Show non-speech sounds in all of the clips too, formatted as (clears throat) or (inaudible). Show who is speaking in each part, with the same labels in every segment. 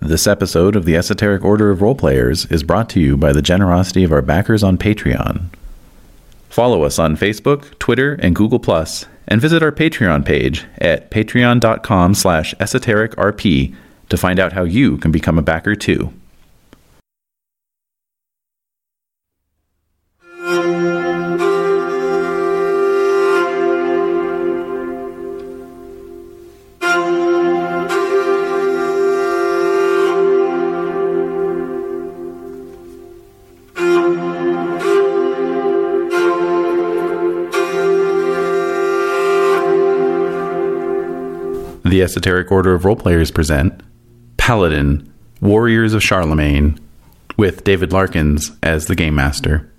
Speaker 1: This episode of the Esoteric Order of Roleplayers is brought to you by the generosity of our backers on Patreon. Follow us on Facebook, Twitter, and Google+, and visit our Patreon page at patreon.com slash esotericrp to find out how you can become a backer too. The Esoteric Order of Roleplayers present Paladin, Warriors of Charlemagne, with David Larkins as the Game Master.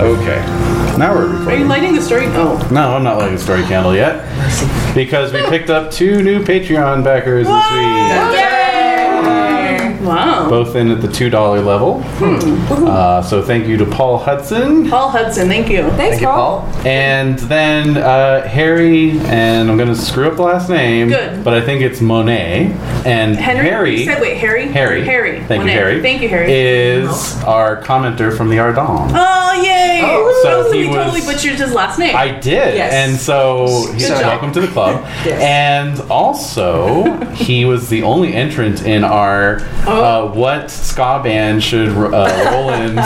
Speaker 1: Okay.
Speaker 2: Now we're recording.
Speaker 3: Are you lighting the story? Oh.
Speaker 2: No, I'm not lighting a story candle yet. Because we picked up two new Patreon backers this week.
Speaker 3: Wow.
Speaker 2: Both in at the $2 level.
Speaker 3: Hmm.
Speaker 2: Uh, so thank you to Paul Hudson.
Speaker 3: Paul Hudson, thank you.
Speaker 4: Thanks, Paul.
Speaker 2: And then uh, Harry, and I'm going to screw up the last name.
Speaker 3: Good.
Speaker 2: But I think it's Monet. And
Speaker 3: Henry.
Speaker 2: Harry.
Speaker 3: You said, wait, Harry?
Speaker 2: Harry.
Speaker 3: Harry.
Speaker 2: Thank
Speaker 3: Monet.
Speaker 2: you, Harry.
Speaker 3: Thank you, Harry.
Speaker 2: Is our commenter from the Ardon.
Speaker 3: oh, yay!
Speaker 2: Oh, so
Speaker 3: That was-
Speaker 2: he
Speaker 3: we totally
Speaker 2: was-
Speaker 3: butchered his last name.
Speaker 2: I did.
Speaker 4: Yes.
Speaker 2: And so, he's
Speaker 4: job.
Speaker 2: welcome to the club.
Speaker 4: (laughs) Yes.
Speaker 2: And also, he was the only entrant in our
Speaker 4: Oh.
Speaker 2: uh, what ska band should uh,
Speaker 4: (laughs)
Speaker 2: Roland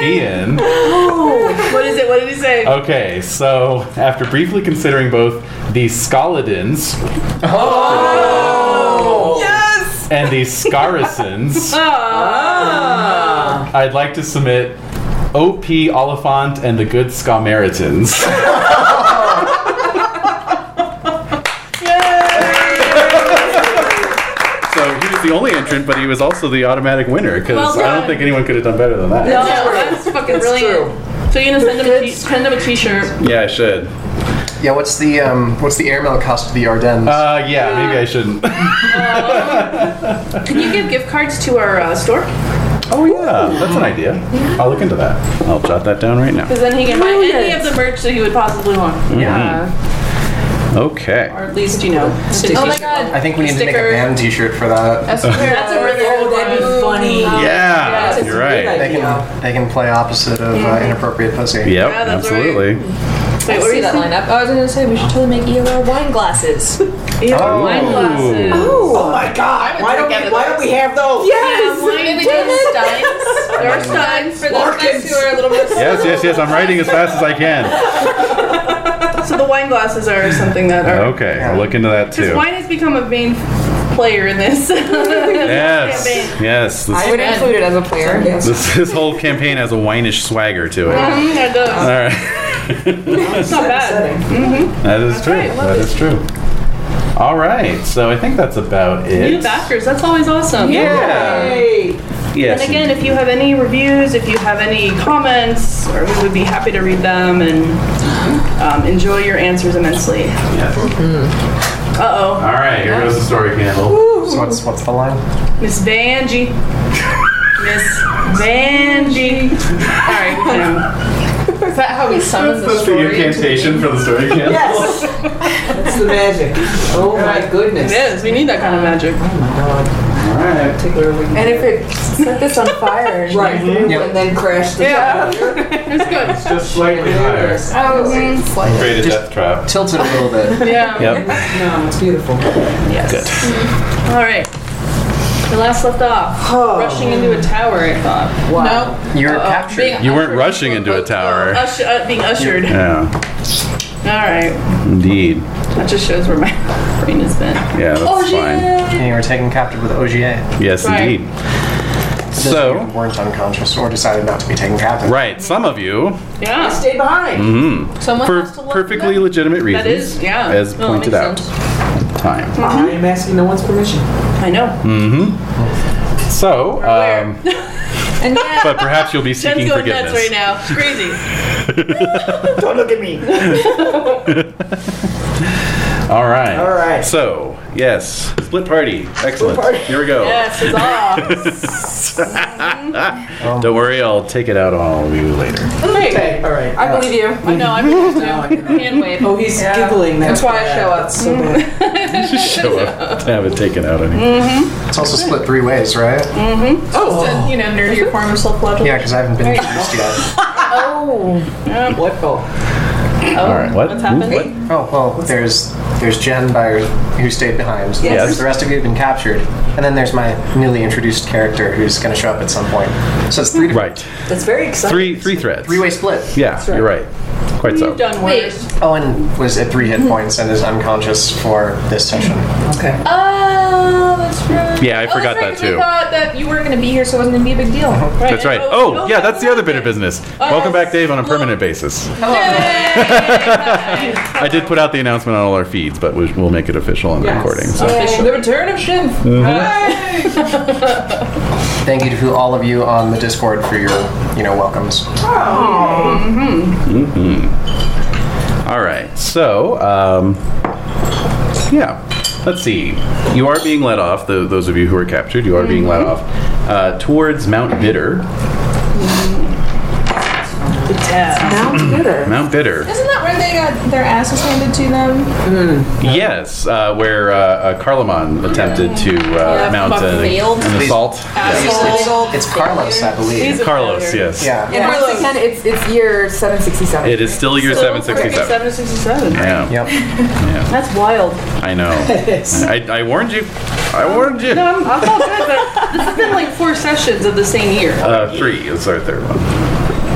Speaker 2: be in.
Speaker 3: what is it? What did he say?
Speaker 2: Okay, so after briefly considering both the Scoladins Oh.
Speaker 4: Yes.
Speaker 2: and the Scarisons,
Speaker 3: (laughs) Ah.
Speaker 2: I'd like to submit OP Oliphant and the Good
Speaker 3: (laughs)
Speaker 2: Scomeritans. So he was the only entrant, but he was also the automatic winner because
Speaker 3: Well
Speaker 2: I don't
Speaker 3: done.
Speaker 2: think anyone could have done better than that.
Speaker 3: No, that's Oh, fucking brilliant. So you're gonna send him, a t- send him a t-shirt.
Speaker 2: Yeah, I should.
Speaker 5: Yeah, what's the um, what's the airmail cost to the Ardennes?
Speaker 2: Uh, yeah, maybe I shouldn't.
Speaker 3: Can you give gift cards to our uh, store?
Speaker 2: Oh yeah, that's an idea. I'll look into that. I'll jot that down right now.
Speaker 3: Because then he can buy any of the merch that he would possibly want. Yeah.
Speaker 2: Okay.
Speaker 3: Or at least, you know,
Speaker 4: Oh my god.
Speaker 5: I think we need to make a
Speaker 3: sticker.
Speaker 5: band T-shirt for that.
Speaker 4: That's, that's
Speaker 3: a really
Speaker 4: Oh, that'd be
Speaker 3: good one.
Speaker 4: funny.
Speaker 2: Yeah,
Speaker 4: That's a
Speaker 2: you're
Speaker 4: great
Speaker 2: right.
Speaker 5: They can
Speaker 4: idea.
Speaker 5: they can play opposite of uh, inappropriate pussy.
Speaker 2: Yep,
Speaker 3: Yeah, that's right.
Speaker 2: absolutely.
Speaker 4: I
Speaker 3: Wait, what were
Speaker 4: see
Speaker 3: you
Speaker 4: that
Speaker 3: saying?
Speaker 4: lineup. I was gonna say we should totally make ELR wine (laughs) glasses.
Speaker 3: Yeah,
Speaker 5: Oh.
Speaker 3: wine glasses.
Speaker 4: Oh,
Speaker 6: my god! Why don't we Why don't we have those?
Speaker 4: yes.
Speaker 3: Wine glasses. There are steins for
Speaker 4: For those of us who are a little bit.
Speaker 2: Yes, yes, yes. I'm writing as fast as I can.
Speaker 3: So the wine glasses are something that are.
Speaker 2: Okay, I'll look into that
Speaker 3: Because
Speaker 2: too.
Speaker 3: wine has become a main player in this. (laughs) uh,
Speaker 2: Yes, yes. This,
Speaker 4: I would include it as a player. Yes.
Speaker 2: this, this whole campaign has a winish swagger to it. All
Speaker 3: Mm, it does.
Speaker 2: right. (laughs)
Speaker 3: It's not bad.
Speaker 2: That is true.
Speaker 3: right, I love
Speaker 2: that
Speaker 3: it.
Speaker 2: is true. All right, so I think that's about
Speaker 3: New
Speaker 2: it.
Speaker 3: backers, that's always awesome.
Speaker 2: Yeah.
Speaker 6: Hey,
Speaker 2: Yes.
Speaker 3: And again, if you have any reviews, if you have any comments, or we would be happy to read them and um, enjoy your answers immensely.
Speaker 2: Yeah. All
Speaker 3: Uh
Speaker 2: right, here goes the story candle.
Speaker 5: So what's what's the line?
Speaker 3: oh, Miss Vanjie. Miss Vanjie. Sorry, we can-
Speaker 4: Is that how we summon the
Speaker 2: That's the
Speaker 4: story?
Speaker 2: incantation for the story candle.
Speaker 6: yes. That's the magic. Oh my
Speaker 3: it
Speaker 6: goodness.
Speaker 3: is. We need that kind of magic.
Speaker 6: Oh my god.
Speaker 2: All right.
Speaker 6: Particularly.
Speaker 4: And if it set this on fire,
Speaker 6: Right. And then crash
Speaker 3: (laughs)
Speaker 6: the
Speaker 3: Yeah. It's good.
Speaker 2: It's just slightly higher.
Speaker 6: Yes.
Speaker 4: Oh,
Speaker 2: Create a
Speaker 5: Just-
Speaker 2: death trap.
Speaker 5: Tilt it a little (laughs) bit.
Speaker 3: Yeah. (laughs)
Speaker 2: Yep.
Speaker 6: No, Um, it's beautiful.
Speaker 3: Yes. Mm-hmm. All right. We last left off.
Speaker 4: Oh.
Speaker 3: Rushing into a tower, I thought.
Speaker 6: Wow.
Speaker 5: You're
Speaker 3: Uh,
Speaker 5: captured.
Speaker 3: being
Speaker 2: You weren't
Speaker 3: ushered-
Speaker 2: rushing into a tower.
Speaker 3: Usher, uh, being ushered.
Speaker 2: Yeah,
Speaker 3: All right.
Speaker 2: indeed.
Speaker 3: That just shows where my (laughs) brain has been.
Speaker 2: Yeah, that's fine.
Speaker 5: And you were taken captive with Ogier.
Speaker 2: Yes,
Speaker 3: Right.
Speaker 2: indeed.
Speaker 5: Those
Speaker 2: So-
Speaker 5: of you who weren't unconscious or decided not to be taken captive.
Speaker 2: Right, some of you,
Speaker 3: Yeah.
Speaker 6: Stay behind.
Speaker 7: Someone
Speaker 2: for
Speaker 7: has to look
Speaker 2: perfectly
Speaker 7: them.
Speaker 2: legitimate reasons,
Speaker 3: That is, yeah.
Speaker 2: as
Speaker 7: No, that
Speaker 2: pointed
Speaker 7: makes
Speaker 2: out
Speaker 7: sense.
Speaker 2: at the time.
Speaker 6: I am asking no one's permission.
Speaker 3: I know.
Speaker 2: So,
Speaker 3: (laughs) aware.
Speaker 2: um,
Speaker 7: And yeah,
Speaker 2: (laughs) but perhaps you'll be
Speaker 3: Jen's
Speaker 2: seeking
Speaker 3: going nuts
Speaker 2: forgiveness.
Speaker 3: right now. It's crazy.
Speaker 6: Don't look at me.
Speaker 2: All right.
Speaker 6: All right.
Speaker 2: So, yes, split party. Excellent.
Speaker 6: party.
Speaker 2: Here we go.
Speaker 3: Yes, it's off.
Speaker 2: Don't worry, I'll take it out on all of you
Speaker 3: (laughs)
Speaker 2: later. (laughs)
Speaker 6: Okay, all right.
Speaker 5: uh,
Speaker 4: I believe you.
Speaker 3: I know. I'm going to hand wave.
Speaker 6: Oh, he's
Speaker 4: Yeah.
Speaker 6: giggling.
Speaker 4: That's why I
Speaker 6: bad.
Speaker 4: show up.
Speaker 6: That's so bad.
Speaker 2: Just show up
Speaker 3: (laughs)
Speaker 2: to have it taken out on
Speaker 3: Mm-hmm.
Speaker 2: you.
Speaker 5: It's also split three ways, right?
Speaker 7: to, you know, nerd your form of self-flagellation.
Speaker 5: Yeah, because I haven't been introduced yet.
Speaker 6: (laughs) What? Oh,
Speaker 2: All right. What?
Speaker 7: What's
Speaker 2: Ooh,
Speaker 7: happened?
Speaker 2: what?
Speaker 5: Oh well, there's there's Jen by her, who stayed behind.
Speaker 2: Yes.
Speaker 5: The rest of you have been captured, and then there's my newly introduced character who's going to show up at some point. So it's three different
Speaker 2: Right.
Speaker 6: that's very exciting.
Speaker 2: Three three threads.
Speaker 5: three way split.
Speaker 2: Yeah, you're right. Quite so.
Speaker 3: You've done
Speaker 7: Wait.
Speaker 3: worse.
Speaker 5: Owen was at three hit points and is unconscious for this session.
Speaker 6: Okay.
Speaker 7: Oh, that's right.
Speaker 2: Yeah, I
Speaker 7: Oh,
Speaker 2: forgot that
Speaker 7: that's right,
Speaker 2: too.
Speaker 7: 'cause I thought that you weren't going to be here, so it wasn't going to be a big deal.
Speaker 6: Uh-huh.
Speaker 7: Right.
Speaker 2: That's right.
Speaker 3: Oh,
Speaker 2: Oh,
Speaker 3: no,
Speaker 2: yeah,
Speaker 3: that's
Speaker 2: that's the other bit of business. Welcome back, Dave, on a permanent basis. (laughs) I did put out the announcement on all our feeds, but we- we'll make it official on the
Speaker 6: Yes.
Speaker 2: recording.
Speaker 8: Oh.
Speaker 2: So.
Speaker 7: The return of Shin.
Speaker 5: Thank you to all of you on the Discord for your, you know, welcomes.
Speaker 2: All right. So, um, yeah. Let's see. You are being led off. tho- those of you who are captured, you are being led off uh, towards Mount Bitter.
Speaker 6: Now bitter.
Speaker 2: Mount Bitter.
Speaker 7: Isn't that where they got their asses handed to them?
Speaker 2: Yes, uh, where uh, uh, Carloman attempted to uh,
Speaker 7: Yeah,
Speaker 2: mount
Speaker 7: fuck
Speaker 2: a,
Speaker 7: failed.
Speaker 2: an assault.
Speaker 5: It's, it's- it's Carlos, I believe.
Speaker 3: He's
Speaker 2: (laughs)
Speaker 3: a
Speaker 2: Carlos,
Speaker 3: failure.
Speaker 2: yes.
Speaker 5: Yeah.
Speaker 4: And once again, it's it's year 767.
Speaker 2: It is still year 767.
Speaker 3: Seven sixty-seven.
Speaker 2: Yeah,
Speaker 5: Yep.
Speaker 3: That's wild.
Speaker 2: I know. I, I warned you. I warned you.
Speaker 3: Um, I felt good, but this has been like four sessions of the same year.
Speaker 2: Uh, three is our third one.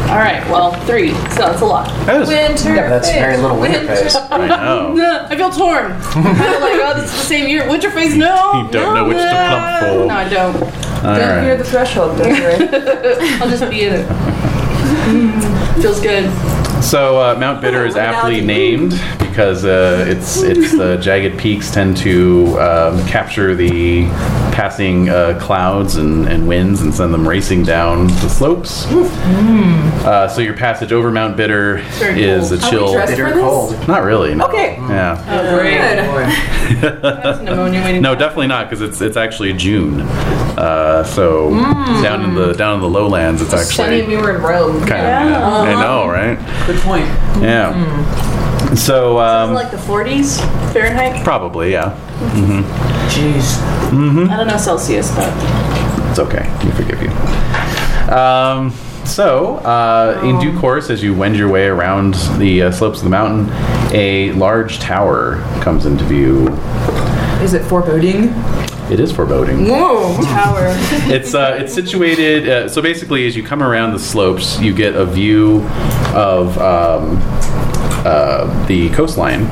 Speaker 3: All right, well, three, so it's a lot.
Speaker 2: That is-
Speaker 7: Winter.
Speaker 5: That's very little winter phase.
Speaker 2: I
Speaker 3: (laughs)
Speaker 2: know.
Speaker 3: Nah, I
Speaker 2: (laughs)
Speaker 3: feel torn. I'm like, oh, this is the same year. Winter phase, no.
Speaker 2: You don't know which to plump
Speaker 3: no.
Speaker 2: for.
Speaker 3: No, I don't.
Speaker 2: All
Speaker 4: Don't
Speaker 2: right.
Speaker 4: clear the threshold, Desiree.
Speaker 3: I'll just be in it. (laughs) Mm, Feels good.
Speaker 2: So uh, Mount Bitter is aptly named because uh, its
Speaker 4: (laughs)
Speaker 2: its uh, jagged peaks tend to um, capture the passing uh, clouds and, and winds and send them racing down the slopes. Uh, so your passage over Mount Bitter
Speaker 3: very
Speaker 2: is a
Speaker 4: Mm. Are we
Speaker 2: chill.
Speaker 4: dressed
Speaker 5: Bitter
Speaker 4: for this?
Speaker 5: cold.
Speaker 2: Not really. No.
Speaker 4: Okay.
Speaker 2: Yeah.
Speaker 3: Oh, great.
Speaker 6: Boy.
Speaker 3: That's pneumonia
Speaker 2: (laughs)
Speaker 3: waiting.
Speaker 2: No, definitely not because it's it's actually June. Uh, so down in the down in the lowlands, it's actually
Speaker 4: Shani, we were in Rome.
Speaker 2: kind of. I know, right?
Speaker 6: Good point.
Speaker 2: Yeah. So. Um,
Speaker 3: Like the 40s Fahrenheit?
Speaker 2: Probably, yeah.
Speaker 6: Jeez.
Speaker 3: I don't know Celsius, but
Speaker 2: It's okay. We forgive you. Um, so, uh, in due course, as you wend your way around the uh, slopes of the mountain, a large tower comes into view.
Speaker 6: Is it foreboding?
Speaker 2: It is foreboding.
Speaker 6: Whoa.
Speaker 3: power.
Speaker 2: (laughs) it's uh, it's situated. Uh, so basically, as you come around the slopes, you get a view of um, uh, the coastline.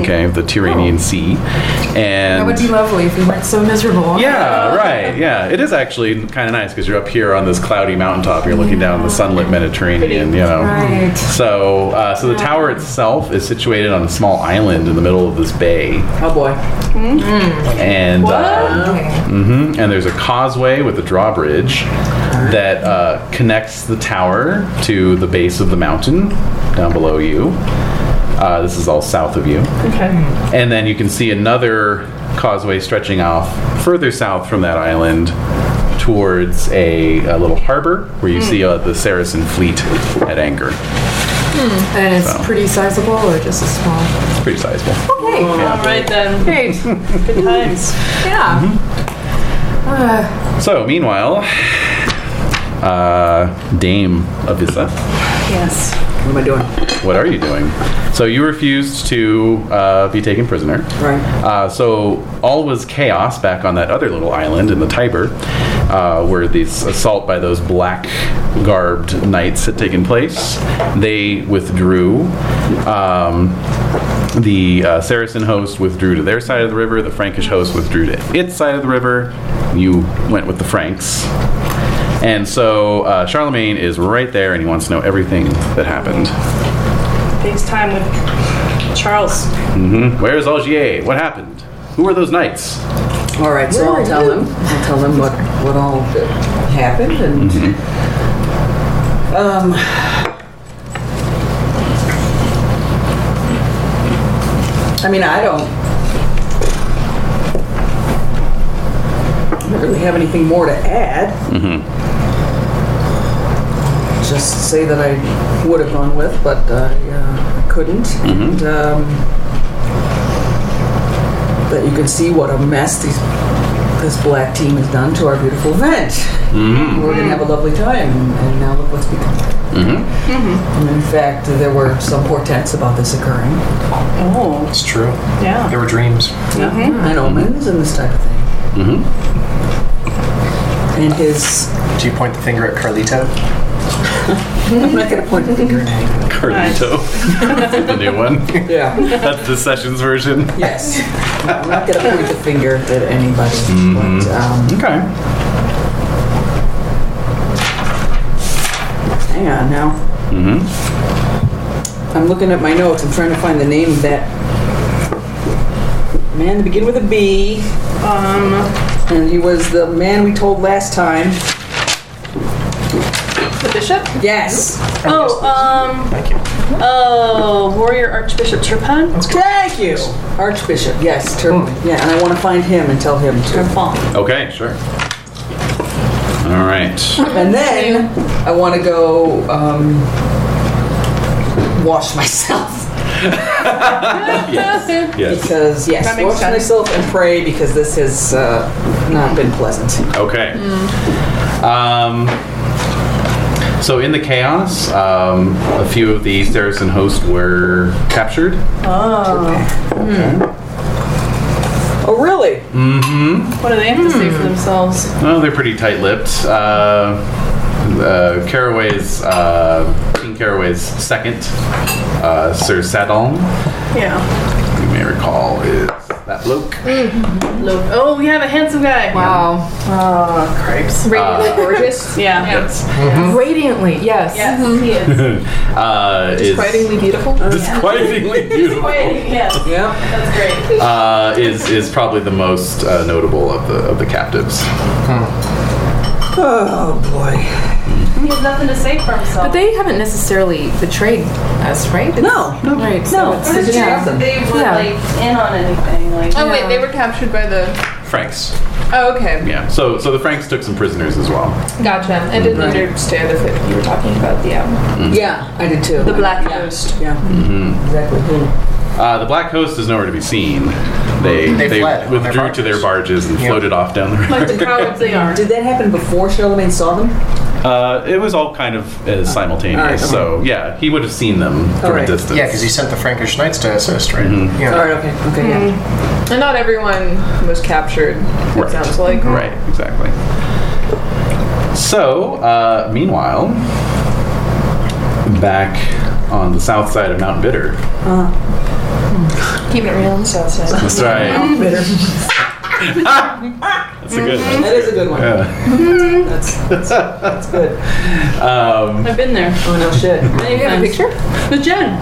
Speaker 2: Okay, of the Tyrrhenian Sea, and
Speaker 4: Hmm. Oh. That would be lovely if we weren't so miserable.
Speaker 2: Yeah, right. Yeah, it is actually kind of nice because you're up here on this cloudy mountaintop. You're looking down the sunlit Mediterranean. You know.
Speaker 4: Right.
Speaker 2: So, uh, so the tower itself is situated on a small island in the middle of this bay, Mm-hmm.
Speaker 6: Oh boy.
Speaker 2: and um,
Speaker 4: Okay.
Speaker 2: mhm, and there's a causeway with a drawbridge that uh, connects the tower to the base of the mountain down below you. Uh, this is all south of you.
Speaker 3: Okay.
Speaker 2: And then you can see another causeway stretching off further south from that island towards a, a little harbor where you see uh, the Saracen fleet at anchor.
Speaker 4: And it's pretty sizable or just a small?
Speaker 2: It's pretty sizable.
Speaker 4: Okay.
Speaker 5: Oh,
Speaker 3: All right then.
Speaker 7: (laughs)
Speaker 4: Great.
Speaker 3: Good times.
Speaker 4: Yeah.
Speaker 2: So, meanwhile, uh, Dame Avisa,
Speaker 3: Yes.
Speaker 6: What am I doing?
Speaker 2: what are you doing? So, you refused to uh, be taken prisoner.
Speaker 6: Right.
Speaker 2: Uh, so all was chaos back on that other little island in the Tiber, uh, where this assault by those black garbed knights had taken place. They withdrew. Um, The uh, Saracen host withdrew to their side of the river. The Frankish host withdrew to its side of the river. You went with the Franks. And so uh, Charlemagne is right there and he wants to know everything that happened.
Speaker 3: Takes time with Charles.
Speaker 2: hmm Where's Algier? What happened? Who were those knights?
Speaker 8: All right, so I'll tell him. I'll tell him what what all happened and um. I mean, I don't. I don't really have anything more to add. Just say that I would have gone with, but I uh, couldn't. And, um, that you can see what a mess these, this black team has done to our beautiful event. We're going to have a lovely time, and now look what's become. Mm-hmm. And in fact, there were some portents about this occurring,
Speaker 3: Oh,
Speaker 5: It's true.
Speaker 3: yeah.
Speaker 5: There were dreams.
Speaker 8: and omens, and this type of thing. Mm-hmm. And his,
Speaker 5: Do you point the finger at Carlito?
Speaker 8: I'm not going to point the finger at anyone.
Speaker 2: Carlito. (laughs) the new one.
Speaker 8: (laughs) Yeah.
Speaker 2: That's the sessions version.
Speaker 8: Yes. I'm not going to point the finger at anybody. But, um,
Speaker 2: Okay.
Speaker 8: hang on now. I'm looking at my notes. I'm trying to find the name of that man to begin with a B. Um, and he was the man we told last time.
Speaker 3: The bishop?
Speaker 8: Yes.
Speaker 3: Oh, um,
Speaker 5: Thank you.
Speaker 3: oh, warrior Archbishop Turpin?
Speaker 8: Thank you, Archbishop. Yes, Turpin.
Speaker 3: Hmm.
Speaker 8: Yeah, and I want to find him and tell him too.
Speaker 3: Turpin.
Speaker 2: Okay, sure. All (laughs) right.
Speaker 8: And then I want to go um, wash myself.
Speaker 5: Oh,
Speaker 2: Yes.
Speaker 8: Because yes,
Speaker 3: That makes
Speaker 8: wash
Speaker 3: sense.
Speaker 8: myself and pray because this has uh, not been pleasant.
Speaker 2: Okay. Um, so in the chaos, um, a few of the Saracen host were captured.
Speaker 8: Oh really?
Speaker 3: (laughs) What do they have to say
Speaker 5: Hmm.
Speaker 3: for themselves?
Speaker 2: Oh, they're pretty tight-lipped. Uh, uh, Caraway's uh, King Caraway's second, uh, Sir Sadon,
Speaker 3: Yeah.
Speaker 2: you may recall, is that bloke.
Speaker 3: Look. Oh, yeah, the handsome guy.
Speaker 6: Wow.
Speaker 3: Oh, cripes.
Speaker 5: Ah.
Speaker 3: (laughs)
Speaker 7: Radiantly gorgeous.
Speaker 3: Yeah.
Speaker 6: Radiantly, yes.
Speaker 7: Mm-hmm.
Speaker 3: Yes, (laughs) he is.
Speaker 2: Uh, is
Speaker 6: Radiantly beautiful.
Speaker 2: disquietingly beautiful.
Speaker 3: Wait, yes,
Speaker 8: Yeah.
Speaker 3: that's great.
Speaker 2: uh, is is probably the most uh, notable of the of the captives.
Speaker 8: Oh boy.
Speaker 3: He has nothing to say for himself.
Speaker 6: But they haven't necessarily betrayed us, right? It's-
Speaker 8: No, no,
Speaker 6: Right.
Speaker 8: no.
Speaker 6: So it's,
Speaker 3: Or the
Speaker 6: yeah.
Speaker 3: chance that they were
Speaker 6: Yeah.
Speaker 3: like in on anything. Like,
Speaker 7: Oh
Speaker 6: Yeah.
Speaker 7: wait, they were captured by the.
Speaker 2: Franks,
Speaker 7: Oh okay,
Speaker 2: yeah. So so the Franks took some prisoners as well.
Speaker 7: gotcha. I didn't understand if it, you were talking about the um,
Speaker 8: Mm-hmm. Yeah, I did too.
Speaker 7: the Black Ghost.
Speaker 8: Yeah. Exactly. Who?
Speaker 2: Uh, the Black Host is nowhere to be seen. They
Speaker 5: They fled on their
Speaker 2: withdrew to their barges and floated off down the
Speaker 3: (laughs)
Speaker 2: river.
Speaker 3: like the cowards they are.
Speaker 8: Did that happen before Charlemagne saw them?
Speaker 2: Uh, it was all kind of uh, simultaneous.
Speaker 8: All right,
Speaker 2: So
Speaker 8: okay.
Speaker 2: yeah, he would have seen them from
Speaker 8: right.
Speaker 2: a distance.
Speaker 5: Yeah, because you sent the Frankish knights to assist, right? Yeah.
Speaker 8: All right. Okay. Okay. Yeah.
Speaker 7: And not everyone was captured.
Speaker 2: Right.
Speaker 7: It sounds like.
Speaker 2: right, exactly. So uh, meanwhile, back on the south side of Mount Bitter.
Speaker 7: Keeping it real on the south (laughs) side.
Speaker 2: That's right.
Speaker 8: Bitter.
Speaker 2: That's a good one.
Speaker 8: (laughs) That is a good one.
Speaker 2: Yeah.
Speaker 8: That's, that's that's good.
Speaker 2: Um,
Speaker 3: I've been there.
Speaker 8: Oh no shit.
Speaker 3: Do you have a picture? With Jen.
Speaker 8: We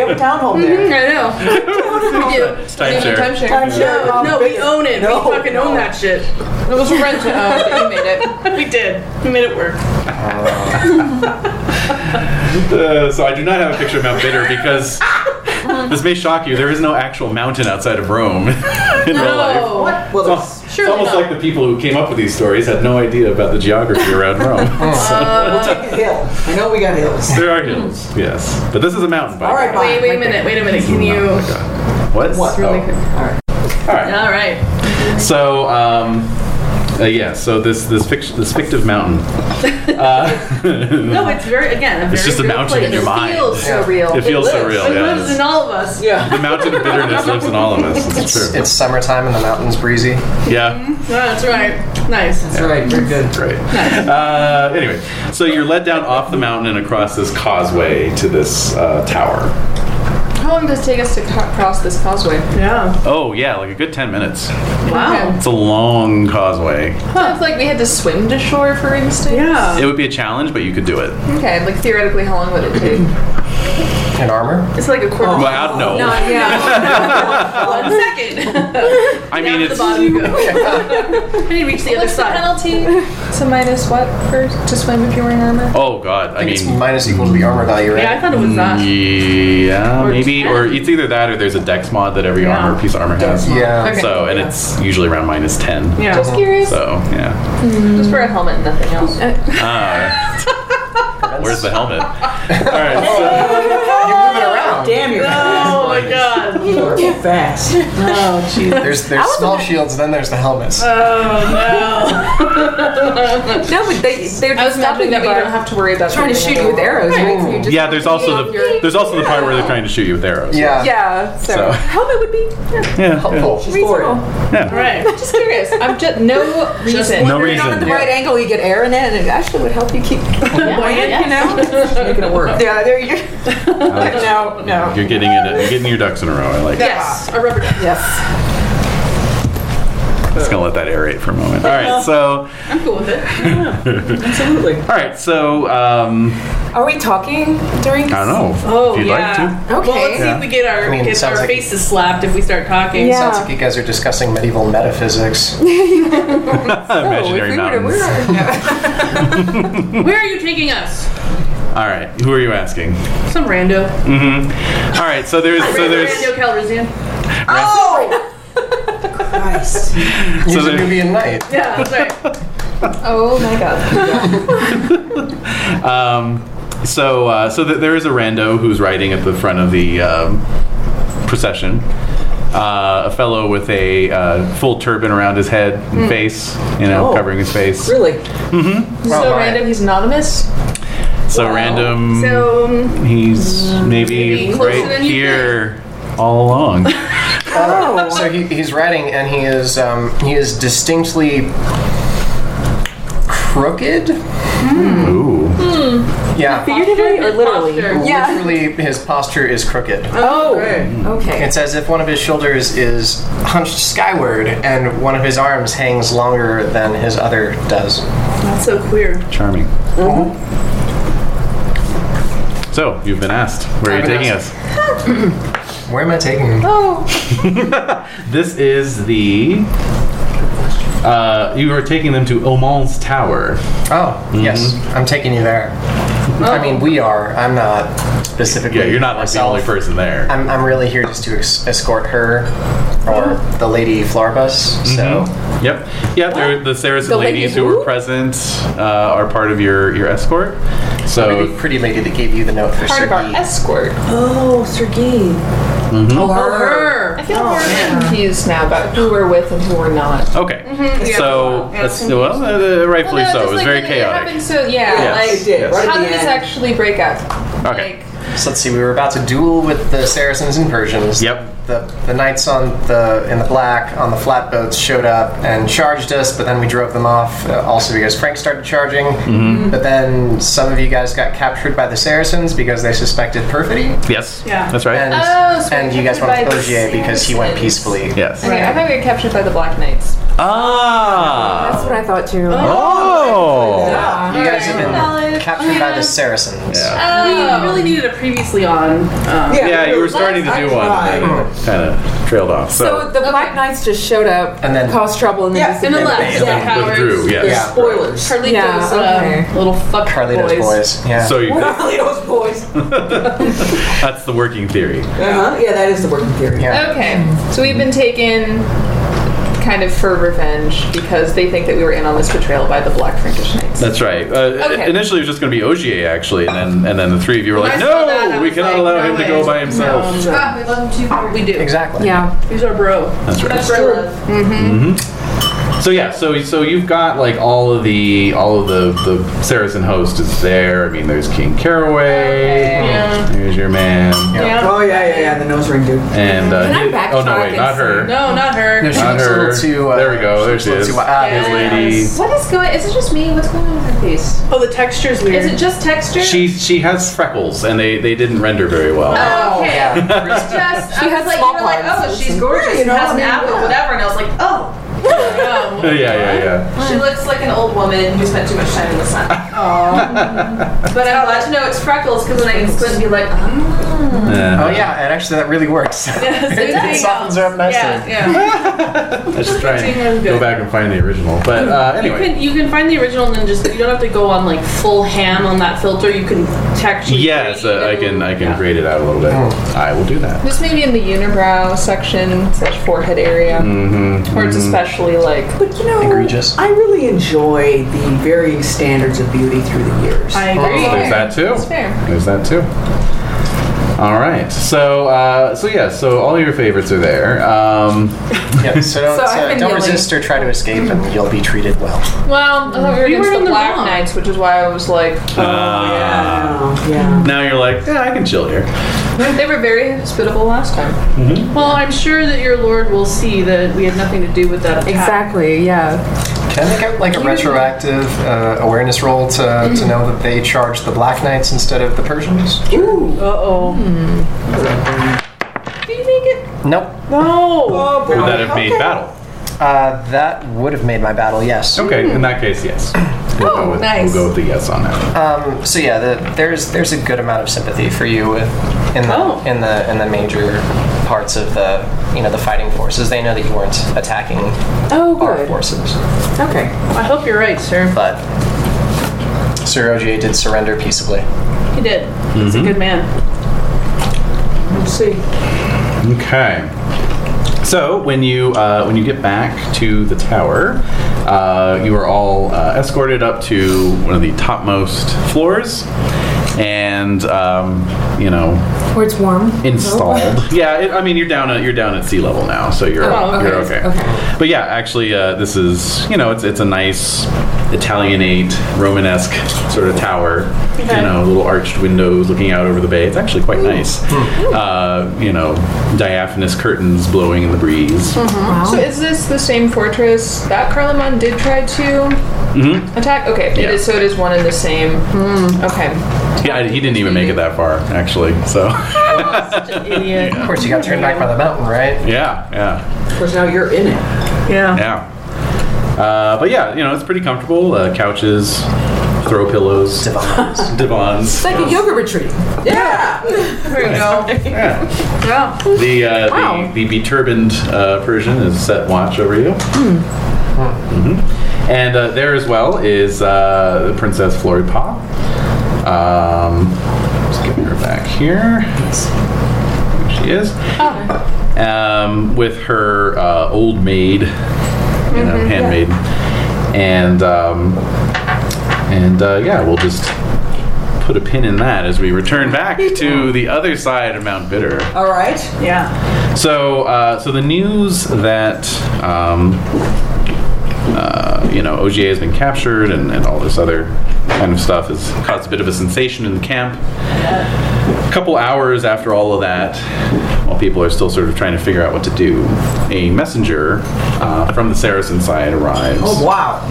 Speaker 8: have a town hall there.
Speaker 3: I (laughs) know.
Speaker 2: it's timeshare.
Speaker 7: Timeshare.
Speaker 8: Sure.
Speaker 3: No, we own it.
Speaker 8: Mm-hmm. No.
Speaker 3: we fucking own that shit.
Speaker 7: It was rent to own, but you made it.
Speaker 3: (laughs) We did. We made it work.
Speaker 2: Uh, so I do not have a picture of Mount Bitter because this may shock you. There is no actual mountain outside of Rome (laughs) in real life.
Speaker 3: What?
Speaker 8: Well,
Speaker 2: Well,
Speaker 8: there's-
Speaker 2: it's almost like the people who came up with these stories had no idea about the geography around Rome.
Speaker 8: we'll take a hill. I know we got hills.
Speaker 2: there are hills, yes, but this is a mountain bike.
Speaker 8: All right. Bye.
Speaker 3: Wait, wait a minute. Wait a minute. Can you?
Speaker 2: Oh my god! What?
Speaker 8: What?
Speaker 2: Oh. All right.
Speaker 3: All right.
Speaker 2: So, um, uh, yeah. So this this fict- this fictive mountain.
Speaker 3: No, it's very again. A very
Speaker 2: It's just a
Speaker 3: real
Speaker 2: mountain in
Speaker 3: place.
Speaker 2: your mind.
Speaker 5: so
Speaker 6: real.
Speaker 2: It feels so real.
Speaker 3: It
Speaker 2: yeah.
Speaker 3: lives in all of us.
Speaker 8: Yeah.
Speaker 2: The mountain of bitterness lives in all of us. It's true.
Speaker 5: It's summertime and the mountain's breezy.
Speaker 2: Yeah.
Speaker 3: that's right. Nice.
Speaker 8: That's right. Very good.
Speaker 2: Great. Uh, anyway, so you're led down off the mountain and across this causeway to this uh, tower.
Speaker 7: how long does it take us to co- cross this causeway?
Speaker 3: Yeah.
Speaker 2: Oh yeah, like a good ten minutes.
Speaker 3: Wow.
Speaker 2: It's a long causeway.
Speaker 7: Huh. If like we had to swim to shore, for instance.
Speaker 3: Yeah.
Speaker 2: It would be a challenge, but you could do it.
Speaker 7: Okay, like theoretically, how long would it take?
Speaker 5: In armor?
Speaker 7: it's like a quarter.
Speaker 2: Well, I don't know. (laughs)
Speaker 3: One second.
Speaker 2: I mean, it's
Speaker 3: bottom you
Speaker 2: (laughs)
Speaker 3: go. I need to reach the other
Speaker 7: What's the
Speaker 3: side.
Speaker 7: penalty to minus what for to swim if you're wearing armor?
Speaker 2: oh god. I,
Speaker 5: I think it's
Speaker 2: mean, mm,
Speaker 5: minus equal to the armor value, right?
Speaker 3: Yeah, I thought it was that.
Speaker 2: yeah,
Speaker 3: Or
Speaker 2: maybe, or it's either that or there's a dex mod that every
Speaker 3: Yeah.
Speaker 2: armor piece of armor has.
Speaker 5: Yeah.
Speaker 2: So, and it's usually around minus ten.
Speaker 3: Yeah.
Speaker 7: Just curious.
Speaker 2: So yeah.
Speaker 7: Just wear a helmet and nothing else.
Speaker 2: Uh, (laughs) where's the
Speaker 3: (laughs)
Speaker 2: helmet? All right.
Speaker 5: You're moving around.
Speaker 8: Damn, you're
Speaker 3: Oh my god.
Speaker 8: fast. Oh, jeez.
Speaker 5: There's there's small shields, then there's the helmets.
Speaker 3: Oh
Speaker 6: No, but they, they're
Speaker 7: I was
Speaker 6: just
Speaker 7: imagining
Speaker 6: stopping
Speaker 7: that
Speaker 6: that
Speaker 7: we don't have to worry about
Speaker 6: trying to
Speaker 7: breathing
Speaker 6: shoot you with
Speaker 7: in the
Speaker 6: arrows, right? So you
Speaker 2: So
Speaker 6: just,
Speaker 2: yeah, there's also the there's also the part where they're trying to shoot you with arrows.
Speaker 5: yeah.
Speaker 6: yeah, so.
Speaker 2: So.
Speaker 6: Helmet would be
Speaker 2: Yeah. yeah.
Speaker 5: Helpful.
Speaker 8: Reasonable.
Speaker 3: no. Right.
Speaker 6: just curious.
Speaker 7: (laughs) I'm just no reason.
Speaker 2: No
Speaker 6: Put it on at the
Speaker 2: reason.
Speaker 6: right angle, you get air in it, and it actually would help you keep
Speaker 3: Yeah.
Speaker 6: you know?
Speaker 8: Making it (laughs) work.
Speaker 6: yeah, there you No, no.
Speaker 2: You're getting it. You're getting your ducks in a row. I like. it.
Speaker 3: Yes. A rubber duck.
Speaker 6: Yes.
Speaker 2: Just gonna let that aerate for a moment. All right. So.
Speaker 3: I'm cool with it.
Speaker 8: Absolutely.
Speaker 2: All right. So. Um,
Speaker 6: Are we talking during
Speaker 2: I don't know.
Speaker 3: Oh
Speaker 2: if you'd
Speaker 3: yeah.
Speaker 2: like to.
Speaker 6: Okay.
Speaker 3: Well, let's see if we get our
Speaker 5: I mean, it
Speaker 3: get our
Speaker 5: sounds like-
Speaker 3: faces slapped if we start talking.
Speaker 6: Yeah.
Speaker 5: Sounds like you guys are discussing medieval (laughs) metaphysics.
Speaker 2: (laughs)
Speaker 7: Oh,
Speaker 6: Oh,
Speaker 2: Imaginary mountains. (laughs)
Speaker 3: Where are you taking us?
Speaker 2: All right. Who are you asking?
Speaker 3: Some rando.
Speaker 2: All right. So there's. So
Speaker 3: rando
Speaker 2: there's.
Speaker 3: Calrissian.
Speaker 8: Nice.
Speaker 5: He's
Speaker 2: So
Speaker 5: a
Speaker 2: there-
Speaker 5: Nubian knight.
Speaker 3: Yeah.
Speaker 6: (laughs)
Speaker 3: Sorry.
Speaker 7: Oh my (laughs) god.
Speaker 2: Um, so uh, so th- there is a rando who's riding at the front of the um, procession. Uh, a fellow with a uh, full turban around his head and face, you know,
Speaker 8: Oh.
Speaker 2: covering his face.
Speaker 8: Really?
Speaker 5: Well,
Speaker 7: so
Speaker 5: why?
Speaker 7: random. He's anonymous.
Speaker 2: So random.
Speaker 3: So
Speaker 6: Oh,
Speaker 3: um,
Speaker 2: He's maybe
Speaker 3: maybe closer
Speaker 2: right
Speaker 3: than you
Speaker 2: here all along.
Speaker 8: Oh.
Speaker 5: So he, he's riding, and he is um, he is distinctly crooked.
Speaker 2: Ooh.
Speaker 5: (laughs) Yeah,
Speaker 6: Figuratively or literally?
Speaker 3: posture.
Speaker 6: Yeah.
Speaker 5: literally, his posture is crooked.
Speaker 8: Oh.
Speaker 6: Okay.
Speaker 5: It's as if one of his shoulders is hunched skyward, and one of his arms hangs longer than his other does.
Speaker 3: That's so queer.
Speaker 2: Charming.
Speaker 5: Mm-hmm.
Speaker 2: So, you've been asked. Where are you
Speaker 5: I've been
Speaker 2: taking
Speaker 5: asked.
Speaker 2: us?
Speaker 5: Where am I taking him?
Speaker 6: Oh,
Speaker 2: This is the. Uh, you are taking them to Oman's Tower.
Speaker 5: Oh, yes,
Speaker 2: Mm-hmm.
Speaker 5: I'm taking you there. I mean, we are. I'm not specifically.
Speaker 2: Yeah, you're not like the
Speaker 5: myself.
Speaker 2: only person there.
Speaker 5: I'm, I'm really here just to ex- escort her or
Speaker 7: Oh.
Speaker 5: the lady Flarbus. So
Speaker 7: Mm-hmm.
Speaker 2: Yep. Yeah, they're, the Saracen ladies who were present uh, are part of your, your escort.
Speaker 5: maybe
Speaker 2: So,
Speaker 5: pretty lady that gave you the note for
Speaker 7: Part of our
Speaker 5: Sergi.
Speaker 7: escort.
Speaker 8: Oh, Sergei. Oh, her.
Speaker 7: I feel more confused now about who we're with and who we're not.
Speaker 2: okay. So, that's- well, uh, rightfully so. It was very chaotic.
Speaker 7: so yeah,
Speaker 2: Yes,
Speaker 7: like
Speaker 8: It did.
Speaker 2: yes.
Speaker 8: Right
Speaker 7: how
Speaker 8: at
Speaker 7: did
Speaker 8: the
Speaker 7: this
Speaker 8: end.
Speaker 7: actually break up?
Speaker 2: Okay.
Speaker 7: Like,
Speaker 5: So let's see. We were about to duel with the Saracens and Persians.
Speaker 2: Yep.
Speaker 5: The the knights on the in the black on the flatboats showed up and charged us, but then we drove them off. Uh, also because Frank started charging,
Speaker 7: Mm-hmm.
Speaker 5: but then some of you guys got captured by the Saracens because they suspected perfidy,
Speaker 2: Yes.
Speaker 3: Yeah.
Speaker 2: That's right.
Speaker 5: and
Speaker 7: Oh, so
Speaker 5: and
Speaker 7: we
Speaker 5: you guys
Speaker 7: captured
Speaker 5: went
Speaker 7: by
Speaker 5: with
Speaker 7: the
Speaker 5: Ogier because he went
Speaker 7: Saracens.
Speaker 5: peacefully.
Speaker 2: Yes.
Speaker 7: okay, I thought we were captured by the Black Knights.
Speaker 2: Ah.
Speaker 6: That's what I thought too.
Speaker 2: Oh.
Speaker 5: You guys have been
Speaker 7: Knowledge.
Speaker 5: captured by the Saracens.
Speaker 2: Yeah.
Speaker 3: Oh. We really needed a previously on. Um,
Speaker 2: Yeah, you were starting to do one, and then kind of trailed off.
Speaker 6: So
Speaker 2: So,
Speaker 6: the Black Knights just showed up
Speaker 5: And then-
Speaker 6: caused trouble and then
Speaker 8: Yeah,
Speaker 6: just
Speaker 3: and then
Speaker 6: abandoned
Speaker 3: left.
Speaker 6: it.
Speaker 2: and then
Speaker 3: Yeah.
Speaker 2: withdrew. Yes.
Speaker 8: Yeah. Spoilers.
Speaker 3: Carlitos,
Speaker 6: Yeah, okay.
Speaker 3: uh, little fuck
Speaker 5: Carlitos
Speaker 3: boys.
Speaker 5: boys. Yeah.
Speaker 2: So
Speaker 8: (laughs)
Speaker 2: you,
Speaker 8: Carlitos boys. Uh
Speaker 2: that's the working theory.
Speaker 8: huh. Uh-huh. Yeah, that is the working theory.
Speaker 5: Yeah.
Speaker 7: Okay, so we've been taken kind of for revenge because they think that we were in on this betrayal by the Black Frankish Knights.
Speaker 2: That's right. Uh,
Speaker 7: Okay.
Speaker 2: Initially, it was just going to be Ogier actually, and then and then the three of you were
Speaker 7: I
Speaker 2: like,
Speaker 7: saw that,
Speaker 2: "No,
Speaker 7: I
Speaker 2: we
Speaker 7: was
Speaker 2: cannot
Speaker 7: like,
Speaker 2: allow
Speaker 7: no
Speaker 2: him to
Speaker 7: way.
Speaker 2: go by himself."
Speaker 3: Ah, we love him too. We do.
Speaker 5: Exactly.
Speaker 6: Yeah.
Speaker 3: He's our bro.
Speaker 2: That's right.
Speaker 3: That's bro love.
Speaker 2: hmm So yeah, so so you've got like all of the all of the the Saracen host is there. I mean, there's King Caraway. There's your man.
Speaker 8: Oh, yeah, yeah, yeah, the nose ring dude.
Speaker 2: And uh,
Speaker 6: Can I
Speaker 2: he- oh no,
Speaker 6: backtrack
Speaker 2: wait, not
Speaker 6: and
Speaker 2: her.
Speaker 6: say-
Speaker 7: No, not her.
Speaker 5: No, she
Speaker 2: Not
Speaker 5: looks a
Speaker 2: her.
Speaker 5: little too. Uh,
Speaker 2: There we go, there
Speaker 5: she looks
Speaker 2: she
Speaker 5: a little
Speaker 2: is.
Speaker 5: Too, ah,
Speaker 7: Yeah.
Speaker 5: there's Lady.
Speaker 2: Lady.
Speaker 7: What is going? Is it just me? What's going on with her face?
Speaker 3: Oh, the texture's weird.
Speaker 7: Is
Speaker 3: (laughs)
Speaker 7: it just texture?
Speaker 2: She she has freckles, and they they didn't render very well.
Speaker 7: Oh, okay. It's just I was like, you
Speaker 6: had
Speaker 7: were like,
Speaker 6: smallpox.
Speaker 7: oh, she's gorgeous.
Speaker 8: Yeah, you know,
Speaker 7: and has an
Speaker 8: I mean,
Speaker 7: apple, whatever. And I was like, oh.
Speaker 2: (laughs)
Speaker 7: No.
Speaker 2: yeah, yeah, yeah.
Speaker 7: She looks like an old woman who spent too much time in the sun. but I'm glad to know it's freckles because then I can squint and be like,
Speaker 3: "Um."
Speaker 6: (laughs)
Speaker 7: oh.
Speaker 2: Yeah.
Speaker 5: Oh yeah, and actually that really works.
Speaker 7: It
Speaker 5: it softens her up nicely.
Speaker 7: Yeah, yeah.
Speaker 2: I should try
Speaker 7: Everything was
Speaker 2: and
Speaker 7: good.
Speaker 2: go back and find the original. But uh,
Speaker 3: You
Speaker 2: anyway.
Speaker 3: can you can find the original and then just you don't have to go on like full ham on that filter. You can texture.
Speaker 2: Yes, uh, I can I can grade it out a little bit. I will do that.
Speaker 7: Just maybe in the unibrow section slash forehead area, where
Speaker 2: Mm-hmm.
Speaker 7: it's especially like.
Speaker 8: But you know,
Speaker 5: Egregious.
Speaker 8: I really enjoy the varying standards of beauty through the years.
Speaker 3: I agree.
Speaker 2: Mm-hmm. There's that too.
Speaker 7: It's fair.
Speaker 2: There's that too. All right. So uh, so yeah. So all your favorites are there. Um,
Speaker 5: Yeah, so don't,
Speaker 6: So I've
Speaker 5: uh,
Speaker 6: been
Speaker 5: don't
Speaker 6: yelling.
Speaker 5: resist or try to escape, and you'll be treated well.
Speaker 7: Well, I thought we were
Speaker 3: You
Speaker 7: against
Speaker 3: were
Speaker 7: the,
Speaker 3: in the
Speaker 7: Black
Speaker 3: wrong.
Speaker 7: Knights, which is why I was like,
Speaker 2: uh,
Speaker 8: Oh, yeah.
Speaker 2: Now you're like, yeah, I can chill here.
Speaker 7: um, they were very hospitable last time.
Speaker 3: Well, I'm sure that your lord will see that we had nothing to do with that attack.
Speaker 6: Exactly. Yeah.
Speaker 5: Can I make out like a retroactive uh, awareness roll to, to know that they charge the Black Knights instead of the Persians?
Speaker 3: Uh oh.
Speaker 7: Do you think it?
Speaker 5: Nope.
Speaker 8: Oh, boy.
Speaker 2: Would that have made battle?
Speaker 5: Uh, that would have made my battle, yes.
Speaker 2: Okay. In that case, yes. We'll go with,
Speaker 7: nice.
Speaker 2: We'll go with the yes on that.
Speaker 5: Um, so yeah, the, there's there's a good amount of sympathy for you with in the
Speaker 3: Oh.
Speaker 5: in the in the major parts of the you know the fighting forces. They know that you weren't attacking
Speaker 6: Oh,
Speaker 5: our
Speaker 6: good.
Speaker 5: forces,
Speaker 6: Okay.
Speaker 3: I hope you're right, sir.
Speaker 5: but Sir Ogier did surrender peaceably.
Speaker 3: He did. He's
Speaker 2: Mm-hmm.
Speaker 3: a good man.
Speaker 8: We'll see.
Speaker 2: Okay. So when you uh, when you get back to the tower, uh, you are all uh, escorted up to one of the topmost floors, and um, you know
Speaker 6: Where it's warm.
Speaker 2: installed. (laughs) yeah, it, I mean you're down at you're down at sea level now, so you're
Speaker 6: Oh, okay.
Speaker 2: you're okay.
Speaker 6: Okay.
Speaker 2: But yeah, actually, uh, this is you know it's it's a nice Italianate Romanesque sort of tower. You know, little arched windows looking out over the bay. It's actually quite nice.
Speaker 6: Hmm.
Speaker 2: Uh, you know, diaphanous curtains blowing in the breeze.
Speaker 6: Hmm.
Speaker 7: So is this the same fortress that Carloman did try to attack? Okay, it
Speaker 2: Mm-hmm. Yeah.
Speaker 7: is, so it is one and the same. Okay.
Speaker 2: Yeah, he didn't even make it that far actually. So (laughs)
Speaker 3: Idiot.
Speaker 5: Of course, you got turned back by the mountain, right?
Speaker 2: yeah, yeah.
Speaker 8: Of course, now you're in it.
Speaker 3: Yeah.
Speaker 2: Yeah. Uh, but yeah, you know, it's pretty comfortable. Uh, couches, throw pillows, (laughs)
Speaker 5: Divine.
Speaker 2: divans.
Speaker 6: It's like a yoga retreat.
Speaker 7: There we go.
Speaker 2: Yeah.
Speaker 7: Yeah.
Speaker 2: The, uh,
Speaker 6: Wow.
Speaker 2: the the beturbaned uh, Persian is set watch over you. Mhm. And uh, there as well is uh, Princess Floripa. Um, just getting her back here. There she is. Um, with her uh, old maid, you know, handmaid. And um, and uh, yeah, we'll just put a pin in that as we return back to the other side of Mount Bitter.
Speaker 8: All right.
Speaker 3: Yeah.
Speaker 2: So, uh, so the news that um, uh, you know Ogier has been captured and, and all this other kind of stuff has caused a bit of a sensation in the camp. A couple hours after all of that, while people are still sort of trying to figure out what to do, a messenger uh, from the Saracen side arrives
Speaker 8: Oh, wow.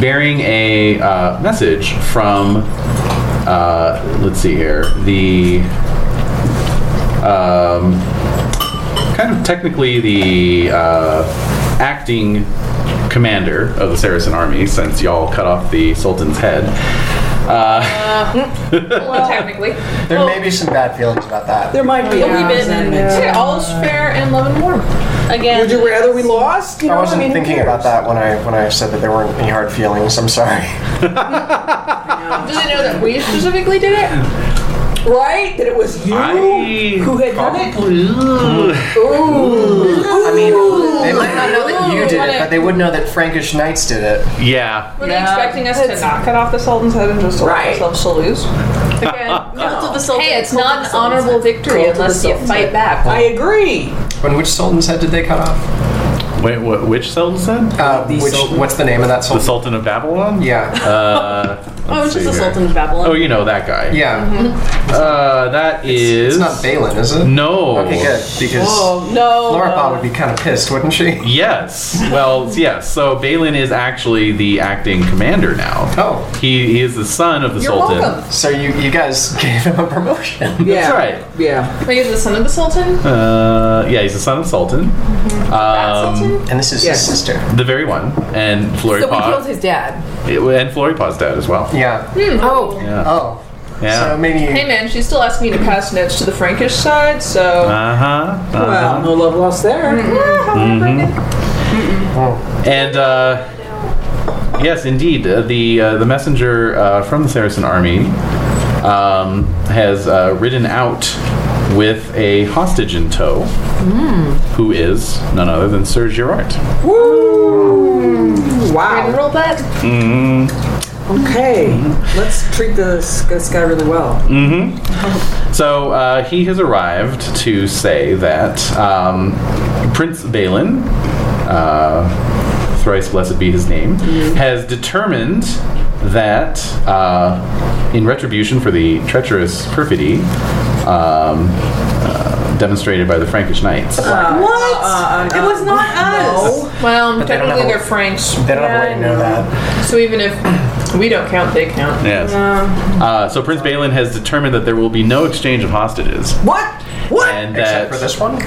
Speaker 2: bearing a uh, message from, uh, let's see here, the um, kind of technically the uh, acting commander of the Saracen army, since y'all cut off the Sultan's head. Uh,
Speaker 7: Well, technically.
Speaker 5: There may be some bad feelings about that.
Speaker 8: There might be a
Speaker 3: wee bit
Speaker 8: resentment.
Speaker 7: Hey, all is fair and love and war.
Speaker 8: Would
Speaker 3: Again.
Speaker 8: you rather we lost? You know,
Speaker 5: I wasn't
Speaker 8: mean, who
Speaker 5: thinking about
Speaker 8: cares?
Speaker 5: that when I when I said that there weren't any hard feelings. I'm sorry.
Speaker 7: Does it know that we specifically did it?
Speaker 8: Right? That it was you
Speaker 2: I-
Speaker 8: who had done it?
Speaker 5: I mean, they might not know that you did it, but they would know that Frankish knights did it.
Speaker 2: yeah.
Speaker 7: Were they expecting us to not cut off the Sultan's head and just allow ourselves to lose?
Speaker 2: (laughs)
Speaker 7: Hey, it's not an honorable victory
Speaker 8: Cult of the
Speaker 7: unless you
Speaker 8: Sultan's
Speaker 7: fight back.
Speaker 8: I agree.
Speaker 5: When which sultan's head did they cut off?
Speaker 2: Wait, what, which Selden said?
Speaker 5: Uh,
Speaker 8: The
Speaker 5: which,
Speaker 8: Sultan.
Speaker 5: what's the name of that
Speaker 2: the
Speaker 5: Sultan?
Speaker 2: Sultan of Babylon?
Speaker 5: Oh. Yeah.
Speaker 2: Uh,
Speaker 3: Oh,
Speaker 2: let's
Speaker 3: it's just the
Speaker 2: see here.
Speaker 3: Sultan of Babylon.
Speaker 2: Oh, you know that guy.
Speaker 5: (laughs) Yeah.
Speaker 2: Uh, that is.
Speaker 5: It's not Balin, is it?
Speaker 2: No.
Speaker 5: Okay, good. Because
Speaker 3: Oh, no.
Speaker 5: Floribond
Speaker 3: no.
Speaker 5: would be kind of pissed, wouldn't she?
Speaker 2: (laughs) Yes. Well, yes. So Balin is actually the acting commander now.
Speaker 5: Oh.
Speaker 2: He, he is the son of the
Speaker 8: You're
Speaker 2: Sultan.
Speaker 8: welcome.
Speaker 5: So you, you guys (laughs) gave him a promotion.
Speaker 8: Yeah.
Speaker 2: right.
Speaker 8: Yeah.
Speaker 7: Wait, is the son of the Sultan?
Speaker 2: Uh, yeah, he's the son of the Sultan.
Speaker 7: That
Speaker 2: Um,
Speaker 7: Sultan?
Speaker 5: And this is
Speaker 8: Yes.
Speaker 5: his sister.
Speaker 2: the very one. And
Speaker 6: So we killed
Speaker 2: Floripa.
Speaker 6: his dad.
Speaker 2: and Floripa's dad as well.
Speaker 5: Yeah.
Speaker 6: Oh,
Speaker 2: Yeah.
Speaker 5: Oh.
Speaker 2: Yeah.
Speaker 5: So maybe you,
Speaker 7: Hey man, she's still asking me to cast notes to the Frankish side, so.
Speaker 2: Uh huh. Uh-huh.
Speaker 8: Well, no love lost there. Mm-hmm.
Speaker 2: And uh, yes, indeed, uh, the uh, the messenger uh, from the Saracen army um, has uh, ridden out with a hostage in tow, who is none other than Sir Gerard.
Speaker 8: Wow. Mm-hmm.
Speaker 7: Roll that.
Speaker 8: Okay. Let's treat this, this guy really well.
Speaker 2: Mm. So uh, he has arrived to say that um, Prince Balin, uh, thrice blessed be his name, has determined that uh, in retribution for the treacherous perfidy um, uh, demonstrated by the Frankish knights.
Speaker 8: What? it was not us.
Speaker 5: they
Speaker 7: Well,
Speaker 5: don't
Speaker 7: technically
Speaker 5: have a-
Speaker 7: they're Franks.
Speaker 5: they don't have a way to know that.
Speaker 7: So even if we don't count, they count.
Speaker 2: Yes. Uh, so Prince Balin has determined that there will be no exchange of hostages.
Speaker 8: What? What?
Speaker 2: And that,
Speaker 5: Except for this one.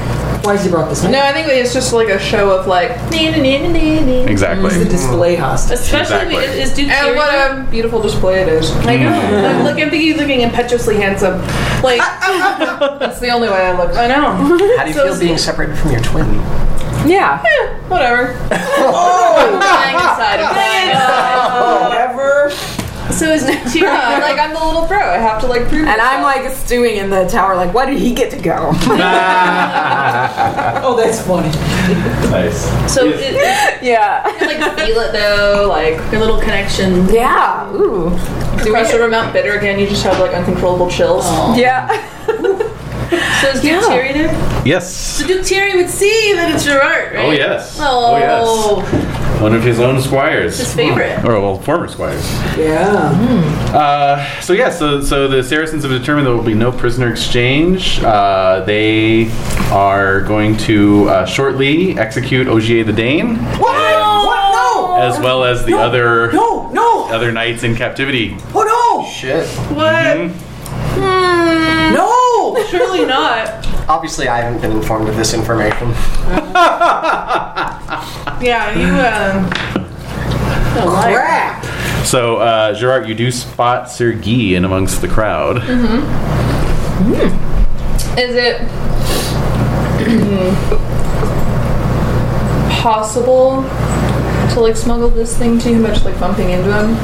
Speaker 8: Why is he brought this
Speaker 7: No, I think it's just like a show of like. Nee, nee, nee, nee, nee, nee.
Speaker 2: Exactly.
Speaker 8: It's the display hostage.
Speaker 2: Exactly.
Speaker 3: Especially is, is Duke
Speaker 7: And
Speaker 3: Tyrion
Speaker 7: what
Speaker 3: there?
Speaker 7: a beautiful display it is.
Speaker 3: I know.
Speaker 5: Mm.
Speaker 3: I'm like I'm thinking he's looking impetuously handsome.
Speaker 7: (laughs)
Speaker 3: Like
Speaker 7: That's the only way I look.
Speaker 3: I know.
Speaker 5: How do you feel being separated from your twin?
Speaker 6: yeah.
Speaker 7: Whatever. (laughs) Dying Oh! inside. I'm dying (laughs) inside.
Speaker 6: uh,
Speaker 8: Whatever.
Speaker 3: So is
Speaker 7: I'm
Speaker 3: (laughs) Tyrion
Speaker 7: like
Speaker 3: like
Speaker 7: I'm the little bro. I have to like prove.
Speaker 6: And I'm
Speaker 7: myself.
Speaker 6: like stewing in the tower, like, why did he get to go?
Speaker 8: (laughs) Oh, that's funny.
Speaker 2: (laughs) nice.
Speaker 3: so it, it,
Speaker 6: yeah.
Speaker 3: you like feel it though, like your little connection.
Speaker 6: Yeah. Ooh.
Speaker 7: do we over Mount Bitter again? You just have like uncontrollable chills.
Speaker 6: Yeah.
Speaker 3: So is Duke
Speaker 6: Yeah.
Speaker 3: Tyrion there?
Speaker 2: Yes.
Speaker 3: So Duke Tyrion would see that it's Gerard, right?
Speaker 2: Oh, yes. Oh,
Speaker 3: Oh,
Speaker 2: yes. One of his own squires.
Speaker 3: his favorite.
Speaker 2: or well, former squires.
Speaker 8: Yeah.
Speaker 2: Uh, so yeah, so so the Saracens have determined there will be no prisoner exchange. Uh, they are going to uh, shortly execute Ogier the Dane,
Speaker 8: What? What? No.
Speaker 2: as well as the other
Speaker 8: No. No.
Speaker 2: other knights in captivity.
Speaker 8: Oh
Speaker 5: Shit.
Speaker 8: no. No.
Speaker 3: Surely not.
Speaker 5: Obviously, I haven't been informed of this information.
Speaker 3: Yeah,
Speaker 2: (sighs)
Speaker 3: you. uh, Um,
Speaker 8: Crap.
Speaker 2: So uh, Gerard, you do spot Sir Guy in amongst the crowd.
Speaker 8: Mm-hmm.
Speaker 7: Is it possible to like smuggle this thing to him by just like bumping into him?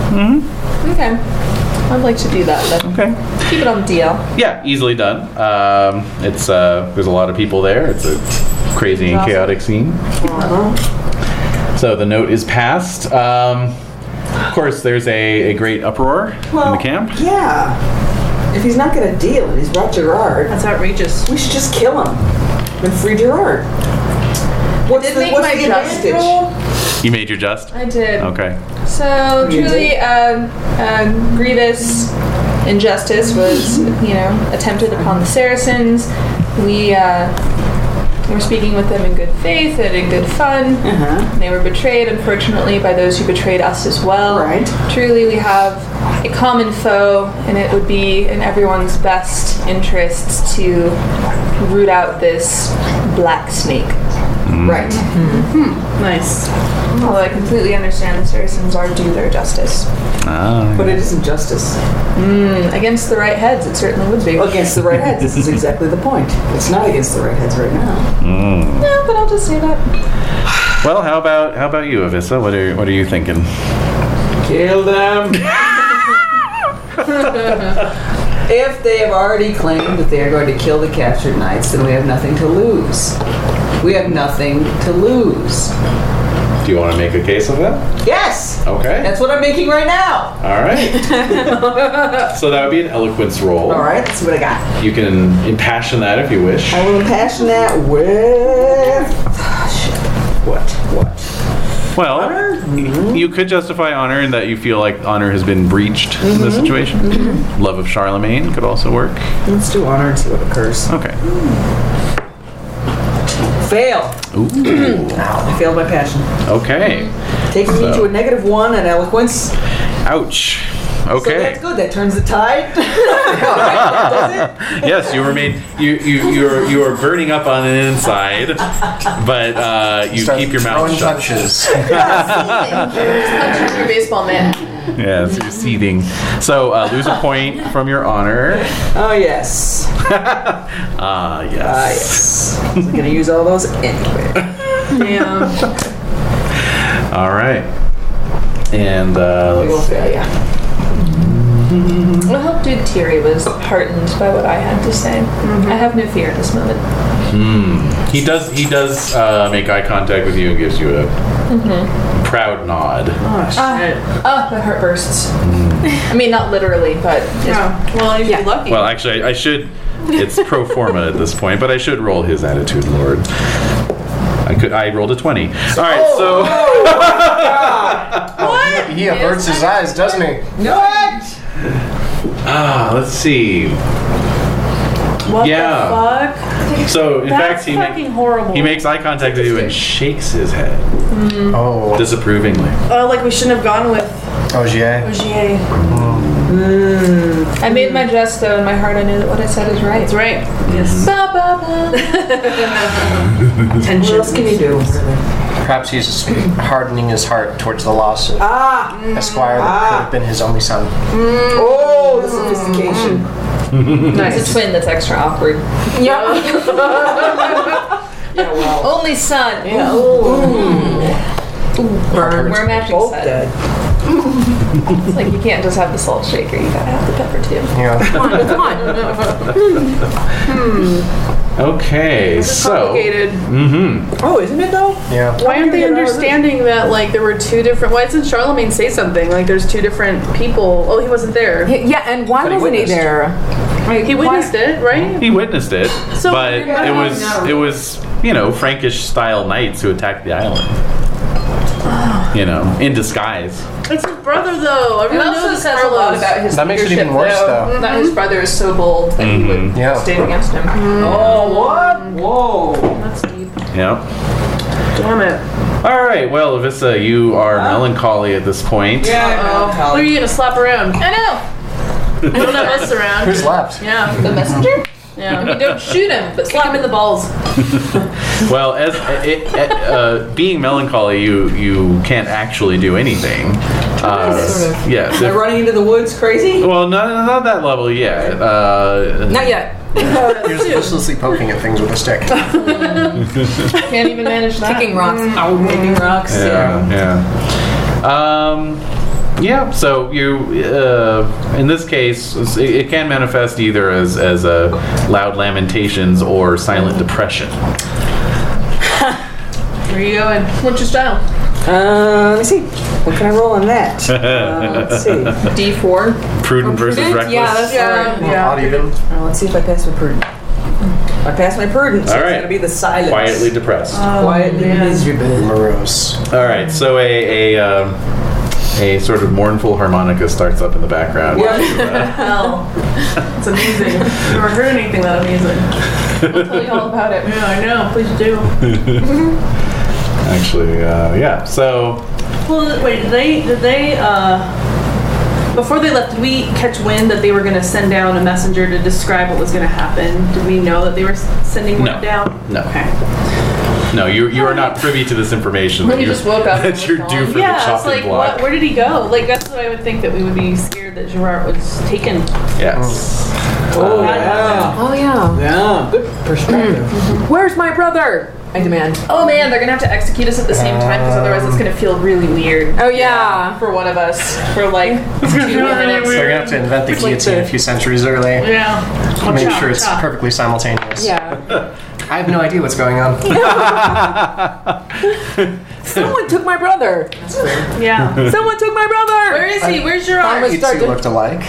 Speaker 7: Mm-hmm. Okay. I'd like to do that. Then.
Speaker 2: Okay.
Speaker 7: Keep it on DL.
Speaker 2: Yeah, easily done. Um, it's uh, there's a lot of people there. It's a crazy and chaotic scene. So the note is passed. Um, of course, there's a, a great uproar in the camp.
Speaker 8: Yeah. If he's not going to deal and he's brought Gerard,
Speaker 3: That's outrageous.
Speaker 8: we should just kill him and free Gerard. What's
Speaker 7: Did
Speaker 8: the,
Speaker 7: make
Speaker 8: what's
Speaker 7: my
Speaker 8: the
Speaker 7: giant
Speaker 8: hostage?
Speaker 7: roll?
Speaker 2: You made your just.
Speaker 7: I did.
Speaker 2: Okay.
Speaker 7: So truly, um, um, grievous injustice was, you know, attempted upon the Saracens. We uh, were speaking with them in good faith and in good fun.
Speaker 8: Uh-huh.
Speaker 7: They were betrayed, unfortunately, by those who betrayed us as well.
Speaker 8: Right.
Speaker 7: Truly, we have a common foe, and it would be in everyone's best interests to root out this black snake.
Speaker 8: Right. Hmm.
Speaker 3: Nice.
Speaker 7: Although I completely understand the Saracens are due their justice.
Speaker 8: But
Speaker 2: Ah.
Speaker 8: it isn't justice.
Speaker 7: Against the right heads, it certainly would be.
Speaker 8: Against the right heads, this is exactly the point. It's not against the right heads right now.
Speaker 7: No, but I'll just say
Speaker 8: (coughs)
Speaker 7: that.
Speaker 2: Well, how about how about you, Avissa? What are what are you thinking?
Speaker 8: Kill them! if they have already claimed that they are going to kill the captured knights, then we have nothing to lose. We have nothing to lose.
Speaker 2: Do you want to make a case of that?
Speaker 8: Yes!
Speaker 2: Okay.
Speaker 8: That's what I'm making right now!
Speaker 2: All right.
Speaker 8: (laughs)
Speaker 2: so that would be an eloquence roll.
Speaker 8: Alright, let's see what I got.
Speaker 2: You can impassion that if you wish.
Speaker 8: I will impassion that with. oh, What? What?
Speaker 2: Well,
Speaker 8: Honor?
Speaker 2: y- you could justify honor in that you feel like honor has been breached in
Speaker 8: Mm-hmm.
Speaker 2: this situation. Love of Charlemagne could also work.
Speaker 8: Let's do honor and see what occurs.
Speaker 2: Okay.
Speaker 8: Fail. (clears throat)
Speaker 2: Ooh.
Speaker 8: I failed my passion.
Speaker 2: okay.
Speaker 8: Taking me to a negative one on eloquence.
Speaker 2: Ouch.
Speaker 8: So
Speaker 2: Okay.
Speaker 8: that's good. That turns the tide. (laughs)
Speaker 2: yes, you remain. You you you are you are burning up on the inside, but uh, you
Speaker 5: Start
Speaker 2: keep your mouth
Speaker 5: throwing
Speaker 2: shut.
Speaker 5: punches. (laughs)
Speaker 6: Punching your baseball mitt.
Speaker 2: Yeah, so you're seething. So uh, lose a point from your honor.
Speaker 8: oh yes.
Speaker 2: Ah
Speaker 8: Ah
Speaker 2: yes.
Speaker 8: yes. I'm gonna use all those (laughs) anyway.
Speaker 6: Yeah.
Speaker 2: All right. And uh,
Speaker 8: We
Speaker 2: let's
Speaker 8: will fail, yeah.
Speaker 6: Mm-hmm.
Speaker 7: I hope Dude Thierry was heartened by what I had to say.
Speaker 6: Mm-hmm.
Speaker 7: I have no fear at this moment.
Speaker 2: He does. He does uh, make eye contact with you and gives you a proud nod.
Speaker 7: Oh, my heart bursts. I mean, not literally, but
Speaker 3: Yeah. Well, if
Speaker 6: Mm-hmm. Yeah.
Speaker 3: you're lucky.
Speaker 2: Well, actually, I, I should. It's pro forma at this point, but I should roll his attitude, Lord. I could. I rolled a twenty. All right, so
Speaker 5: He, he averts his eyes, doesn't he?
Speaker 8: What?
Speaker 2: ah, let's see.
Speaker 3: what
Speaker 2: yeah.
Speaker 3: the fuck?
Speaker 2: So in
Speaker 3: That's
Speaker 2: fact, he ma-
Speaker 3: fucking horrible.
Speaker 2: he makes eye contact with you and shakes his head
Speaker 5: Oh,
Speaker 2: disapprovingly.
Speaker 3: Oh, like we shouldn't have gone with
Speaker 5: Ogier.
Speaker 3: Ogier.
Speaker 7: I made my jest though. In my heart, I knew that what I said is right.
Speaker 3: That's right. Yes.
Speaker 7: Ba, ba, ba.
Speaker 3: And
Speaker 8: What else can you do?
Speaker 5: Perhaps he's (clears throat) hardening his heart towards the loss of
Speaker 8: Ah!
Speaker 5: Esquire that could have been his only son.
Speaker 8: Oh, the sophistication.
Speaker 7: It's a twin that's extra awkward.
Speaker 3: (laughs)
Speaker 8: Yeah, (laughs) well.
Speaker 7: Only son.
Speaker 8: Burn.
Speaker 7: We're a matching
Speaker 8: Both
Speaker 7: set.
Speaker 8: dead.
Speaker 7: It's like you can't just have the salt shaker. You gotta have the pepper too.
Speaker 5: You know,
Speaker 3: (laughs)
Speaker 2: Okay, so mm-hmm.
Speaker 3: complicated.
Speaker 8: Oh, isn't it though?
Speaker 5: yeah.
Speaker 3: Why aren't they
Speaker 8: Get out of it.
Speaker 3: understanding that like there were two different? Why didn't Charlemagne say something like there's two different people? Oh, he wasn't there.
Speaker 6: Yeah, and why
Speaker 5: he
Speaker 6: wasn't he
Speaker 5: witnessed.
Speaker 6: there? Like,
Speaker 3: He witnessed it, right?
Speaker 2: he witnessed it,
Speaker 3: So
Speaker 2: but
Speaker 3: we're gonna
Speaker 2: it was it was you know Frankish style knights who attacked the island.
Speaker 3: Ah.
Speaker 2: You know, in disguise.
Speaker 3: It's his brother though.
Speaker 7: It
Speaker 3: Everyone
Speaker 7: also
Speaker 3: knows
Speaker 7: says a lot about his
Speaker 5: That makes it
Speaker 7: leadership,
Speaker 5: even worse, though. Mm-hmm.
Speaker 7: That
Speaker 6: Mm-hmm.
Speaker 7: his brother is so bold that he would
Speaker 5: Yeah.
Speaker 7: stand against him.
Speaker 8: Oh, what? Whoa.
Speaker 2: Yeah.
Speaker 3: Damn it! Ah.
Speaker 2: All right. Well, Avissa, you are melancholy at this point.
Speaker 8: Yeah,
Speaker 3: Who are
Speaker 8: melancholy.
Speaker 3: you gonna slap (laughs) around?
Speaker 7: I know.
Speaker 3: Don't have us around.
Speaker 5: Who's left?
Speaker 3: Yeah,
Speaker 7: The messenger.
Speaker 3: yeah.
Speaker 7: You don't shoot him, but
Speaker 3: Slap him in the balls.
Speaker 2: Well, as it, it, uh, being melancholy, you you can't actually do anything. Uh,
Speaker 6: Sort of.
Speaker 2: Yes.
Speaker 8: Am I
Speaker 2: if-
Speaker 8: running into the woods crazy?
Speaker 2: well, not not that level yet. Uh,
Speaker 6: Not yet.
Speaker 5: He was listlessly poking at things with a stick.
Speaker 7: can't even manage (laughs) that.
Speaker 6: Kicking rocks.
Speaker 8: Out making rocks.
Speaker 2: Yeah, yeah. Um, yeah. So you, uh, in this case, it, it can manifest either as as a loud lamentations or silent depression.
Speaker 3: Where are you going? What's your style?
Speaker 8: Uh, let me see. What can I roll on that?
Speaker 2: (laughs)
Speaker 8: Uh, let's see.
Speaker 7: D four.
Speaker 2: Prudent versus reckless.
Speaker 6: Yeah, that's yeah.
Speaker 5: Not even.
Speaker 8: Uh, let's see if I pass my prudent. I pass my prudent. So
Speaker 2: All right.
Speaker 8: It's gonna be the silence. Oh,
Speaker 2: Quietly depressed.
Speaker 6: Uh.
Speaker 8: Quietly miserable.
Speaker 5: Morose.
Speaker 2: All right. So a a um, a sort of mournful harmonica starts up in the background.
Speaker 8: Yeah.
Speaker 2: You, (laughs) uh,
Speaker 3: It's amazing. I've never heard anything that amazing.
Speaker 7: Tell you all about
Speaker 3: (laughs)
Speaker 7: it.
Speaker 3: Yeah, I know. Please do.
Speaker 2: actually, uh, yeah. So
Speaker 3: Well, wait. Did they? Did they? Uh, before they left, did we catch wind that they were going to send down a messenger to describe what was going to happen? Did we know that they were s- sending one
Speaker 2: No.
Speaker 3: down?
Speaker 2: No.
Speaker 3: Okay.
Speaker 2: no, you you are not privy to this information.
Speaker 7: When
Speaker 2: that
Speaker 7: you
Speaker 2: you're-
Speaker 7: just woke up and
Speaker 2: (laughs) That you're
Speaker 7: was
Speaker 2: due
Speaker 7: gone.
Speaker 2: for the
Speaker 3: yeah. It's
Speaker 2: chopping
Speaker 3: like,
Speaker 2: block.
Speaker 3: what, where did he go? Like that's what I would think that we would be scared that Gerard was taken.
Speaker 2: Yes. (laughs)
Speaker 8: Oh, yeah.
Speaker 6: Oh, yeah.
Speaker 8: Yeah, good perspective.
Speaker 6: Where's my brother? I demand.
Speaker 7: Oh man, they're gonna have to execute us at the same time because otherwise it's gonna feel really weird
Speaker 6: Oh, yeah.
Speaker 7: for one of us. For (laughs) like two minutes.
Speaker 5: So we're gonna have to invent the guillotine a few centuries early.
Speaker 3: Yeah.
Speaker 5: Make sure it's perfectly simultaneous.
Speaker 6: Yeah.
Speaker 5: (laughs) I have no idea what's going on.
Speaker 6: Someone took my brother.
Speaker 2: (laughs)
Speaker 3: Yeah.
Speaker 6: Someone took my brother.
Speaker 7: Where is he? Where's
Speaker 6: I'm
Speaker 7: Gerard?
Speaker 6: gonna
Speaker 5: You
Speaker 6: start
Speaker 5: two
Speaker 6: to.
Speaker 5: looked alike.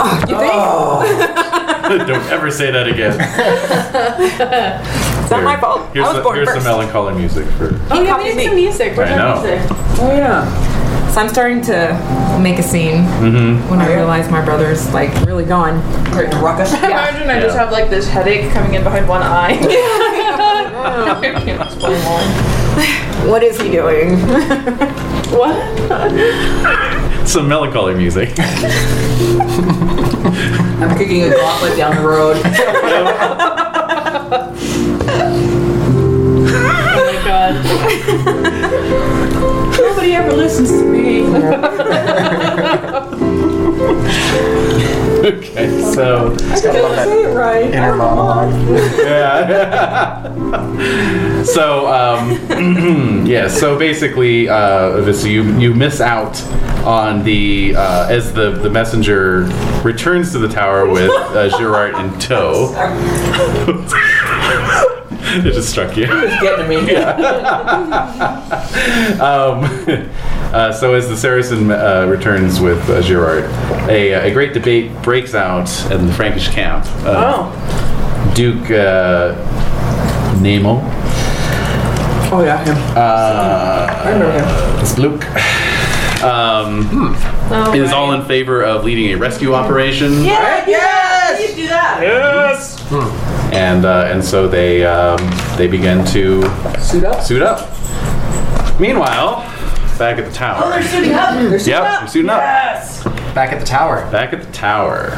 Speaker 6: You think?
Speaker 2: Don't ever say that again.
Speaker 6: It's not my fault. I
Speaker 2: Here's,
Speaker 6: was
Speaker 2: the,
Speaker 6: born
Speaker 2: here's
Speaker 6: first.
Speaker 2: the melancholy music for.
Speaker 3: Oh, yeah,
Speaker 6: copy
Speaker 3: we need
Speaker 6: me.
Speaker 3: some music. Where's
Speaker 2: I
Speaker 3: our
Speaker 2: know.
Speaker 3: music?
Speaker 8: Oh yeah.
Speaker 6: So I'm starting to make a scene when I realize my brother's like really gone.
Speaker 8: Great ruckus.
Speaker 7: Imagine I just
Speaker 2: Yeah.
Speaker 7: have like this headache coming in behind one eye.
Speaker 6: What is he doing?
Speaker 2: Some melancholy music. (laughs)
Speaker 8: I'm kicking a gauntlet down the (laughs) road.
Speaker 3: Oh my god. Nobody ever listens to me.
Speaker 2: okay, so.
Speaker 5: gotta love that
Speaker 8: right.
Speaker 5: inner monologue.
Speaker 2: (laughs) So um, (clears throat) yeah, so basically, uh, Avista, you you miss out on the uh, as the the messenger returns to the tower with uh, Gerard in tow. it just struck you.
Speaker 8: Getting me.
Speaker 2: Um, (laughs) uh, so as the Saracen uh, returns with uh, Gerard, a, a great debate breaks out in the Frankish camp. Uh,
Speaker 8: Oh.
Speaker 2: Duke uh, Nemo.
Speaker 8: Oh yeah. Him.
Speaker 2: Uh,
Speaker 8: I remember him.
Speaker 2: It's Luke. Um,
Speaker 3: Hmm.
Speaker 2: Is all in favor of leading a rescue operation.
Speaker 8: Right? Yes.
Speaker 3: do that.
Speaker 2: Yes. And uh, and so they um, they begin to
Speaker 8: Suit up.
Speaker 2: suit up. Meanwhile, back at the tower.
Speaker 3: Oh, They're shooting up.
Speaker 2: yep, they're suiting up.
Speaker 5: Back at the tower.
Speaker 2: Back at the tower.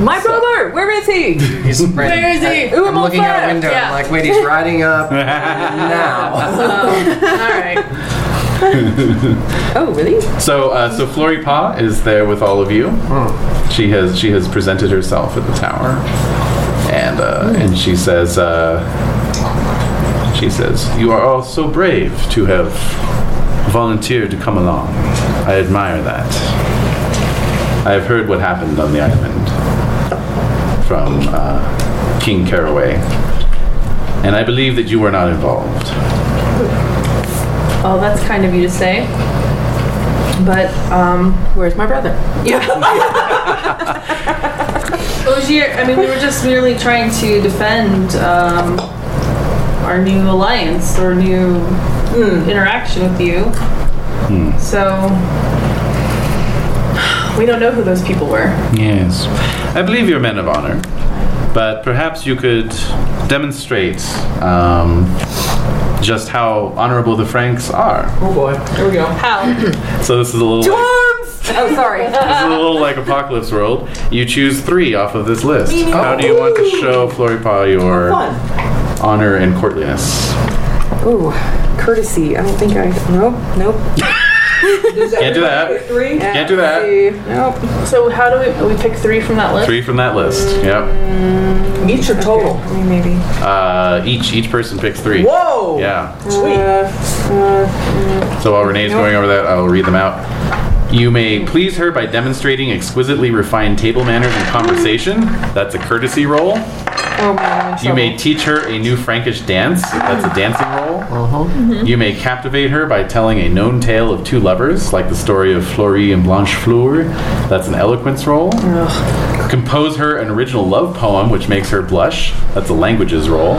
Speaker 6: My brother, where is he?
Speaker 5: He's right,
Speaker 3: Where is he?
Speaker 5: I,
Speaker 6: Ooh,
Speaker 5: am
Speaker 6: I'm on
Speaker 5: looking out a
Speaker 6: fire.
Speaker 5: window.
Speaker 3: Yeah.
Speaker 5: I'm like, wait, he's
Speaker 3: (laughs)
Speaker 5: riding up now.
Speaker 3: Alright.
Speaker 6: Oh, really?
Speaker 2: So uh, so Flori Pa is there with all of you. She has she has presented herself at the tower, and uh, and she says uh, she says you are all so brave to have volunteered to come along. I admire that. I have heard what happened on the island from uh, King Caraway, and I believe that you were not involved.
Speaker 3: Oh, that's kind of you to say. But, um,
Speaker 6: Where's my brother?
Speaker 3: (laughs) Ogier, I mean, we were just merely trying to defend um, our new alliance or new
Speaker 6: Hmm.
Speaker 3: interaction with you.
Speaker 2: Hmm.
Speaker 3: So, we don't know who those people were.
Speaker 2: Yes. I believe you're men of honor, but perhaps you could demonstrate um, just how honorable the Franks are.
Speaker 8: Oh boy. Here we go.
Speaker 3: How?
Speaker 2: So this is a little like,
Speaker 6: Oh, sorry.
Speaker 2: this is a little like Apocalypse World. You choose three off of this list. How do you want to show Floripa your honor and courtliness?
Speaker 6: Ooh, courtesy. I don't think I. Nope, nope.
Speaker 2: Can't do that.
Speaker 8: Three.
Speaker 2: Can't do that.
Speaker 6: Courtesy, Nope.
Speaker 3: So, how do we, we pick three from that list?
Speaker 2: Three from that list. Yep.
Speaker 8: Each or total.
Speaker 6: I mean, maybe.
Speaker 2: Uh, each each person picks three.
Speaker 8: Whoa.
Speaker 2: Yeah.
Speaker 8: Sweet.
Speaker 2: So while Renee's going over that, I'll read them out. You may please her by demonstrating exquisitely refined table manners and conversation. That's a courtesy role.
Speaker 6: Oh, man.
Speaker 2: You may teach her a new Frankish dance. That's a dancing role. You may captivate her by telling a known tale of two lovers, like the story of Fleury and Blanche Fleur. That's an eloquence role. Compose her an original love poem, which makes her blush. That's a languages role.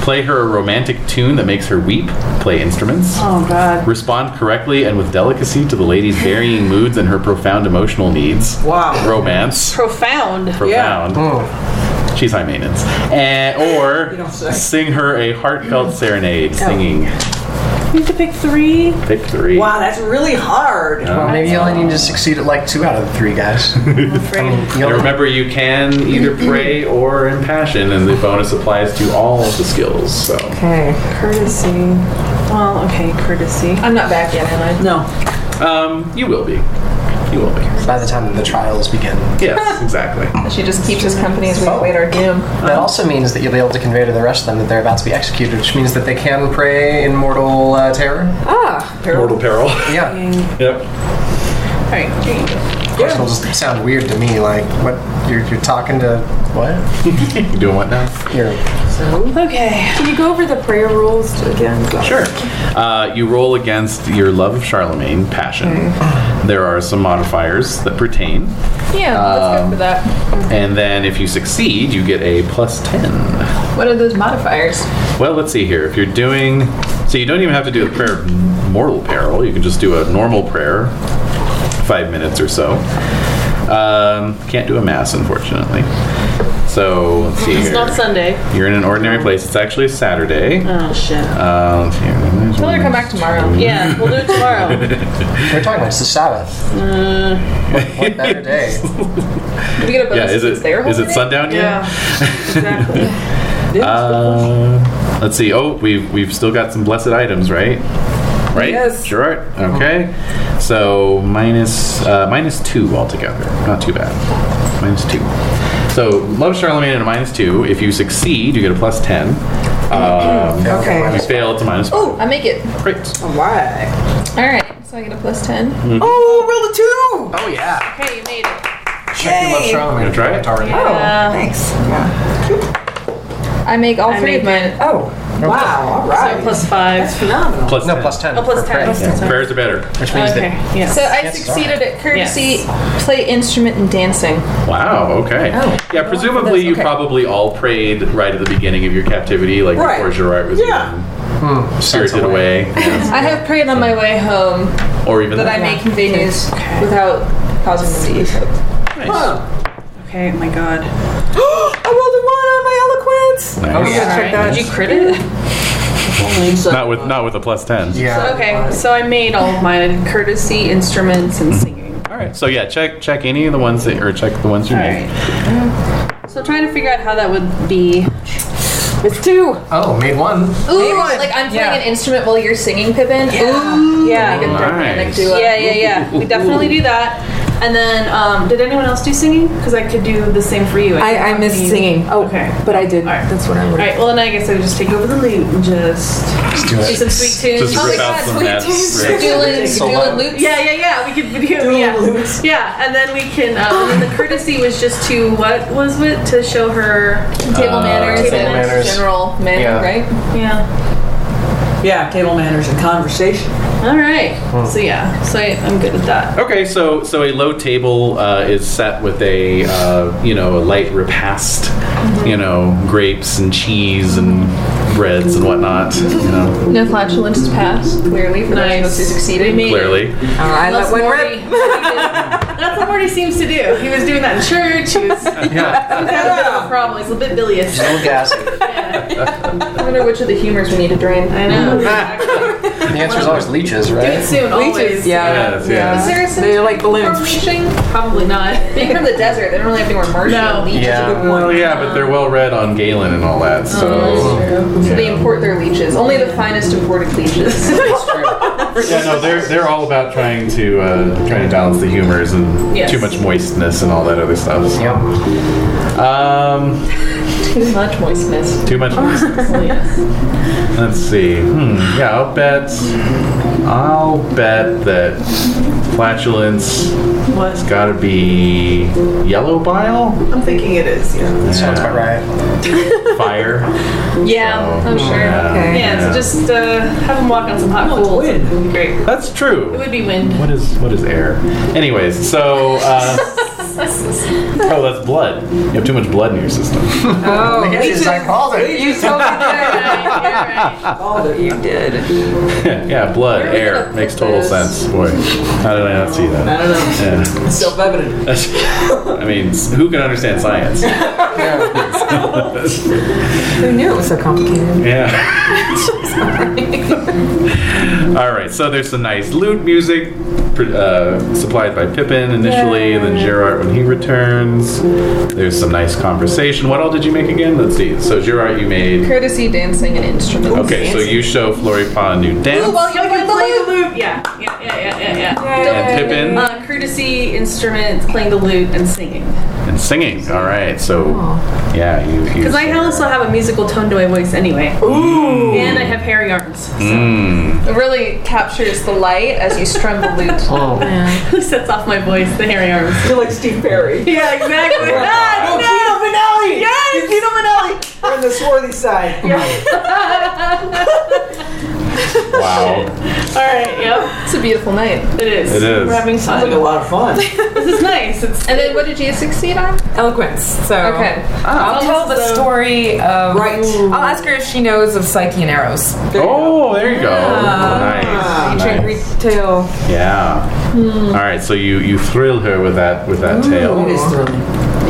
Speaker 2: Play her a romantic tune that makes her weep. Play instruments
Speaker 3: Oh, God.
Speaker 2: respond correctly and with delicacy to the lady's varying moods and her profound emotional needs.
Speaker 8: Wow.
Speaker 2: Romance.
Speaker 3: Profound.
Speaker 2: Profound.
Speaker 5: Oh,
Speaker 2: She's high maintenance. And, or
Speaker 8: don't say.
Speaker 2: sing her a heartfelt serenade, singing.
Speaker 3: We have to pick three.
Speaker 2: Pick three.
Speaker 8: Wow, that's really hard.
Speaker 5: well, maybe you only need to succeed at like two out of the three guys. You
Speaker 2: And
Speaker 5: only-
Speaker 2: remember, you can either pray or impassion, and the bonus applies to all of the skills. So,
Speaker 6: Okay, courtesy.
Speaker 3: Well, okay, courtesy.
Speaker 7: (laughs) I'm not back yet, am
Speaker 8: No.
Speaker 2: um, you will be. You will be.
Speaker 5: by the time the trials begin.
Speaker 8: (laughs)
Speaker 2: Yes, exactly.
Speaker 7: I? She just keeps us company as we await our doom.
Speaker 5: That also means that you'll be able to convey to the rest of them that they're about to be executed, which means that they can pray in mortal uh, terror.
Speaker 6: Ah,
Speaker 2: Mortal peril. (laughs)
Speaker 5: Yeah,
Speaker 2: yep.
Speaker 7: All right, here you go.
Speaker 5: of course it'll just sound weird to me. Like, what? You're, you're talking to what?
Speaker 2: You doing what now?
Speaker 5: You're
Speaker 3: Okay.
Speaker 6: can you go over the prayer rules again?
Speaker 2: Sure. Uh, you roll against your love of Charlemagne, passion. There are some modifiers that pertain.
Speaker 7: Yeah, let's go
Speaker 2: Um,
Speaker 7: for that.
Speaker 2: And then if you succeed, you get a plus 10.
Speaker 7: What are those modifiers?
Speaker 2: Well, let's see here. If you're doing, so you don't even have to do a prayer of mortal peril. You can just do a normal prayer, five minutes or so. Um, can't do a mass, unfortunately. So let's see
Speaker 3: It's
Speaker 2: here.
Speaker 3: not Sunday.
Speaker 2: You're in an ordinary place. It's actually a Saturday.
Speaker 3: Oh shit.
Speaker 2: Uh, let's see here.
Speaker 7: Tell her to come back tomorrow.
Speaker 3: Yeah, we'll do it tomorrow.
Speaker 5: We're talking about it's the Sabbath. What,
Speaker 2: (laughs)
Speaker 5: what better day?
Speaker 7: Do we get a bonus
Speaker 2: Yeah, is
Speaker 7: since
Speaker 2: it
Speaker 7: they're
Speaker 2: is it
Speaker 7: holding
Speaker 2: sundown yet?
Speaker 3: yeah,
Speaker 2: (laughs)
Speaker 3: exactly.
Speaker 2: Uh, let's see. Oh, we've we've still got some blessed items, right? Right.
Speaker 6: Yes.
Speaker 2: Sure. Okay. So minus uh, minus two altogether. Not too bad. Minus two. So love Charlemagne at a minus two. If you succeed, you get a plus ten. Um,
Speaker 6: Okay.
Speaker 2: you fail, it's a minus.
Speaker 7: Oh, I make it.
Speaker 2: Great.
Speaker 8: Why?
Speaker 7: All right, so I get a plus ten.
Speaker 2: Mm. Mm-hmm.
Speaker 8: Oh, roll a two.
Speaker 5: Oh yeah.
Speaker 7: Okay, you made it.
Speaker 5: Check your love strongly.
Speaker 2: Gonna try it?
Speaker 5: Already.
Speaker 8: Oh,
Speaker 3: Yeah.
Speaker 6: Thanks. Yeah.
Speaker 7: I make all three of mine.
Speaker 6: Oh,
Speaker 8: Wow. All right.
Speaker 3: So plus five.
Speaker 8: phenomenal.
Speaker 2: Plus
Speaker 5: No,
Speaker 2: ten.
Speaker 5: plus ten.
Speaker 3: Oh, plus
Speaker 5: for
Speaker 3: ten.
Speaker 5: praise,
Speaker 3: Plus ten.
Speaker 2: Prayers are better.
Speaker 5: Which means
Speaker 3: Okay.
Speaker 5: that
Speaker 3: Yes.
Speaker 7: So I
Speaker 5: Yes,
Speaker 7: succeeded at courtesy,
Speaker 3: Yes.
Speaker 7: play instrument, and dancing.
Speaker 2: Wow. Okay.
Speaker 6: Oh.
Speaker 2: yeah. Presumably, you
Speaker 6: Okay.
Speaker 2: probably all prayed right at the beginning of your captivity, like
Speaker 8: Right.
Speaker 2: before Gerard was
Speaker 8: Yeah.
Speaker 2: even
Speaker 5: hmm, sense
Speaker 2: spirited
Speaker 5: of way.
Speaker 2: away,
Speaker 7: I have prayed on my way home
Speaker 2: or even
Speaker 7: that I may convey news without causing them to be choked.
Speaker 2: Nice.
Speaker 3: Okay. My
Speaker 8: (gasps)
Speaker 3: God.
Speaker 6: I rolled a one on my eloquence.
Speaker 2: Nice.
Speaker 6: I'm gonna check that.
Speaker 3: Did you crit it?
Speaker 2: Not with not with a plus ten.
Speaker 5: Yeah.
Speaker 3: (laughs) Okay. So I made all of mine courtesy instruments and singing.
Speaker 2: All right. So yeah, check check any of the ones that or check the ones you
Speaker 3: All
Speaker 2: made.
Speaker 3: right. So I'm trying to figure out how that would be.
Speaker 6: It's two.
Speaker 5: Oh,
Speaker 3: (laughs)
Speaker 5: made one.
Speaker 7: Ooh, like I'm playing an instrument while you're singing, Pippin. Ooh,
Speaker 3: Yeah.
Speaker 2: Nice.
Speaker 3: Yeah, yeah, yeah. We definitely do that. And then, um, did anyone else do singing? Because I could do the same for you.
Speaker 6: I,
Speaker 3: could
Speaker 6: I
Speaker 3: not
Speaker 6: missed
Speaker 3: be-
Speaker 6: singing. Oh,
Speaker 3: Okay.
Speaker 6: But I did.
Speaker 3: Alright.
Speaker 6: That's what I
Speaker 3: All
Speaker 6: would.
Speaker 3: right. Well, then I guess I would just take over the loot and just
Speaker 5: Let's do
Speaker 3: do
Speaker 5: it.
Speaker 3: some sweet tunes.
Speaker 2: Just
Speaker 7: Oh
Speaker 2: rip out some hats. Rip.
Speaker 7: Doing, doing loops.
Speaker 3: Yeah, yeah, yeah. We could video. Yeah. yeah, and then we can. Um,
Speaker 7: (gasps)
Speaker 3: and then the courtesy was just to what was it to show her?
Speaker 7: Table manners,
Speaker 3: Uh, table
Speaker 7: and
Speaker 5: manners.
Speaker 7: general manner,
Speaker 5: Yeah.
Speaker 7: right?
Speaker 3: Yeah.
Speaker 8: (laughs) Yeah, table manners and conversation.
Speaker 3: All right. So yeah. So I, I'm good with that.
Speaker 2: Okay, so so a low table uh, is set with a uh, you know a light repast, you know grapes and cheese and breads and whatnot, you know
Speaker 7: No flatulence passed, clearly, for those of us who succeeded.
Speaker 3: Made it.
Speaker 2: clearly.
Speaker 6: I
Speaker 3: Unless
Speaker 6: let one
Speaker 3: Morty- (laughs)
Speaker 6: rip.
Speaker 3: That's what Morty seems to do. He was doing that in church. He was he
Speaker 5: (laughs) Yeah.
Speaker 3: had a bit of a problem. He's a bit bilious.
Speaker 5: A little gassy.
Speaker 7: I wonder which of the humors we need to drain.
Speaker 3: I know.
Speaker 5: The answer is always leeches,
Speaker 3: Do it
Speaker 5: right?
Speaker 3: soon. Always.
Speaker 6: Leeches. Yeah.
Speaker 2: Yes, yes.
Speaker 7: Saracens
Speaker 6: They're like
Speaker 7: are
Speaker 6: balloons.
Speaker 7: leeching?
Speaker 3: Probably not.
Speaker 7: Being from the desert, they don't really have anywhere martial.
Speaker 3: No.
Speaker 7: Leeches.
Speaker 5: Yeah.
Speaker 2: Well, yeah, but they're well read on Galen and all that,
Speaker 3: Oh,
Speaker 2: so
Speaker 7: So they import their leeches. Only the finest imported leeches.
Speaker 2: yeah, no, they're they're all about trying to uh, trying to balance the humors and
Speaker 3: Yes.
Speaker 2: too much moistness and all that other stuff. so.
Speaker 5: Yep.
Speaker 2: Um,
Speaker 7: (laughs) Too much moistness.
Speaker 2: Too much.
Speaker 3: (laughs) Oh,
Speaker 2: Let's see. Hmm. Yeah, I'll bet. I'll bet that flatulence has got to be yellow bile,
Speaker 8: I'm thinking it is. Yeah.
Speaker 5: That sounds about right.
Speaker 2: fire.
Speaker 3: (laughs) Yeah, I'm sure.
Speaker 2: Yeah.
Speaker 6: Okay.
Speaker 3: Yeah, so just uh, have him walk on some
Speaker 7: Oh,
Speaker 3: hot
Speaker 8: it's
Speaker 3: coals.
Speaker 8: wind.
Speaker 3: It would be great.
Speaker 2: That's
Speaker 3: It
Speaker 2: true.
Speaker 3: would be wind.
Speaker 2: What is what is air? Anyways, so uh, oh, that's blood. You have too much blood in your system. (laughs)
Speaker 6: Oh,
Speaker 5: Leeches, I called it.
Speaker 6: You told
Speaker 8: (laughs)
Speaker 6: me that.
Speaker 8: Oh, that you did.
Speaker 2: yeah, blood, air makes total sense. Boy, how did I not see
Speaker 8: I
Speaker 2: that?
Speaker 8: don't know.
Speaker 2: Yeah.
Speaker 8: It's self-evident.
Speaker 2: I mean, s- who can understand science?
Speaker 6: Who knew it was so complicated?
Speaker 2: Yeah. (laughs) All right, so there's some nice lute music pr- uh, supplied by Pippin initially, and then Gerard when he returns. There's some nice conversation. What all did you make again? Let's see. So Gerard, you made.
Speaker 7: Courtesy dancing and instruments.
Speaker 2: Okay, so you show Floripa a new dance,
Speaker 7: you can play the
Speaker 3: Loop. Yeah, yeah, yeah, yeah, yeah. yeah.
Speaker 2: and Pippin
Speaker 3: Uh, courtesy instruments, playing the lute, and singing.
Speaker 2: and singing. All right, so yeah, you.
Speaker 3: Because I also have a musical tone to my voice anyway. Ooh. And I have hairy arms. (laughs) So
Speaker 7: It really captures the light as you strum the
Speaker 6: (laughs)
Speaker 7: lute.
Speaker 3: Who sets off my voice? The hairy arms.
Speaker 8: You're like Steve
Speaker 6: (laughs)
Speaker 8: Perry.
Speaker 3: Yeah, exactly.
Speaker 8: Oh,
Speaker 3: no,
Speaker 8: Tino Minelli!
Speaker 3: Yes!
Speaker 8: You're Tino Minelli! We're on the swarthy side.
Speaker 2: Wow.
Speaker 3: Alright, yep.
Speaker 7: It's a beautiful night.
Speaker 3: It is.
Speaker 2: It is.
Speaker 3: We're having
Speaker 8: Sounds like a
Speaker 3: fun.
Speaker 8: lot of
Speaker 6: (laughs)
Speaker 8: fun.
Speaker 3: This is nice. It's
Speaker 7: And then what did you succeed on?
Speaker 6: Eloquence. So
Speaker 7: Okay.
Speaker 6: I'll tell the story of.
Speaker 8: Right.
Speaker 6: I'll ask her if she knows of Psyche and Arrows.
Speaker 2: Oh, there you go. Nice.
Speaker 6: Ancient Greek
Speaker 2: nice.
Speaker 6: tale.
Speaker 2: Yeah.
Speaker 3: Hmm.
Speaker 2: All right. So you you thrill her with that with that
Speaker 8: It
Speaker 2: tale. Mm-hmm.
Speaker 8: is thrilling.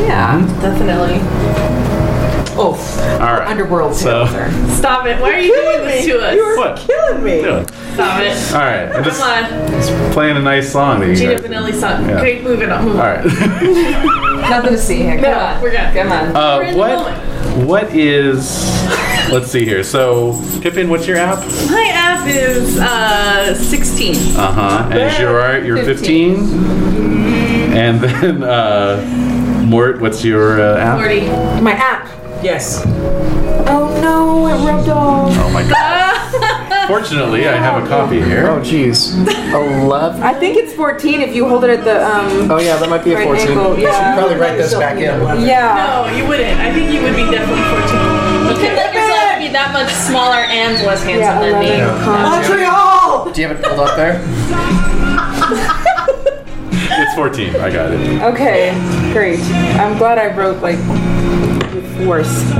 Speaker 6: Yeah.
Speaker 3: definitely.
Speaker 8: Oh,
Speaker 2: All right.
Speaker 6: Underworld
Speaker 2: So-
Speaker 6: tale. sir.
Speaker 3: Stop it. Why are you doing this to
Speaker 2: (laughs)
Speaker 3: us?
Speaker 2: What?
Speaker 8: killing me.
Speaker 2: Doing?
Speaker 3: Stop it.
Speaker 2: All right. I'm just
Speaker 3: Come on.
Speaker 2: playing a nice song that you
Speaker 3: Gina
Speaker 2: guys.
Speaker 3: Vanelli song.
Speaker 2: Yeah.
Speaker 3: Okay, move it on. Move
Speaker 2: All
Speaker 3: on.
Speaker 2: right.
Speaker 6: Nothing to see here. Come
Speaker 3: No,
Speaker 6: on.
Speaker 3: we're good.
Speaker 6: Come
Speaker 3: We're
Speaker 6: on.
Speaker 2: (laughs)
Speaker 3: in
Speaker 2: Uh,
Speaker 3: the
Speaker 2: what?
Speaker 3: moment.
Speaker 2: What is? Let's see here. So Pippin, what's your app?
Speaker 3: My app is uh, 16.
Speaker 2: Uh huh. And Gerard, you're 15. And then uh, Mort, what's your uh, app?
Speaker 3: 40.
Speaker 6: My app.
Speaker 8: Yes.
Speaker 6: Oh no, it rubbed off.
Speaker 2: Oh my god. Fortunately, I have a copy here.
Speaker 5: Oh, jeez. 11?
Speaker 6: I think it's 14 if you hold it at the um.
Speaker 5: Oh, yeah, that might be a
Speaker 6: Right
Speaker 5: 14.
Speaker 6: ankle,
Speaker 5: You should
Speaker 6: yeah.
Speaker 5: probably write this back in.
Speaker 6: Yeah.
Speaker 3: No, you wouldn't. I think you would be definitely 14. You couldn't let yourself be that much smaller and less handsome
Speaker 6: Yeah,
Speaker 3: than me.
Speaker 6: 11.
Speaker 8: Country Hall!
Speaker 5: Do you have it pulled up there?
Speaker 2: It's 14. I got it.
Speaker 6: Okay, great. I'm glad I wrote like worse.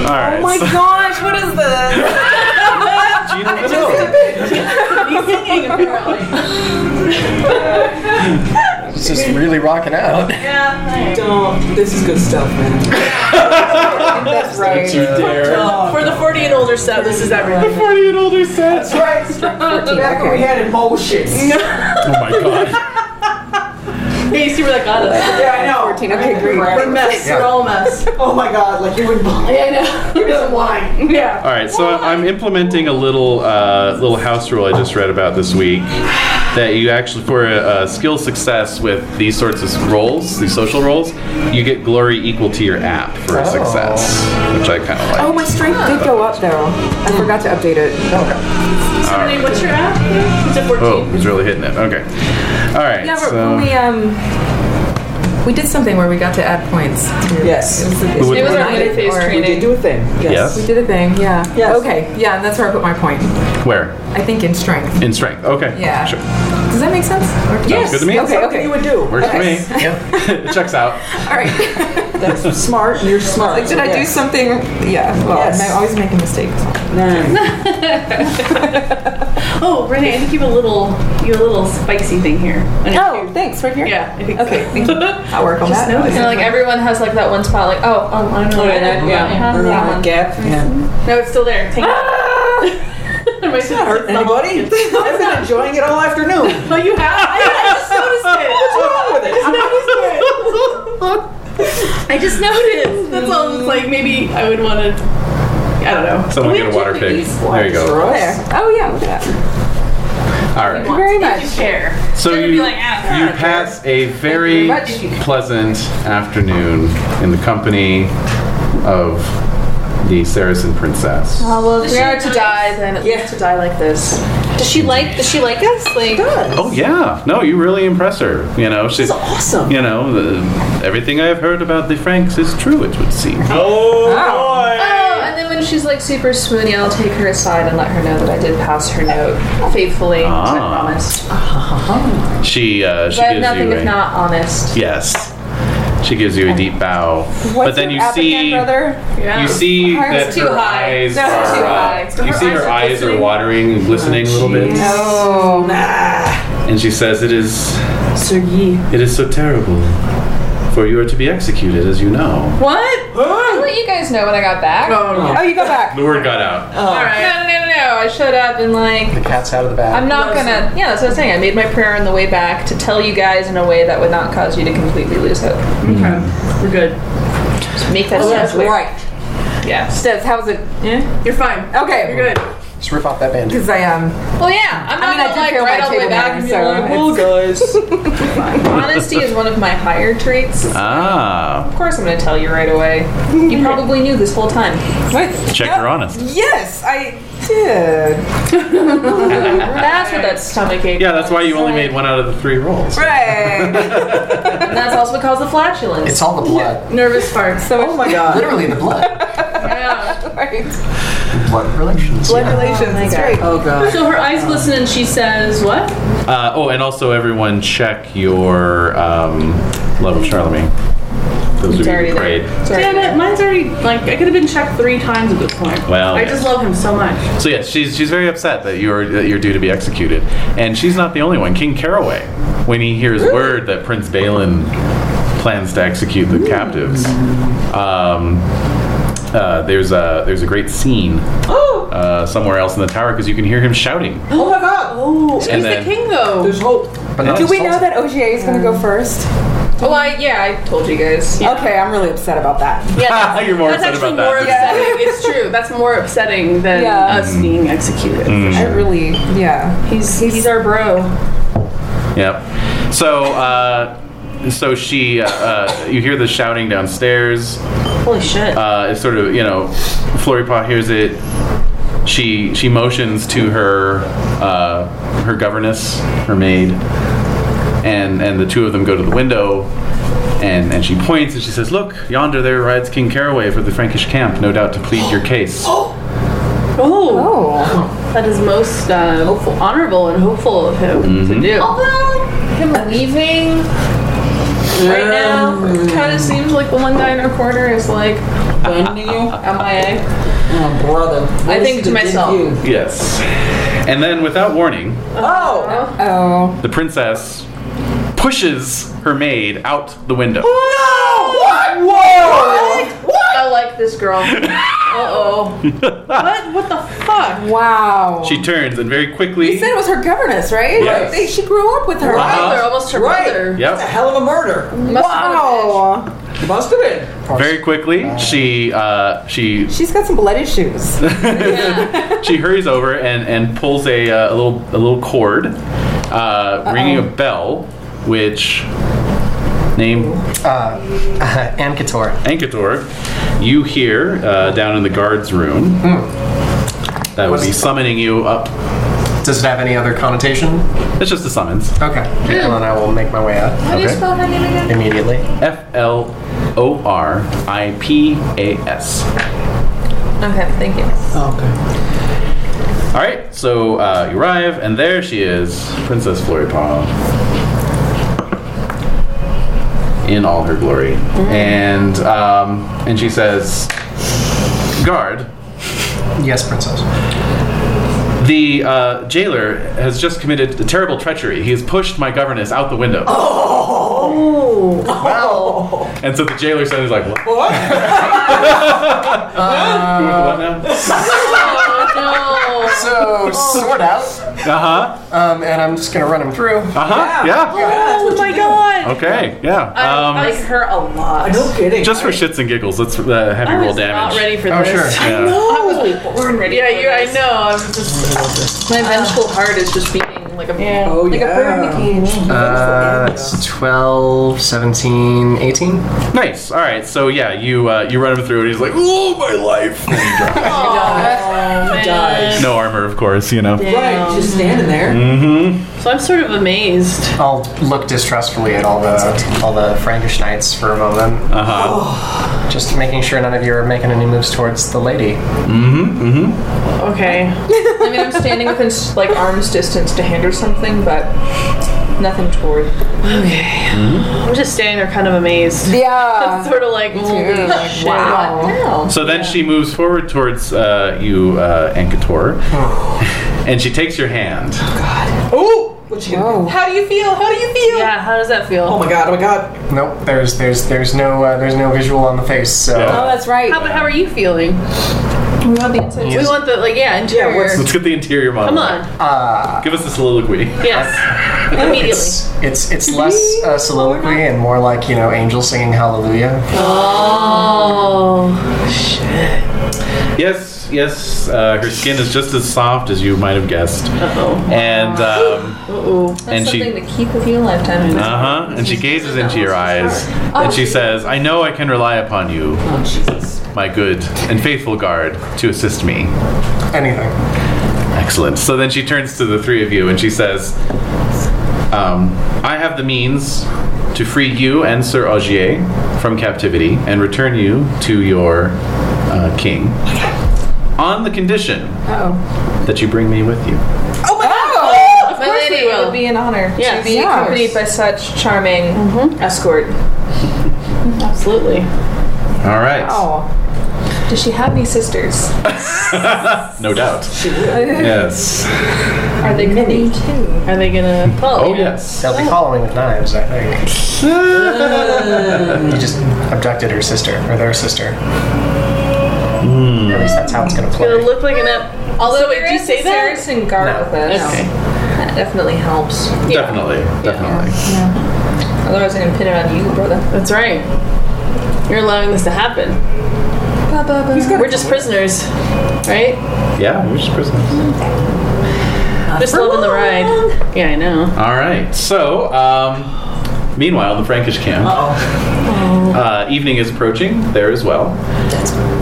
Speaker 2: All right.
Speaker 6: Oh my
Speaker 2: so-
Speaker 6: gosh, what is
Speaker 8: (laughs)
Speaker 6: this?
Speaker 2: Gina Vanelli.
Speaker 5: It's just really rocking
Speaker 6: (laughs)
Speaker 5: out.
Speaker 8: Don't. This is good stuff, man.
Speaker 6: That's right.
Speaker 3: For the 40 and older stuff, this is everything.
Speaker 2: 40 and older set. Oh
Speaker 8: That's right. Back when we had
Speaker 6: (laughs)
Speaker 8: emotions. Yeah,
Speaker 2: my god.
Speaker 3: Hey, you were like, oh, that's
Speaker 8: I know.
Speaker 6: 14, okay, great.
Speaker 8: We're messed.
Speaker 5: Yeah.
Speaker 3: all mess.
Speaker 8: (laughs) Oh my god, like you wouldn't believe
Speaker 3: I know.
Speaker 8: Give me some wine.
Speaker 6: (laughs)
Speaker 2: All right. So I'm implementing a little uh, little house rule I just read about this week that you actually for a, a skill success with these sorts of roles, these social roles, you get glory equal to your app for a success, which I kind of like.
Speaker 6: Oh, my strength did go up though. I forgot to update it.
Speaker 3: Hey, what's your app? It's a 14.
Speaker 2: Oh, he's really hitting it. Okay. All right.
Speaker 6: Yeah, but
Speaker 2: so
Speaker 6: we um we did something where we got to add points. to-
Speaker 8: Yes.
Speaker 6: It was,
Speaker 2: It was
Speaker 6: it was
Speaker 2: our
Speaker 6: night,
Speaker 3: interface
Speaker 6: or-
Speaker 3: training.
Speaker 8: We did do a thing. Yes.
Speaker 6: We did a thing, yeah.
Speaker 8: Yes.
Speaker 6: Okay, yeah, and that's where I put my point.
Speaker 2: where
Speaker 6: I think in strength.
Speaker 2: in strength? Okay.
Speaker 6: Yeah.
Speaker 2: Sure.
Speaker 6: Does that make sense? Or did-
Speaker 2: Sounds good to me.
Speaker 6: Okay,
Speaker 8: Something
Speaker 6: okay.
Speaker 8: you would do.
Speaker 2: Works for me. (laughs)
Speaker 5: Yeah.
Speaker 2: it checks out.
Speaker 6: All right.
Speaker 8: That's smart and you're smart.
Speaker 6: Like, did I do
Speaker 8: Yes.
Speaker 6: something? Yeah. Well,
Speaker 8: Yes.
Speaker 6: I'm always making mistakes.
Speaker 8: Nine.
Speaker 3: Oh, Renee, I think you have a little, you have a little spicy thing here.
Speaker 6: Oh, thanks. Right here.
Speaker 3: Yeah, I think (laughs)
Speaker 6: Okay. Thank you. I'll work on
Speaker 7: Just
Speaker 6: that.
Speaker 7: notice. You know, like everyone has like that one spot, like, oh, um, I don't know.
Speaker 3: Oh,
Speaker 7: where
Speaker 3: yeah,
Speaker 7: that-
Speaker 3: yeah.
Speaker 7: yeah, that one.
Speaker 8: Uh, Gap. Yeah.
Speaker 3: No, it's still there. Take
Speaker 6: Ah!
Speaker 3: (laughs) it. My sister's
Speaker 8: Hurt
Speaker 3: not-
Speaker 8: anybody? I've been enjoying it all afternoon.
Speaker 3: Oh, you have? I
Speaker 6: (laughs)
Speaker 3: just noticed
Speaker 8: What's wrong with it?
Speaker 3: it. I just noticed. That's all. It's like maybe I would want to. I don't know.
Speaker 2: Someone
Speaker 3: We
Speaker 2: get a
Speaker 3: have
Speaker 2: water
Speaker 3: two
Speaker 2: pig.
Speaker 3: things.
Speaker 2: There you go.
Speaker 8: Ross?
Speaker 6: There. Oh yeah. Look at that.
Speaker 2: All right.
Speaker 6: Thank you very
Speaker 3: Thank you,
Speaker 6: much.
Speaker 3: Cher.
Speaker 2: So
Speaker 3: They're gonna
Speaker 2: you
Speaker 3: be
Speaker 2: you
Speaker 3: like, "Ah, I don't
Speaker 2: pass a very
Speaker 6: Thank you very much.
Speaker 2: pleasant afternoon in the company of the Saracen princess.
Speaker 7: Oh, well, if we are
Speaker 3: she
Speaker 7: to
Speaker 3: nice?
Speaker 7: die, then it's to die like this. Does she like? Does she like us? Like,
Speaker 2: Oh yeah, no, you really impress her. You know, she's
Speaker 8: Awesome.
Speaker 2: you know the, everything I've heard about the Franks is true. It would seem. Oh
Speaker 7: oh, and then when she's like super swoony, I'll take her aside and let her know that I did pass her note faithfully. as I
Speaker 2: Ah.
Speaker 7: promised.
Speaker 2: boy! She uh, she
Speaker 7: But
Speaker 2: gives
Speaker 7: nothing
Speaker 2: you
Speaker 7: if
Speaker 2: a
Speaker 7: not honest.
Speaker 2: yes. She gives you a deep bow, but then
Speaker 6: your
Speaker 2: you
Speaker 6: app
Speaker 2: see
Speaker 6: again, brother?
Speaker 2: you see that
Speaker 6: Hers too
Speaker 2: her
Speaker 6: high.
Speaker 2: eyes
Speaker 6: No,
Speaker 2: are
Speaker 6: too
Speaker 2: uh,
Speaker 6: high.
Speaker 2: you see her eyes are watering and glistening a little bit.
Speaker 6: Oh.
Speaker 2: And she says, "It is,
Speaker 6: Sir Yi.
Speaker 2: it is so terrible, for you are to be executed, as you know."
Speaker 7: What? I'll let you guys know when I got back. No,
Speaker 6: Oh, you go back.
Speaker 2: The word got
Speaker 6: Uh. Oh.
Speaker 2: out.
Speaker 7: no, no, no, no. I showed up and like.
Speaker 5: The cat's out of the bag.
Speaker 7: I'm not gonna. Yeah, that's what I was saying. I made my prayer on the way back to tell you guys in a way that would not cause you to completely lose hope.
Speaker 2: Hmm.
Speaker 3: know. We're good.
Speaker 7: Just make that
Speaker 6: Oh, That's
Speaker 7: sense.
Speaker 6: right.
Speaker 7: Yeah.
Speaker 6: Says, how's it? Yeah.
Speaker 3: You're fine.
Speaker 6: Okay.
Speaker 3: You're good.
Speaker 5: Just rip off that bandage.
Speaker 6: Because I um.
Speaker 7: Well, yeah. I'm
Speaker 6: I
Speaker 7: not
Speaker 6: mean,
Speaker 7: gonna
Speaker 6: I do
Speaker 7: like
Speaker 6: feel
Speaker 7: right
Speaker 6: my
Speaker 7: all the way
Speaker 6: table
Speaker 7: back and be like,
Speaker 6: manners, so
Speaker 7: "Oh, guys."
Speaker 6: (laughs)
Speaker 7: Honesty is one of my higher traits. Of
Speaker 2: Ah,
Speaker 7: course, I'm gonna tell you right away.
Speaker 3: (laughs)
Speaker 7: You probably knew this whole time.
Speaker 2: check her honest.
Speaker 6: Yes, I did.
Speaker 7: That's what that stomach ache.
Speaker 2: Yeah, that's why you only made one out of the three rolls.
Speaker 6: Right.
Speaker 7: And that's also because of flatulence.
Speaker 5: It's all the blood. Uh,
Speaker 6: Nervous fart. So
Speaker 8: Oh my god.
Speaker 6: (laughs)
Speaker 5: Literally the blood.
Speaker 7: Yeah. Blood
Speaker 5: Blood relations.
Speaker 7: relations. That's right.
Speaker 8: Oh, God.
Speaker 3: So her eyes glisten and she says, What?
Speaker 2: Uh, oh, and also everyone check your um, love of Charlemagne. Those
Speaker 7: It's
Speaker 2: of you
Speaker 7: already
Speaker 2: who prayed.
Speaker 7: there. It's already
Speaker 3: Damn it, mine's already, like, I could have been checked three times at this point.
Speaker 2: Well,
Speaker 3: I
Speaker 2: yeah.
Speaker 3: just love him so much.
Speaker 2: So yes, she's she's very upset that you're that you're due to be executed, and she's not the only one. King Caraway, when he hears word that Prince Balin plans to execute the captives, um, uh, there's a there's a great
Speaker 3: (gasps)
Speaker 2: scene
Speaker 8: Oh,
Speaker 2: uh, somewhere else in the tower because you can hear him shouting.
Speaker 8: oh my God.
Speaker 3: Oh, so
Speaker 2: And
Speaker 3: he's the
Speaker 2: then-
Speaker 3: king, though.
Speaker 8: There's hope.
Speaker 5: But not
Speaker 6: Do we
Speaker 5: insulted.
Speaker 6: know that OGA is going to go first?
Speaker 7: Well, I, yeah, I told you guys.
Speaker 6: Okay, I'm really upset about that.
Speaker 7: (laughs)
Speaker 2: (laughs)
Speaker 3: Yeah,
Speaker 2: you're more
Speaker 3: that's
Speaker 2: upset
Speaker 3: actually
Speaker 2: about
Speaker 3: more
Speaker 2: that.
Speaker 3: upsetting. it's true. That's more upsetting than
Speaker 6: Yeah.
Speaker 3: us
Speaker 2: Mm.
Speaker 3: being executed.
Speaker 6: I really, yeah.
Speaker 3: He's, he's our bro.
Speaker 2: Yep. So uh, so she uh, uh, you hear the shouting downstairs.
Speaker 3: Holy shit.
Speaker 2: uh, it's sort of you know, Floripot hears it. She she motions to her uh, her governess, her maid, and and the two of them go to the window, and and she points and she says, "Look, yonder there rides King Caraway for the Frankish camp, no doubt to plead your case."
Speaker 3: oh,
Speaker 6: Oh,
Speaker 3: that is most uh, hopeful, honorable and hopeful of him
Speaker 2: Mm-hmm.
Speaker 3: to do.
Speaker 7: Although him leaving right now
Speaker 3: Um.
Speaker 7: kind of seems like the one guy in our corner is like
Speaker 8: Finding you.
Speaker 7: MIA.
Speaker 8: Oh, brother.
Speaker 7: I think
Speaker 8: Wasted
Speaker 7: to myself.
Speaker 8: you.
Speaker 2: Yes, and then without warning,
Speaker 8: Oh.
Speaker 6: oh,
Speaker 2: the princess pushes her maid out the window.
Speaker 8: Oh, No! What? Whoa!
Speaker 7: I like this
Speaker 3: (laughs)
Speaker 7: girl. Uh oh.
Speaker 3: What? What the fuck?
Speaker 6: wow.
Speaker 2: She turns and very quickly.
Speaker 6: You said it was her governess, right?
Speaker 2: Yes.
Speaker 6: They- She grew up with her.
Speaker 2: Wow.
Speaker 7: Mother, almost her
Speaker 8: Right.
Speaker 7: mother.
Speaker 8: That's a
Speaker 2: Yep.
Speaker 8: hell of a murder.
Speaker 6: Wow.
Speaker 8: Must have been.
Speaker 2: Very quickly, she uh, she
Speaker 6: She's got some blood issues.
Speaker 2: she hurries over and, and pulls a, uh, a little a little cord, uh, ringing a bell, which name
Speaker 5: Uh, Ankator.
Speaker 2: Ankator, you hear uh, down in the guards room.
Speaker 8: Hmm.
Speaker 2: That would be summoning you up.
Speaker 5: Does it have any other connotation?
Speaker 2: It's just a summons.
Speaker 5: Okay. Well, then I will make my way out
Speaker 7: How do you
Speaker 2: Okay.
Speaker 7: spell her name again?
Speaker 5: immediately.
Speaker 2: F L O R I P A S.
Speaker 7: Okay, thank you.
Speaker 8: Okay.
Speaker 2: All right, so uh, you arrive, and there she is, Princess Floripaw, in all her glory,
Speaker 7: Mm-hmm.
Speaker 2: and um, and she says, "Guard,
Speaker 5: Yes, princess.
Speaker 2: the uh, jailer has just committed a terrible treachery. He has pushed my governess out the window." Oh,
Speaker 6: Oh.
Speaker 2: wow! And so the jailer son is like, "What? (laughs)
Speaker 3: Uh,
Speaker 8: What?
Speaker 2: what now?"
Speaker 3: Oh
Speaker 5: So sort out,
Speaker 2: Uh huh.
Speaker 5: um, and I'm just gonna run him through.
Speaker 2: Uh huh. Yeah.
Speaker 3: no! Oh my god!
Speaker 2: Okay.
Speaker 3: I
Speaker 2: Yeah. Um,
Speaker 3: like her a lot.
Speaker 8: No kidding.
Speaker 2: just for shits and giggles, let's uh, have you
Speaker 3: I
Speaker 2: roll
Speaker 3: was
Speaker 2: damage.
Speaker 3: not ready for
Speaker 5: Oh,
Speaker 3: this.
Speaker 5: sure.
Speaker 2: Yeah.
Speaker 3: I was born ready. (laughs) Yeah, you. I know. I'm just
Speaker 7: My vengeful heart is just beating like a
Speaker 3: yeah.
Speaker 8: Oh, yeah.
Speaker 5: Uh, it's 12, 17, 18.
Speaker 2: Nice. All right. So yeah, you uh, you run him through, and he's like, "Oh my
Speaker 3: (laughs)
Speaker 2: life!" (laughs) And he drops.
Speaker 3: man.
Speaker 8: dies.
Speaker 2: no armor, of course. You know.
Speaker 3: Um,
Speaker 8: Right, just standing there.
Speaker 2: Mm-hmm.
Speaker 3: So I'm sort of amazed.
Speaker 5: I'll look distrustfully at all the all the Frankish knights for a moment. Uh-huh. Just making sure none of you are making any moves towards the lady.
Speaker 3: Okay.
Speaker 7: I mean, I'm standing within s- like arm's distance to hand her something, but nothing toward.
Speaker 3: I'm just standing there, kind of amazed.
Speaker 6: Yeah.
Speaker 3: (laughs) Sort of like, holy shit.
Speaker 6: Wow.
Speaker 2: So then she moves forward towards uh, you, uh, Ankator, Oh. (laughs) and she takes your hand.
Speaker 8: Oh! What you gonna do?
Speaker 6: Oh.
Speaker 7: How do you feel? How do you feel?
Speaker 3: Yeah. How does that feel?
Speaker 8: Oh my god, oh my god.
Speaker 5: Nope. There's there's there's no uh, there's no visual on the face. So
Speaker 2: Yeah.
Speaker 6: Oh, that's right.
Speaker 3: How, but how are you feeling?
Speaker 7: We want the inside.
Speaker 3: We want the like, yeah, interior.
Speaker 8: what's-
Speaker 2: Let's get the interior model.
Speaker 3: Come on.
Speaker 2: Give us the soliloquy.
Speaker 3: Yes. Immediately.
Speaker 5: it's it's it's less uh, soliloquy and more like you know angels singing hallelujah.
Speaker 3: Oh.
Speaker 2: Yes, yes. Uh, her skin is just as soft as you might have guessed,
Speaker 3: Uh-oh.
Speaker 2: and um,
Speaker 3: Uh-oh.
Speaker 7: That's
Speaker 2: and she.
Speaker 7: something to keep with you a lifetime.
Speaker 2: Uh huh. And she gazes into your eyes and she says, I know I can rely upon you, my good and faithful guard, to assist me.
Speaker 5: Anything.
Speaker 2: Excellent. So then she turns to the three of you and she says, um, I have the means to free you and Sir Augier from captivity and return you to your uh, king. on the condition
Speaker 7: Oh.
Speaker 2: that you bring me with you.
Speaker 8: Oh
Speaker 7: Of
Speaker 3: My
Speaker 7: course
Speaker 3: lady
Speaker 7: it
Speaker 3: will.
Speaker 7: would be an honor
Speaker 3: Yes. Mm-hmm.
Speaker 7: to be
Speaker 6: Yeah.
Speaker 7: accompanied by such charming escort.
Speaker 3: Absolutely.
Speaker 2: All right.
Speaker 6: Oh,
Speaker 7: Does she have any sisters?
Speaker 2: No doubt. yes.
Speaker 7: Are they many?
Speaker 3: Are they gonna?
Speaker 2: Oh, (laughs) yes.
Speaker 5: They'll be following with knives, I think. He just abducted her sister, or their sister. At least that's how it's going to play.
Speaker 3: It'll look like an app. Although, wait, do you say that?
Speaker 7: Saracen guard
Speaker 5: No.
Speaker 7: with us.
Speaker 3: Okay.
Speaker 7: That definitely helps.
Speaker 2: Definitely. Definitely.
Speaker 7: Otherwise, I'm gonna pin it on you, brother.
Speaker 3: That's right. You're allowing this to happen. We're just prisoners, right?
Speaker 2: Yeah, we're just prisoners.
Speaker 3: Just loving the ride. Yeah, I know.
Speaker 2: All right. So, um, meanwhile, in the Frankish camp,
Speaker 8: Oh,
Speaker 2: uh, evening is approaching there as well.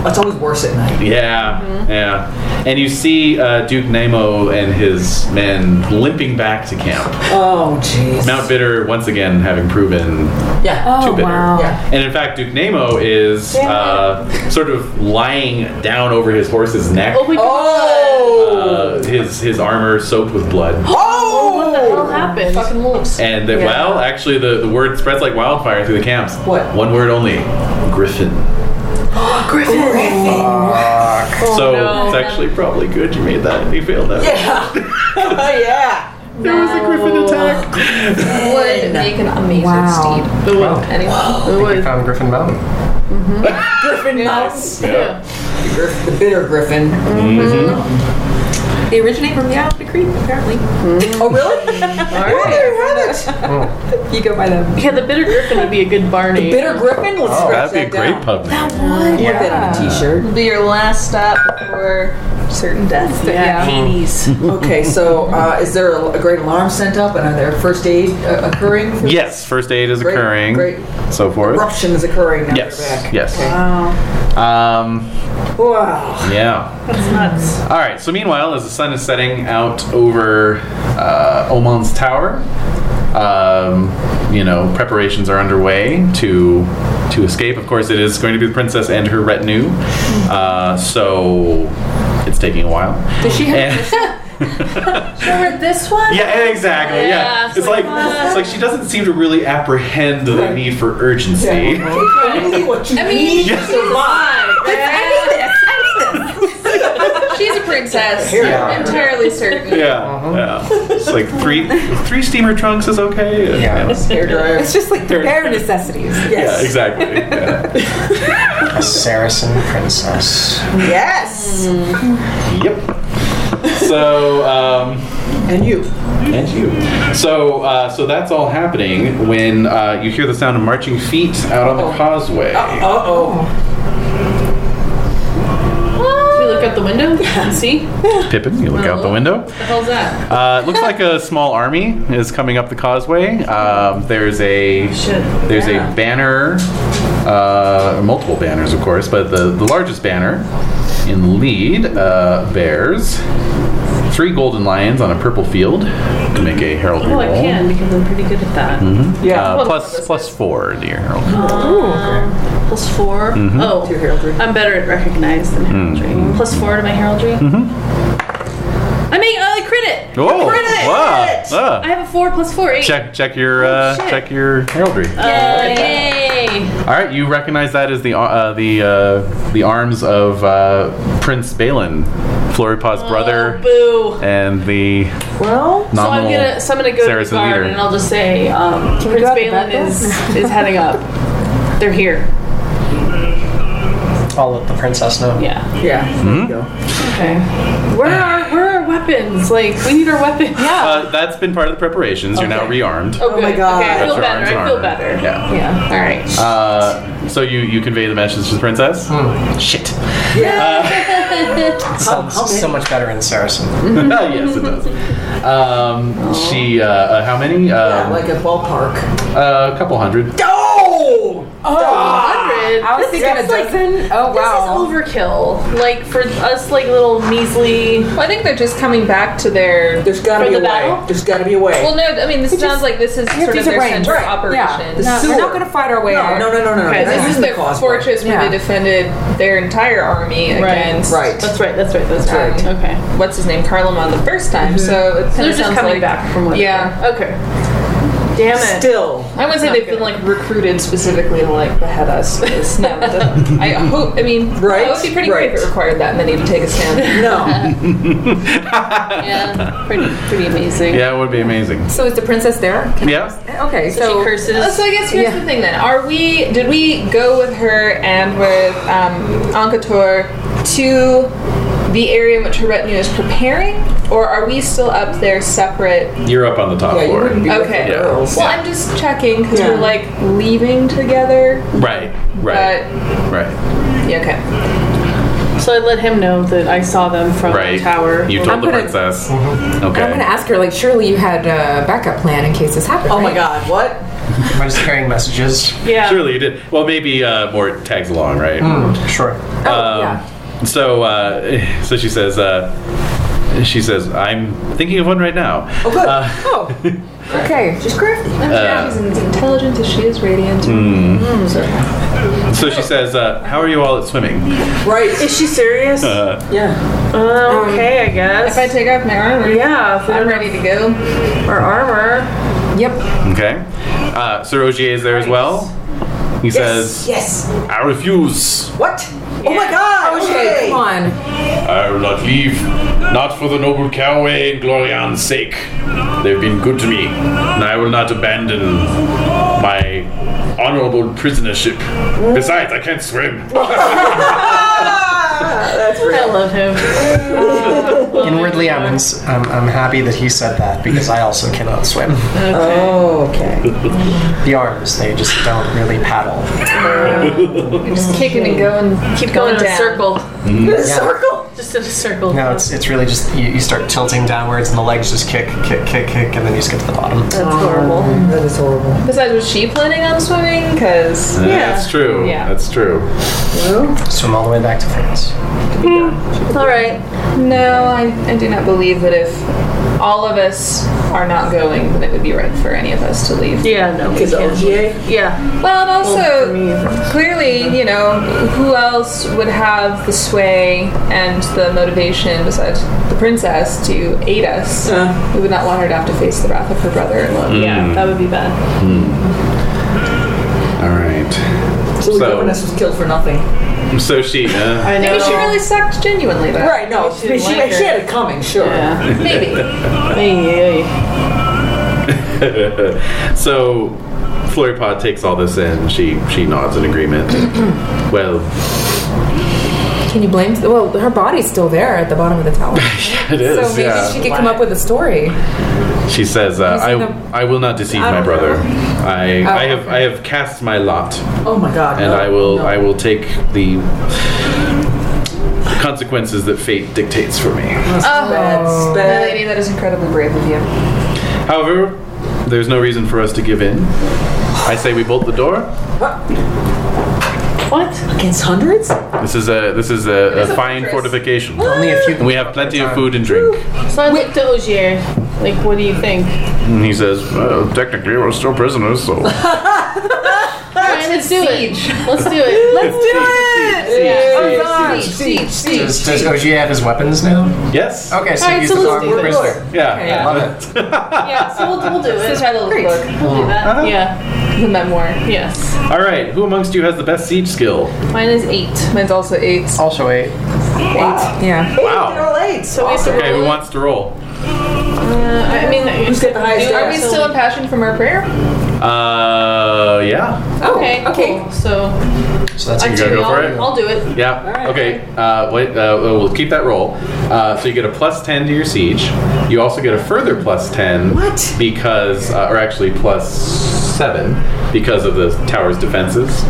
Speaker 8: that's always worse at night.
Speaker 2: Yeah, yeah. And you see uh, Duke Nemo and his men limping back to camp.
Speaker 8: Oh, jeez.
Speaker 2: Mount Bitter, once again, having proven
Speaker 8: Yeah.
Speaker 2: too bitter.
Speaker 8: Yeah.
Speaker 2: And in fact, Duke Nemo is uh, sort of lying down over his horse's neck.
Speaker 3: Oh my god!
Speaker 8: Oh.
Speaker 2: Uh, his his armor soaked with blood. (gasps)
Speaker 3: What the hell happened?
Speaker 7: Fucking wolves.
Speaker 2: And the, well, actually, the, the word spreads like wildfire through the camps.
Speaker 8: What?
Speaker 2: One word only
Speaker 8: (gasps)
Speaker 2: Griffin. so
Speaker 3: no.
Speaker 2: it's actually probably good you made that. You failed that.
Speaker 8: Oh, yeah. (laughs)
Speaker 2: There was a griffin attack.
Speaker 7: Would make an amazing
Speaker 6: Wow.
Speaker 7: steed.
Speaker 3: The wood.
Speaker 7: Anyway.
Speaker 6: (gasps)
Speaker 3: The
Speaker 5: We
Speaker 3: wood.
Speaker 5: found Griffin Mountain.
Speaker 8: Griffin nuts.
Speaker 2: Yeah.
Speaker 8: The griff- The bitter griffin.
Speaker 6: they originate from yeah, the creep apparently.
Speaker 8: Oh, really? Well, there you have it.
Speaker 6: You go by them.
Speaker 3: Yeah, the bitter griffin would be a good Barney.
Speaker 8: Bitter griffin. Let's Oh. scratch
Speaker 2: Oh, That'd be a
Speaker 8: that
Speaker 2: great pub name.
Speaker 8: down. Put that on a T-shirt.
Speaker 7: It'll be your last stop before certain death. But
Speaker 3: Yeah.
Speaker 7: yeah.
Speaker 3: Hades.
Speaker 8: Okay, so uh, is there a, a great alarm sent up, and are there first aid uh, occurring? For
Speaker 2: Yes, first aid is
Speaker 8: Great-
Speaker 2: occurring.
Speaker 8: great.
Speaker 2: So forth.
Speaker 8: Eruption is occurring. Now
Speaker 2: Yes,
Speaker 8: They're back.
Speaker 2: yes.
Speaker 8: Okay.
Speaker 2: Um,
Speaker 8: Wow.
Speaker 2: yeah.
Speaker 3: That's nuts.
Speaker 2: All right. So meanwhile, as the sun is setting out over uh, Oman's tower, um, you know preparations are underway to to escape. Of course, it is going to be the princess and her retinue.
Speaker 3: Mm-hmm.
Speaker 2: Uh, so it's taking a while. Does she have? (laughs)
Speaker 3: Remember this one?
Speaker 2: Yeah, exactly. Yeah,
Speaker 3: Yeah,
Speaker 2: it's like it's like she doesn't seem to really apprehend the need for urgency.
Speaker 8: Really what you need to survive.
Speaker 7: She's a princess.
Speaker 5: Yeah.
Speaker 7: I'm entirely certain.
Speaker 2: Yeah, yeah. It's like three three steamer trunks is okay.
Speaker 5: Yeah.
Speaker 8: Hairdryer.
Speaker 6: It's just like the bare necessities.
Speaker 2: Yeah,
Speaker 8: Yes.
Speaker 2: exactly. Yeah.
Speaker 5: A Saracen princess.
Speaker 8: Yes.
Speaker 2: yep. So, um,
Speaker 8: And you.
Speaker 2: and you. So, uh, so that's all happening when uh, you hear the sound of marching feet out on the causeway.
Speaker 8: Uh oh.
Speaker 3: Should we look out the window and see? What
Speaker 2: Pippin, you look out the window.
Speaker 3: the hell's that?
Speaker 2: Uh, it looks like a small army is coming up the causeway. Um, there's a
Speaker 3: Shit.
Speaker 2: there's a banner, uh, multiple banners, of course, but the, the largest banner in the lead uh, bears three golden lions on a purple field to make a heraldry
Speaker 3: Oh, I
Speaker 2: roll.
Speaker 3: can because I'm pretty good at that.
Speaker 8: Yeah.
Speaker 2: Uh, plus plus four to your herald.
Speaker 3: Plus four.
Speaker 2: Mm-hmm.
Speaker 3: Oh,
Speaker 8: Your heraldry.
Speaker 3: I'm better at recognize than
Speaker 2: Mm.
Speaker 3: heraldry. Plus four to my heraldry. I mean, I crit it.
Speaker 2: Mm-hmm. Oh,
Speaker 3: I crit it.
Speaker 2: wow. Ah.
Speaker 3: I have a four plus four, eight.
Speaker 2: Check check your uh,
Speaker 3: shit.
Speaker 2: check your heraldry.
Speaker 3: Uh, yay!
Speaker 2: All right, you recognize that as the uh, the uh, the arms of uh, Prince Balin, Floripa's brother,
Speaker 3: Oh, boo.
Speaker 2: and the
Speaker 8: Well,
Speaker 3: So I'm
Speaker 2: nominal
Speaker 3: gonna so I'm gonna go to
Speaker 2: Saracen
Speaker 3: the guard
Speaker 2: leader.
Speaker 3: and I'll just say um, Prince
Speaker 6: out the
Speaker 3: Balin
Speaker 6: back door?
Speaker 3: is (laughs) is heading up. They're here.
Speaker 5: I'll let the princess know.
Speaker 3: Yeah.
Speaker 8: yeah. There you go.
Speaker 3: Okay. Where are where are our weapons? Like we need our weapons. Yeah.
Speaker 2: Uh, that's been part of the preparations. You're now rearmed.
Speaker 3: Oh,
Speaker 8: my
Speaker 3: good.
Speaker 8: God.
Speaker 3: Okay, I
Speaker 2: That's
Speaker 3: feel
Speaker 2: your
Speaker 3: better.
Speaker 2: arms and
Speaker 3: I feel
Speaker 2: armor.
Speaker 3: better.
Speaker 2: Yeah.
Speaker 3: Yeah. All right.
Speaker 2: Uh, so you, you convey the message to the princess. Shit.
Speaker 5: Sounds Uh, so much better in Saracen.
Speaker 3: Mm-hmm.
Speaker 2: (laughs) yes, it does. Um, she. Uh, uh, how many? Um,
Speaker 8: Yeah, like a ballpark.
Speaker 2: uh, a couple hundred.
Speaker 8: Oh!
Speaker 3: Hundred. kid.
Speaker 6: I was thinking a
Speaker 3: It's like-
Speaker 6: dozen. Oh wow.
Speaker 3: This is overkill. Like for us, like little measly.
Speaker 7: Well, I think they're just coming back to their.
Speaker 8: There's gotta
Speaker 3: For
Speaker 8: be a
Speaker 3: the battle?
Speaker 8: way. There's gotta be a way.
Speaker 7: Well, no, I mean, this sounds like this is
Speaker 6: have
Speaker 7: sort
Speaker 6: to
Speaker 7: of
Speaker 6: use a
Speaker 7: their
Speaker 6: range.
Speaker 7: center of
Speaker 6: Right,
Speaker 7: operation.
Speaker 8: The
Speaker 6: No,
Speaker 8: sewer.
Speaker 6: we're not gonna fight our way
Speaker 8: No,
Speaker 6: out.
Speaker 8: no, no, no, no.
Speaker 3: Okay,
Speaker 8: no.
Speaker 7: This
Speaker 8: That's
Speaker 7: is
Speaker 8: the
Speaker 7: their
Speaker 8: causeway.
Speaker 7: fortress where
Speaker 6: Yeah.
Speaker 7: they defended their entire army
Speaker 3: Right.
Speaker 7: against.
Speaker 8: Right.
Speaker 3: That's right. That's right. That's
Speaker 8: That's
Speaker 3: right.
Speaker 8: right.
Speaker 3: Okay.
Speaker 7: What's his name? Carloman the first time. So it
Speaker 3: So Mm-hmm. they're just
Speaker 7: sounds
Speaker 3: coming
Speaker 7: like,
Speaker 3: back from what?
Speaker 7: Yeah.
Speaker 3: Okay. Damn it.
Speaker 8: Still,
Speaker 7: I wouldn't say
Speaker 3: Not
Speaker 7: they've
Speaker 3: good.
Speaker 7: been like recruited specifically to like behead us. (laughs) but it's- No, it doesn't. I hope. I mean,
Speaker 8: Right,
Speaker 7: It would be pretty great if it
Speaker 8: right.
Speaker 7: required that many to take
Speaker 3: (laughs)
Speaker 7: a stand.
Speaker 8: no.
Speaker 3: Yeah. Pretty, pretty amazing.
Speaker 2: Yeah, it would be amazing.
Speaker 6: So is the princess there? Can-
Speaker 2: Yeah.
Speaker 6: Okay, so
Speaker 3: She curses.
Speaker 7: so I guess here's
Speaker 6: Yeah.
Speaker 7: the thing then: Are we? Did we go with her and with um, Ankator to the area in which her retinue is preparing, or are we still up there separate?
Speaker 2: You're up on the top
Speaker 8: Yeah, you
Speaker 2: floor.
Speaker 8: wouldn't be with the
Speaker 7: Okay.
Speaker 8: girls.
Speaker 7: Well, I'm just checking because
Speaker 8: Yeah.
Speaker 7: we're like leaving together,
Speaker 2: Right. Right. right.
Speaker 7: but yeah, okay.
Speaker 3: So I let him know that I saw them from
Speaker 2: Right.
Speaker 3: the tower.
Speaker 2: You told
Speaker 6: I'm
Speaker 2: the
Speaker 6: gonna-
Speaker 2: princess.
Speaker 6: I'm gonna
Speaker 2: Okay.
Speaker 6: ask her like, surely you had a backup plan in case this happened.
Speaker 8: Oh my
Speaker 6: right?
Speaker 8: god, what?
Speaker 5: We're just carrying messages.
Speaker 3: yeah.
Speaker 2: Surely you did. Well, maybe uh, more tags along, right?
Speaker 5: Mm. Sure.
Speaker 6: Oh,
Speaker 2: Um,
Speaker 6: yeah.
Speaker 2: So, uh, (laughs) so she says. Uh, she says, "I'm thinking of one right now."
Speaker 8: Oh, good.
Speaker 2: Uh,
Speaker 8: oh,
Speaker 6: Okay.
Speaker 8: she's crafty.
Speaker 7: Yeah, she's as intelligent as she is radiant.
Speaker 2: So she says, uh, "How are you all at swimming?"
Speaker 8: Right.
Speaker 3: Is she serious?
Speaker 2: Uh,
Speaker 8: Yeah.
Speaker 3: Uh, okay, I guess.
Speaker 7: If I take off my armor,
Speaker 3: yeah, if we
Speaker 7: I'm
Speaker 3: don't
Speaker 7: ready to go.
Speaker 3: have our armor.
Speaker 6: Yep.
Speaker 2: okay. Uh, Sir Ogier is there as well. He says,
Speaker 8: Yes.
Speaker 2: "I refuse.
Speaker 8: What? Oh my god.
Speaker 6: Okay,
Speaker 8: Okay.
Speaker 6: come on.
Speaker 2: I will not leave, not for the noble Carway and Glorian's sake. They've been good to me, and I will not abandon my honorable prisonership. Besides, I can't swim."
Speaker 3: I love him. (laughs)
Speaker 5: Inwardly, I'm, ins- I'm, I'm happy that he said that because I also cannot swim.
Speaker 8: Oh, okay.
Speaker 5: The arms, they just don't really paddle.
Speaker 7: Just kicking and going, keep
Speaker 3: Go
Speaker 7: going,
Speaker 3: in a
Speaker 7: down.
Speaker 3: circle.
Speaker 8: Circle.
Speaker 3: Just in a circle.
Speaker 5: No, it's, it's really just you, you start tilting downwards and the legs just kick, kick, kick, kick, and then you just get to the bottom.
Speaker 3: Oh.
Speaker 7: That's horrible.
Speaker 8: That is horrible.
Speaker 7: Besides, was she planning on swimming? Because
Speaker 2: That's true.
Speaker 7: Yeah.
Speaker 2: That's true.
Speaker 5: Swim all the way back to France.
Speaker 7: all right, no, I, I do not believe that if all of us are not going, then it would be right for any of us to leave.
Speaker 3: Yeah, no. we
Speaker 8: Is
Speaker 3: can't.
Speaker 8: OGA?
Speaker 3: Yeah.
Speaker 7: Well, and
Speaker 3: for
Speaker 7: also,
Speaker 3: me.
Speaker 7: clearly, you know, who else would have the sway and the motivation besides the princess to aid us?
Speaker 8: Uh.
Speaker 7: We would not want her to have to face the wrath of her brother-in-law.
Speaker 5: Mm.
Speaker 3: Yeah, that would be bad.
Speaker 2: All right.
Speaker 8: So the
Speaker 2: So-
Speaker 8: governess was killed for nothing.
Speaker 2: So she. Uh,
Speaker 3: I know.
Speaker 7: Maybe she really sucked genuinely, though.
Speaker 8: Right, no. She,
Speaker 3: didn't
Speaker 8: she,
Speaker 3: like
Speaker 8: she had it coming, sure.
Speaker 3: Yeah.
Speaker 5: (laughs)
Speaker 3: (laughs)
Speaker 7: Maybe.
Speaker 3: Ay, ay.
Speaker 2: so Floripod takes all this in. She she nods in agreement. (clears throat) well,
Speaker 6: Can you blame? Well, her body's still there at the bottom of the tower.
Speaker 2: it
Speaker 6: so
Speaker 2: is.
Speaker 6: maybe
Speaker 2: yeah.
Speaker 6: she could come up with a story.
Speaker 2: She says, uh,
Speaker 6: You see
Speaker 2: "I
Speaker 6: the-
Speaker 2: I will not deceive my
Speaker 6: I don't
Speaker 2: brother.
Speaker 6: know.
Speaker 2: I
Speaker 6: Oh,
Speaker 2: I have I have cast my lot,
Speaker 8: Oh my god.
Speaker 2: and
Speaker 8: no,
Speaker 2: I will
Speaker 8: no.
Speaker 2: I will take the consequences that fate dictates for me."
Speaker 7: Oh,
Speaker 8: That's
Speaker 7: my
Speaker 8: bad.
Speaker 7: lady, that is incredibly brave of you.
Speaker 2: However, there's no reason for us to give in. I say we bolt the door.
Speaker 3: What?
Speaker 8: Against hundreds?
Speaker 2: This is a this is a, a fine
Speaker 7: fortress.
Speaker 2: fortification.
Speaker 5: Only a few.
Speaker 2: We have plenty of food and drink.
Speaker 3: So I looked at Ogier. Like, what do you think?
Speaker 2: And he says, well, technically we're still prisoners, so
Speaker 3: Alright, let's do it. Let's do (laughs)
Speaker 2: (laughs)
Speaker 3: it. Let's do
Speaker 5: Does, does OG have his weapons now?
Speaker 2: yes.
Speaker 5: Okay, so
Speaker 3: All right,
Speaker 5: he's
Speaker 3: so
Speaker 5: an
Speaker 3: let's do
Speaker 5: armed
Speaker 3: this.
Speaker 5: prisoner.
Speaker 2: Yeah.
Speaker 5: Love it.
Speaker 3: Yeah, so we'll, we'll do
Speaker 7: This is
Speaker 3: it.
Speaker 7: my little book,
Speaker 3: We'll do
Speaker 5: Uh-huh.
Speaker 3: that. Yeah.
Speaker 7: the memoir.
Speaker 3: Yes.
Speaker 2: All right. Who amongst you has the best siege skill?
Speaker 7: Mine is eight. Mine's also eight.
Speaker 5: Also, eight.
Speaker 6: Yeah.
Speaker 8: They're
Speaker 2: Wow.
Speaker 8: all eight.
Speaker 3: So we have to
Speaker 2: Okay.
Speaker 3: roll
Speaker 2: Who
Speaker 3: it?
Speaker 2: wants to roll?
Speaker 3: Uh, I mean, who's
Speaker 8: got the highest
Speaker 7: Are we still impassioned from our prayer?
Speaker 2: Uh, yeah.
Speaker 3: Oh, okay?
Speaker 6: okay.
Speaker 3: cool. So
Speaker 5: So that's
Speaker 3: I
Speaker 5: a
Speaker 2: gotta
Speaker 3: do.
Speaker 2: go for
Speaker 3: I'll,
Speaker 2: it?
Speaker 3: I'll do it.
Speaker 2: Yeah. okay. Uh, wait. Uh, we'll keep that roll. Uh, so you get a plus ten to your siege. You also get a further plus ten.
Speaker 8: What?
Speaker 2: Because, uh, or actually plus seven because of the tower's defenses.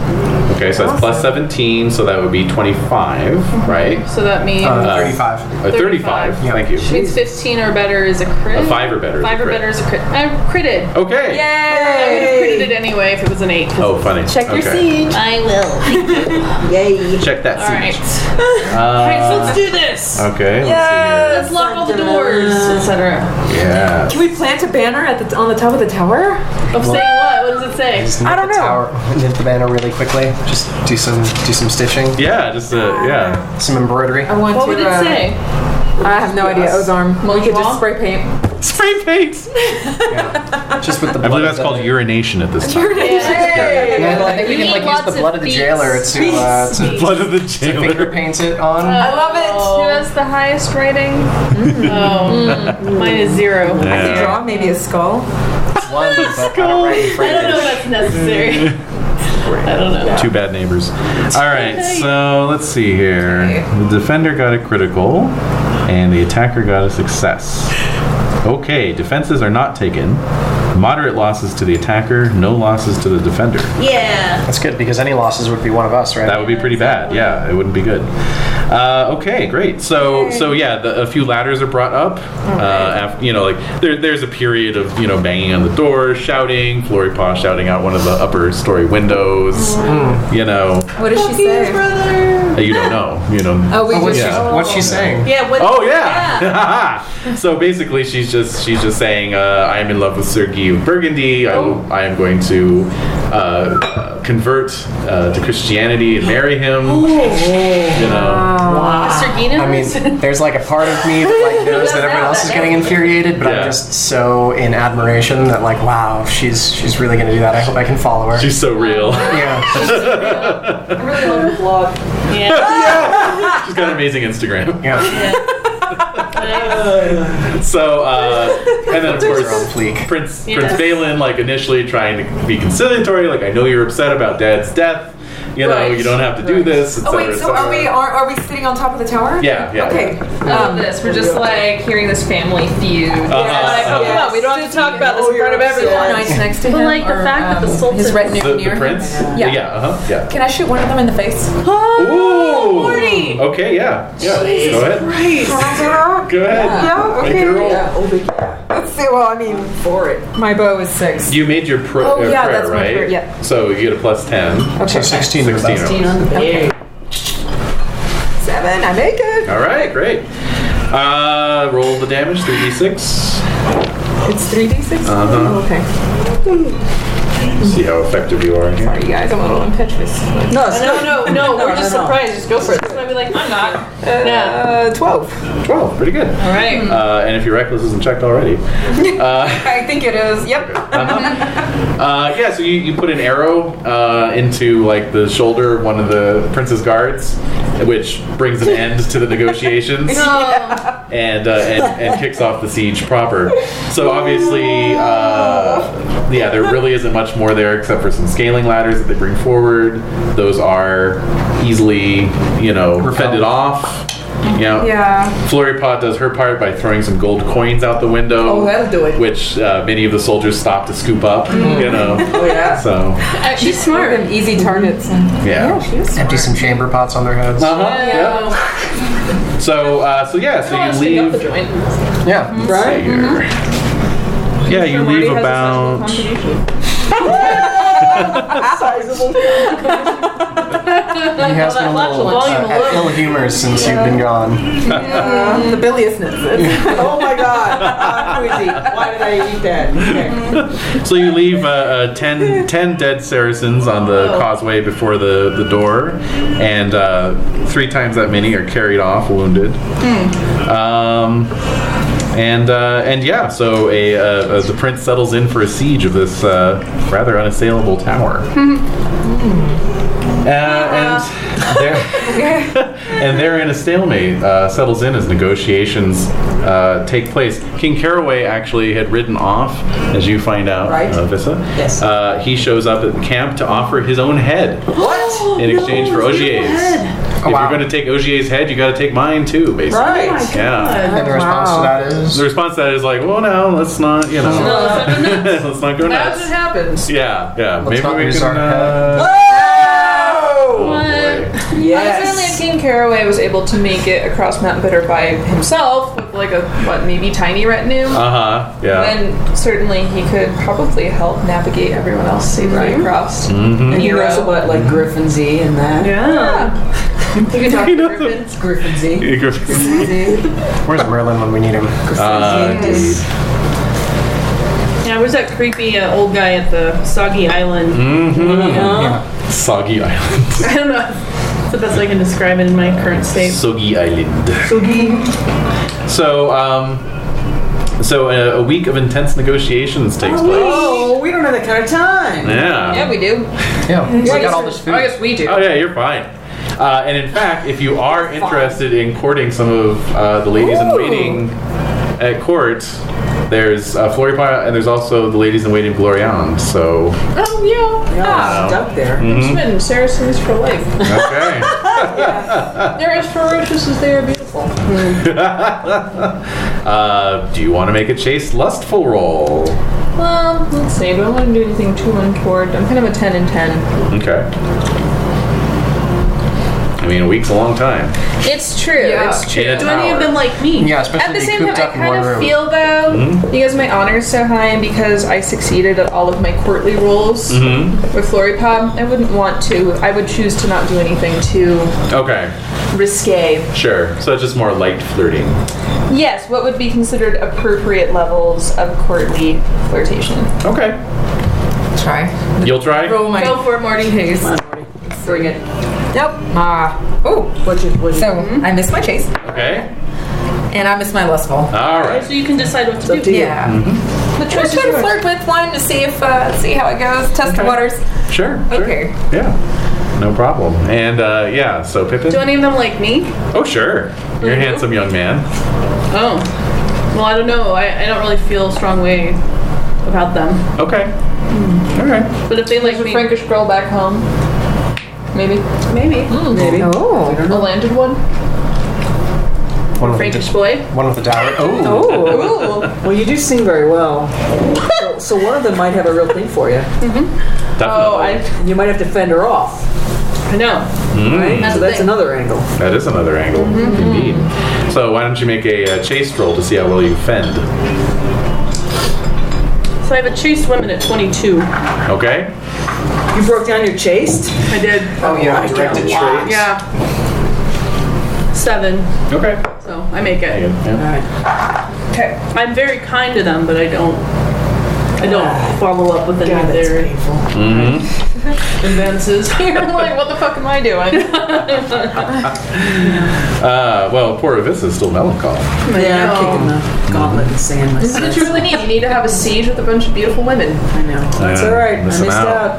Speaker 2: Okay, so that's plus 17, so that would be 25, right?
Speaker 3: Mm-hmm. So that means
Speaker 2: Uh,
Speaker 5: 35.
Speaker 2: Or 35,
Speaker 5: Yeah.
Speaker 2: thank you.
Speaker 3: means 15 or better is a crit.
Speaker 2: A five or better is a
Speaker 3: Five or
Speaker 2: crit.
Speaker 3: better is a crit. I critted.
Speaker 2: Okay.
Speaker 3: I would have critted it anyway if it was an eight.
Speaker 2: Oh, funny.
Speaker 7: Check your
Speaker 2: Okay.
Speaker 7: siege.
Speaker 3: I will.
Speaker 8: Yay.
Speaker 2: Check that
Speaker 3: All right.
Speaker 2: siege.
Speaker 3: (laughs) All right, so
Speaker 2: Uh,
Speaker 3: let's do this.
Speaker 2: okay, let's
Speaker 3: Let's lock all the doors, etc.
Speaker 2: see here. Yeah.
Speaker 6: Can we plant a banner at the on the top of the tower?
Speaker 3: Of saying what? What does it say?
Speaker 5: Just nip
Speaker 6: I don't
Speaker 5: the
Speaker 6: know.
Speaker 5: Tower, (laughs) nip the banner really quickly. Just do some do some stitching,
Speaker 2: Yeah, just, uh, yeah.
Speaker 5: some embroidery.
Speaker 6: I want
Speaker 3: What
Speaker 6: to.
Speaker 3: would it
Speaker 6: uh,
Speaker 3: say?
Speaker 6: I have no idea. Ozarm. we could
Speaker 3: Montreal?
Speaker 6: just spray paint.
Speaker 2: Spray paint!
Speaker 5: Just with the.
Speaker 2: I
Speaker 5: blood
Speaker 2: believe
Speaker 5: of
Speaker 2: that's
Speaker 5: the-
Speaker 2: called urination at this time.
Speaker 5: Yeah, I think we
Speaker 3: You
Speaker 5: can
Speaker 3: need
Speaker 5: like use
Speaker 3: lots
Speaker 5: the blood of the
Speaker 3: of
Speaker 5: jailer
Speaker 3: beads.
Speaker 5: to
Speaker 3: (laughs)
Speaker 5: uh, to
Speaker 2: (laughs) Blood of the
Speaker 5: finger
Speaker 2: jailer.
Speaker 5: paint it on.
Speaker 3: I love it.
Speaker 7: Who has the highest rating?
Speaker 3: Oh, mine is zero.
Speaker 6: I could
Speaker 2: Yeah.
Speaker 6: draw maybe a
Speaker 3: (laughs)
Speaker 6: skull.
Speaker 5: one,
Speaker 3: oh
Speaker 5: but I don't write in
Speaker 3: I don't know if
Speaker 5: Frankish.
Speaker 3: that's necessary.
Speaker 5: Mm.
Speaker 3: I don't know.
Speaker 2: Two bad neighbors. All right, so let's see here. The defender got a critical, and the attacker got a success. Okay, defenses are not taken. Moderate losses to the attacker, no losses to the defender.
Speaker 3: Yeah.
Speaker 5: That's good because any losses would be one of us, right?
Speaker 2: That would be pretty bad. Yeah, it wouldn't be good. Uh, okay, great. So, so yeah, the, a few ladders are brought up. Uh, af you know, like there, there's a period of you know banging on the door, shouting, Flory Paw shouting out one of the upper story windows. You know,
Speaker 6: What does she say?
Speaker 2: uh, you don't know. You know,
Speaker 6: Oh, we
Speaker 5: Oh, what's,
Speaker 6: just.
Speaker 2: Yeah.
Speaker 5: she, what's she saying?
Speaker 3: Yeah. What?
Speaker 2: Oh yeah. (laughs) so basically, she's just she's just saying, uh, "I am in love with Sir Guy of Burgundy. I, will, I am going to uh, uh, convert uh, to Christianity and marry him." You know.
Speaker 3: Mr. Guinness.
Speaker 5: I mean, there's like a part of me that like knows that everyone else is getting infuriated, but
Speaker 2: Yeah.
Speaker 5: I'm just so in admiration that like, wow, she's she's really gonna do that. I hope I can follow her.
Speaker 2: She's so real.
Speaker 5: yeah,
Speaker 8: I really love your blog.
Speaker 3: yeah.
Speaker 2: She's got an amazing Instagram. (laughs)
Speaker 5: (laughs) yeah.
Speaker 2: So, uh, and then of
Speaker 5: We're on
Speaker 2: course,
Speaker 5: fleek.
Speaker 2: Prince
Speaker 3: Yes.
Speaker 2: Prince Balin, like initially trying to be conciliatory, like I know you're upset about Dad's death. You know,
Speaker 6: Right.
Speaker 2: you don't have to do this. Et
Speaker 6: Oh
Speaker 2: cetera,
Speaker 6: wait,
Speaker 2: et
Speaker 6: so are
Speaker 2: cetera.
Speaker 6: we are, are we sitting on top of the tower?
Speaker 2: Yeah, yeah.
Speaker 6: Okay. um,
Speaker 3: I love this. We're just like hearing this family feud.
Speaker 2: Uh,
Speaker 7: Uh,
Speaker 3: Like, oh, come on, we don't have to talk about this in front of everyone.
Speaker 6: Nice next to him.
Speaker 3: But like the
Speaker 6: or,
Speaker 3: fact that
Speaker 6: um,
Speaker 3: the Sultan
Speaker 6: his retinue
Speaker 2: The,
Speaker 6: near
Speaker 2: the
Speaker 6: him.
Speaker 2: prince?
Speaker 6: Yeah. Oh,
Speaker 2: Yeah. Uh-huh. Yeah.
Speaker 6: Can I shoot one of them in the face?
Speaker 2: Ooh! Okay, yeah. Yeah. Go ahead. Go ahead.
Speaker 6: Yeah,
Speaker 2: Make your roll.
Speaker 8: Yeah, oh, big
Speaker 6: Let's see. Well, I mean,
Speaker 8: for it.
Speaker 6: my bow is six.
Speaker 2: You made your pr-
Speaker 6: Oh,
Speaker 2: uh,
Speaker 6: yeah,
Speaker 2: prayer,
Speaker 6: that's my
Speaker 2: right?
Speaker 6: prayer, yeah.
Speaker 2: So you get a plus 10.
Speaker 5: So 16 or
Speaker 2: 16.
Speaker 5: above.
Speaker 6: Seven. I make it.
Speaker 2: All right, great. Uh, roll the damage, 3d6.
Speaker 6: It's three d six.
Speaker 2: Uh-huh.
Speaker 6: Okay.
Speaker 2: See how effective you are in here.
Speaker 6: Sorry, you guys. I'm a little impetuous.
Speaker 8: No,
Speaker 3: (laughs)
Speaker 8: it's
Speaker 3: No, no, no. We're just
Speaker 8: no, no.
Speaker 3: surprised. Just go for it. I'd be like, I'm not. Yeah.
Speaker 6: Uh, twelve.
Speaker 2: 12, pretty good.
Speaker 3: All right.
Speaker 2: Uh, and if your reckless isn't checked
Speaker 6: (laughs)
Speaker 2: already.
Speaker 6: I think it is. Yep. (laughs)
Speaker 2: Uh, yeah, so you, you put an arrow uh, into like the shoulder of one of the prince's guards, which brings an end to the
Speaker 6: (laughs)
Speaker 2: negotiations. and, uh, and and kicks off the siege proper. So obviously, uh, yeah, there really isn't much more there except for some scaling ladders that they bring forward. Those are easily, you know, fended off. You know,
Speaker 6: Yeah.
Speaker 2: Floripot does her part by throwing some gold coins out the window.
Speaker 8: Oh, that'll do it.
Speaker 2: Which uh, many of the soldiers stop to scoop up. You know,
Speaker 8: Oh, (laughs) yeah.
Speaker 2: so
Speaker 6: She's smart. Them easy targets. And
Speaker 2: yeah.
Speaker 5: Empty some chamber pots on their heads.
Speaker 2: Uh-huh, yeah. So uh, so yeah, so you
Speaker 3: Stick
Speaker 2: leave.
Speaker 3: up the joint.
Speaker 5: Yeah.
Speaker 8: Right? mm-hmm.
Speaker 2: Yeah, you leave about.
Speaker 5: He has been a
Speaker 3: Well, that
Speaker 5: little
Speaker 3: lots of
Speaker 5: uh,
Speaker 3: volume
Speaker 5: at
Speaker 3: alone.
Speaker 5: ill humor since you've been gone.
Speaker 6: the biliousness.
Speaker 8: Oh my (laughs) god, Uh, I'm queasy. Why did I eat that? (laughs) Okay.
Speaker 2: So you leave uh, uh,
Speaker 8: (laughs)
Speaker 2: ten, 10 dead Saracens on the
Speaker 8: Oh.
Speaker 2: causeway before the, the door, and uh, three times that many are carried off wounded. Um, and uh, and yeah, so a, uh, uh, the prince settles in for a siege of this
Speaker 8: (laughs)
Speaker 2: uh, rather unassailable tower. Uh, and They're- (laughs) and they're in a stalemate. Uh, settles in as negotiations uh, take place. King Caraway actually had ridden off, as you find out,
Speaker 8: Right.
Speaker 2: uh, Vissa.
Speaker 8: Yes.
Speaker 2: Uh, he shows up at the camp to offer his own
Speaker 8: (gasps)
Speaker 2: head
Speaker 8: What?
Speaker 2: in exchange for Ogier's. If
Speaker 5: wow.
Speaker 2: you're going to take Ogier's head, you got to take mine too, basically.
Speaker 8: Right.
Speaker 2: Yeah.
Speaker 5: And the response to that is
Speaker 2: The response to that is like, well, no, let's not, you know,
Speaker 3: No, it's like,
Speaker 2: (laughs)
Speaker 3: no.
Speaker 2: let's not go
Speaker 8: As it
Speaker 2: nuts.
Speaker 8: happens.
Speaker 2: Yeah, yeah.
Speaker 5: Let's not
Speaker 2: Maybe we
Speaker 5: lose
Speaker 2: can.
Speaker 5: our head.
Speaker 2: Uh,
Speaker 8: Oh!
Speaker 2: oh, boy.
Speaker 7: Apparently,
Speaker 8: Yes.
Speaker 7: King Caraway was able to make it across Mount Bitter by himself with like a what maybe tiny retinue.
Speaker 2: Uh huh. Yeah.
Speaker 7: Then certainly he could probably help navigate everyone else safely across.
Speaker 3: Mm-hmm.
Speaker 8: And he knows about like Griffin's E and that.
Speaker 7: Yeah. You can talk
Speaker 2: He
Speaker 7: to
Speaker 2: knows
Speaker 7: Griffin.
Speaker 2: (laughs)
Speaker 8: Griffin's E.
Speaker 5: Where's Merlin when we need him?
Speaker 2: Uh, indeed.
Speaker 3: Yeah, where's that creepy uh, old guy at the soggy island?
Speaker 2: Uh, Soggy Island.
Speaker 3: (laughs) I don't know. That's the best I can describe it in my current state.
Speaker 2: Soggy Island. So, um, so uh, a, a week of intense negotiations takes place.
Speaker 8: Oh, we don't have that kind of time.
Speaker 2: Yeah.
Speaker 7: Yeah, we do.
Speaker 5: Yeah, we got all this food.
Speaker 7: I guess we do.
Speaker 2: Oh yeah, you're fine. Uh, and in fact, if you are interested in courting some of uh, the ladies in waiting at court, there's uh, Floripa and there's also the ladies in waiting of Glorian. So
Speaker 7: Oh, yeah.
Speaker 8: Yeah,
Speaker 2: Wow.
Speaker 8: it's stuck there.
Speaker 3: Mm-hmm.
Speaker 7: It's been Saracens for life.
Speaker 3: (laughs)
Speaker 2: okay.
Speaker 7: They're as ferocious as they are beautiful.
Speaker 2: uh, do you want to make a chase lustful roll?
Speaker 7: Well, let's see. Do I want to do anything too untoward? I'm kind of a 10 and 10.
Speaker 2: Okay. I mean, a week's a long time.
Speaker 7: It's true. It's true.
Speaker 2: In a
Speaker 3: Do any of
Speaker 2: tower.
Speaker 3: them like me?
Speaker 5: Yeah,
Speaker 7: At
Speaker 5: especially
Speaker 7: the
Speaker 5: if you
Speaker 7: same
Speaker 5: cooped
Speaker 7: time, I
Speaker 5: up in one
Speaker 7: kind of
Speaker 5: room. Mm-hmm.
Speaker 7: feel though, because my honor is so high and because I succeeded at all of my courtly roles
Speaker 5: Mm-hmm.
Speaker 7: with Floripop, I wouldn't want to. I would choose to not do anything too
Speaker 2: Okay,
Speaker 7: risque.
Speaker 2: sure. So it's just more light flirting.
Speaker 7: Yes, what would be considered appropriate levels of courtly flirtation?
Speaker 2: Okay.
Speaker 6: Try.
Speaker 2: You'll try?
Speaker 6: Roll my
Speaker 7: Go for it, Marty.
Speaker 6: chase.
Speaker 8: Bring it.
Speaker 6: Nope. Ah. oh.
Speaker 8: What you, what you,
Speaker 6: So
Speaker 3: Mm-hmm.
Speaker 6: I missed my chase,
Speaker 2: Okay.
Speaker 6: and I missed my lustful.
Speaker 2: All right.
Speaker 3: So you can decide what to
Speaker 8: up
Speaker 3: do.
Speaker 8: to you.
Speaker 6: Yeah.
Speaker 7: The
Speaker 6: I was
Speaker 7: choice is
Speaker 6: trying to
Speaker 7: yours.
Speaker 6: flirt with one to see if uh, see how it goes. Test the waters.
Speaker 2: Sure. sure.
Speaker 6: Okay.
Speaker 2: Yeah. No problem. And uh, yeah, so Pippin.
Speaker 3: Do Mm-hmm. any of them like me?
Speaker 2: oh, sure. You're a handsome young man.
Speaker 3: Oh. Well, I don't know. I, I don't really feel a strong way about them.
Speaker 2: Okay.
Speaker 3: Mm-hmm.
Speaker 2: All right.
Speaker 3: But if they like
Speaker 7: There's a
Speaker 3: me,
Speaker 7: Frankish girl back home. Maybe.
Speaker 3: maybe.
Speaker 8: Maybe.
Speaker 6: Oh.
Speaker 7: A landed one?
Speaker 5: One with,
Speaker 3: Frankish
Speaker 5: the,
Speaker 3: boy.
Speaker 5: one with the dowry. Oh, (laughs)
Speaker 6: Oh.
Speaker 8: Well, you do sing very well. so, so one of them might have a real thing for you.
Speaker 2: Definitely.
Speaker 3: Oh, I,
Speaker 8: You might have to fend her off,
Speaker 3: I know.
Speaker 8: right?
Speaker 3: That's
Speaker 8: so
Speaker 3: the
Speaker 8: that's
Speaker 3: thing.
Speaker 8: another angle.
Speaker 2: That is another angle.
Speaker 3: Mm-hmm.
Speaker 2: Indeed. So why don't you make a uh, chase roll to see how well you fend?
Speaker 3: So I have a chased woman at 22.
Speaker 2: Okay.
Speaker 8: You broke down your chaste.
Speaker 3: I did.
Speaker 5: oh yeah, directed traits.
Speaker 3: Yeah. Seven.
Speaker 2: Okay.
Speaker 3: So I make
Speaker 2: Yeah,
Speaker 3: it.
Speaker 2: yeah.
Speaker 3: I'm very kind to them, but I don't. I don't follow up with any of their advances. (laughs)
Speaker 7: I'm like, what the fuck am I doing?
Speaker 6: (laughs)
Speaker 2: Uh, well, poor Avis is still melancholy.
Speaker 8: Yeah, I'm kicking the gauntlet and sand myself.
Speaker 7: That's what you really need. You need to have a siege with a bunch of beautiful women.
Speaker 8: I know. That's
Speaker 2: Yeah,
Speaker 8: all right. I
Speaker 2: missing
Speaker 8: missed
Speaker 2: out.
Speaker 8: out.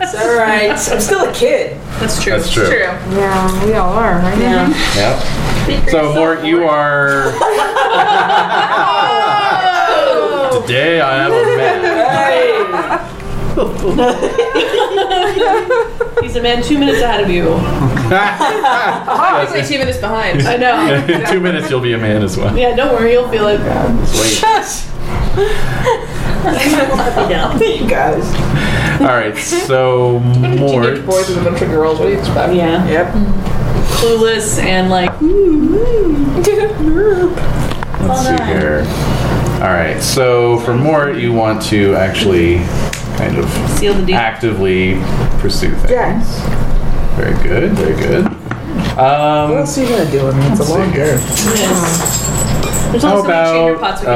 Speaker 8: it's all right. I'm still a kid.
Speaker 3: That's true.
Speaker 2: That's true.
Speaker 6: Yeah, we all are, right?
Speaker 8: Yeah.
Speaker 2: Yep. So, Mort, you
Speaker 3: (laughs)
Speaker 2: are. Today I am a man.
Speaker 3: (laughs)
Speaker 2: (laughs)
Speaker 3: He's a man two minutes ahead (laughs) of you.
Speaker 7: I was like two minutes behind.
Speaker 3: I know.
Speaker 2: In two minutes, you'll be a man as well.
Speaker 3: Yeah, don't worry, you'll feel it.
Speaker 2: Wait.
Speaker 3: Yeah.
Speaker 8: You guys.
Speaker 2: All right. So, Mort.
Speaker 7: Teenage boys with a bunch of girls. What do you expect?
Speaker 3: yeah.
Speaker 8: Yep.
Speaker 3: Clueless and like
Speaker 2: Let's see here. All right. So, for Mort, you want to actually kind of
Speaker 3: seal the deal.
Speaker 2: actively pursue things.
Speaker 8: Yeah.
Speaker 2: Very good. Very good. Um,
Speaker 8: What else are you gonna do? I mean, it's a long
Speaker 2: here.
Speaker 8: game.
Speaker 3: Yes. There's
Speaker 2: How
Speaker 3: also many
Speaker 2: about
Speaker 3: chamber pots we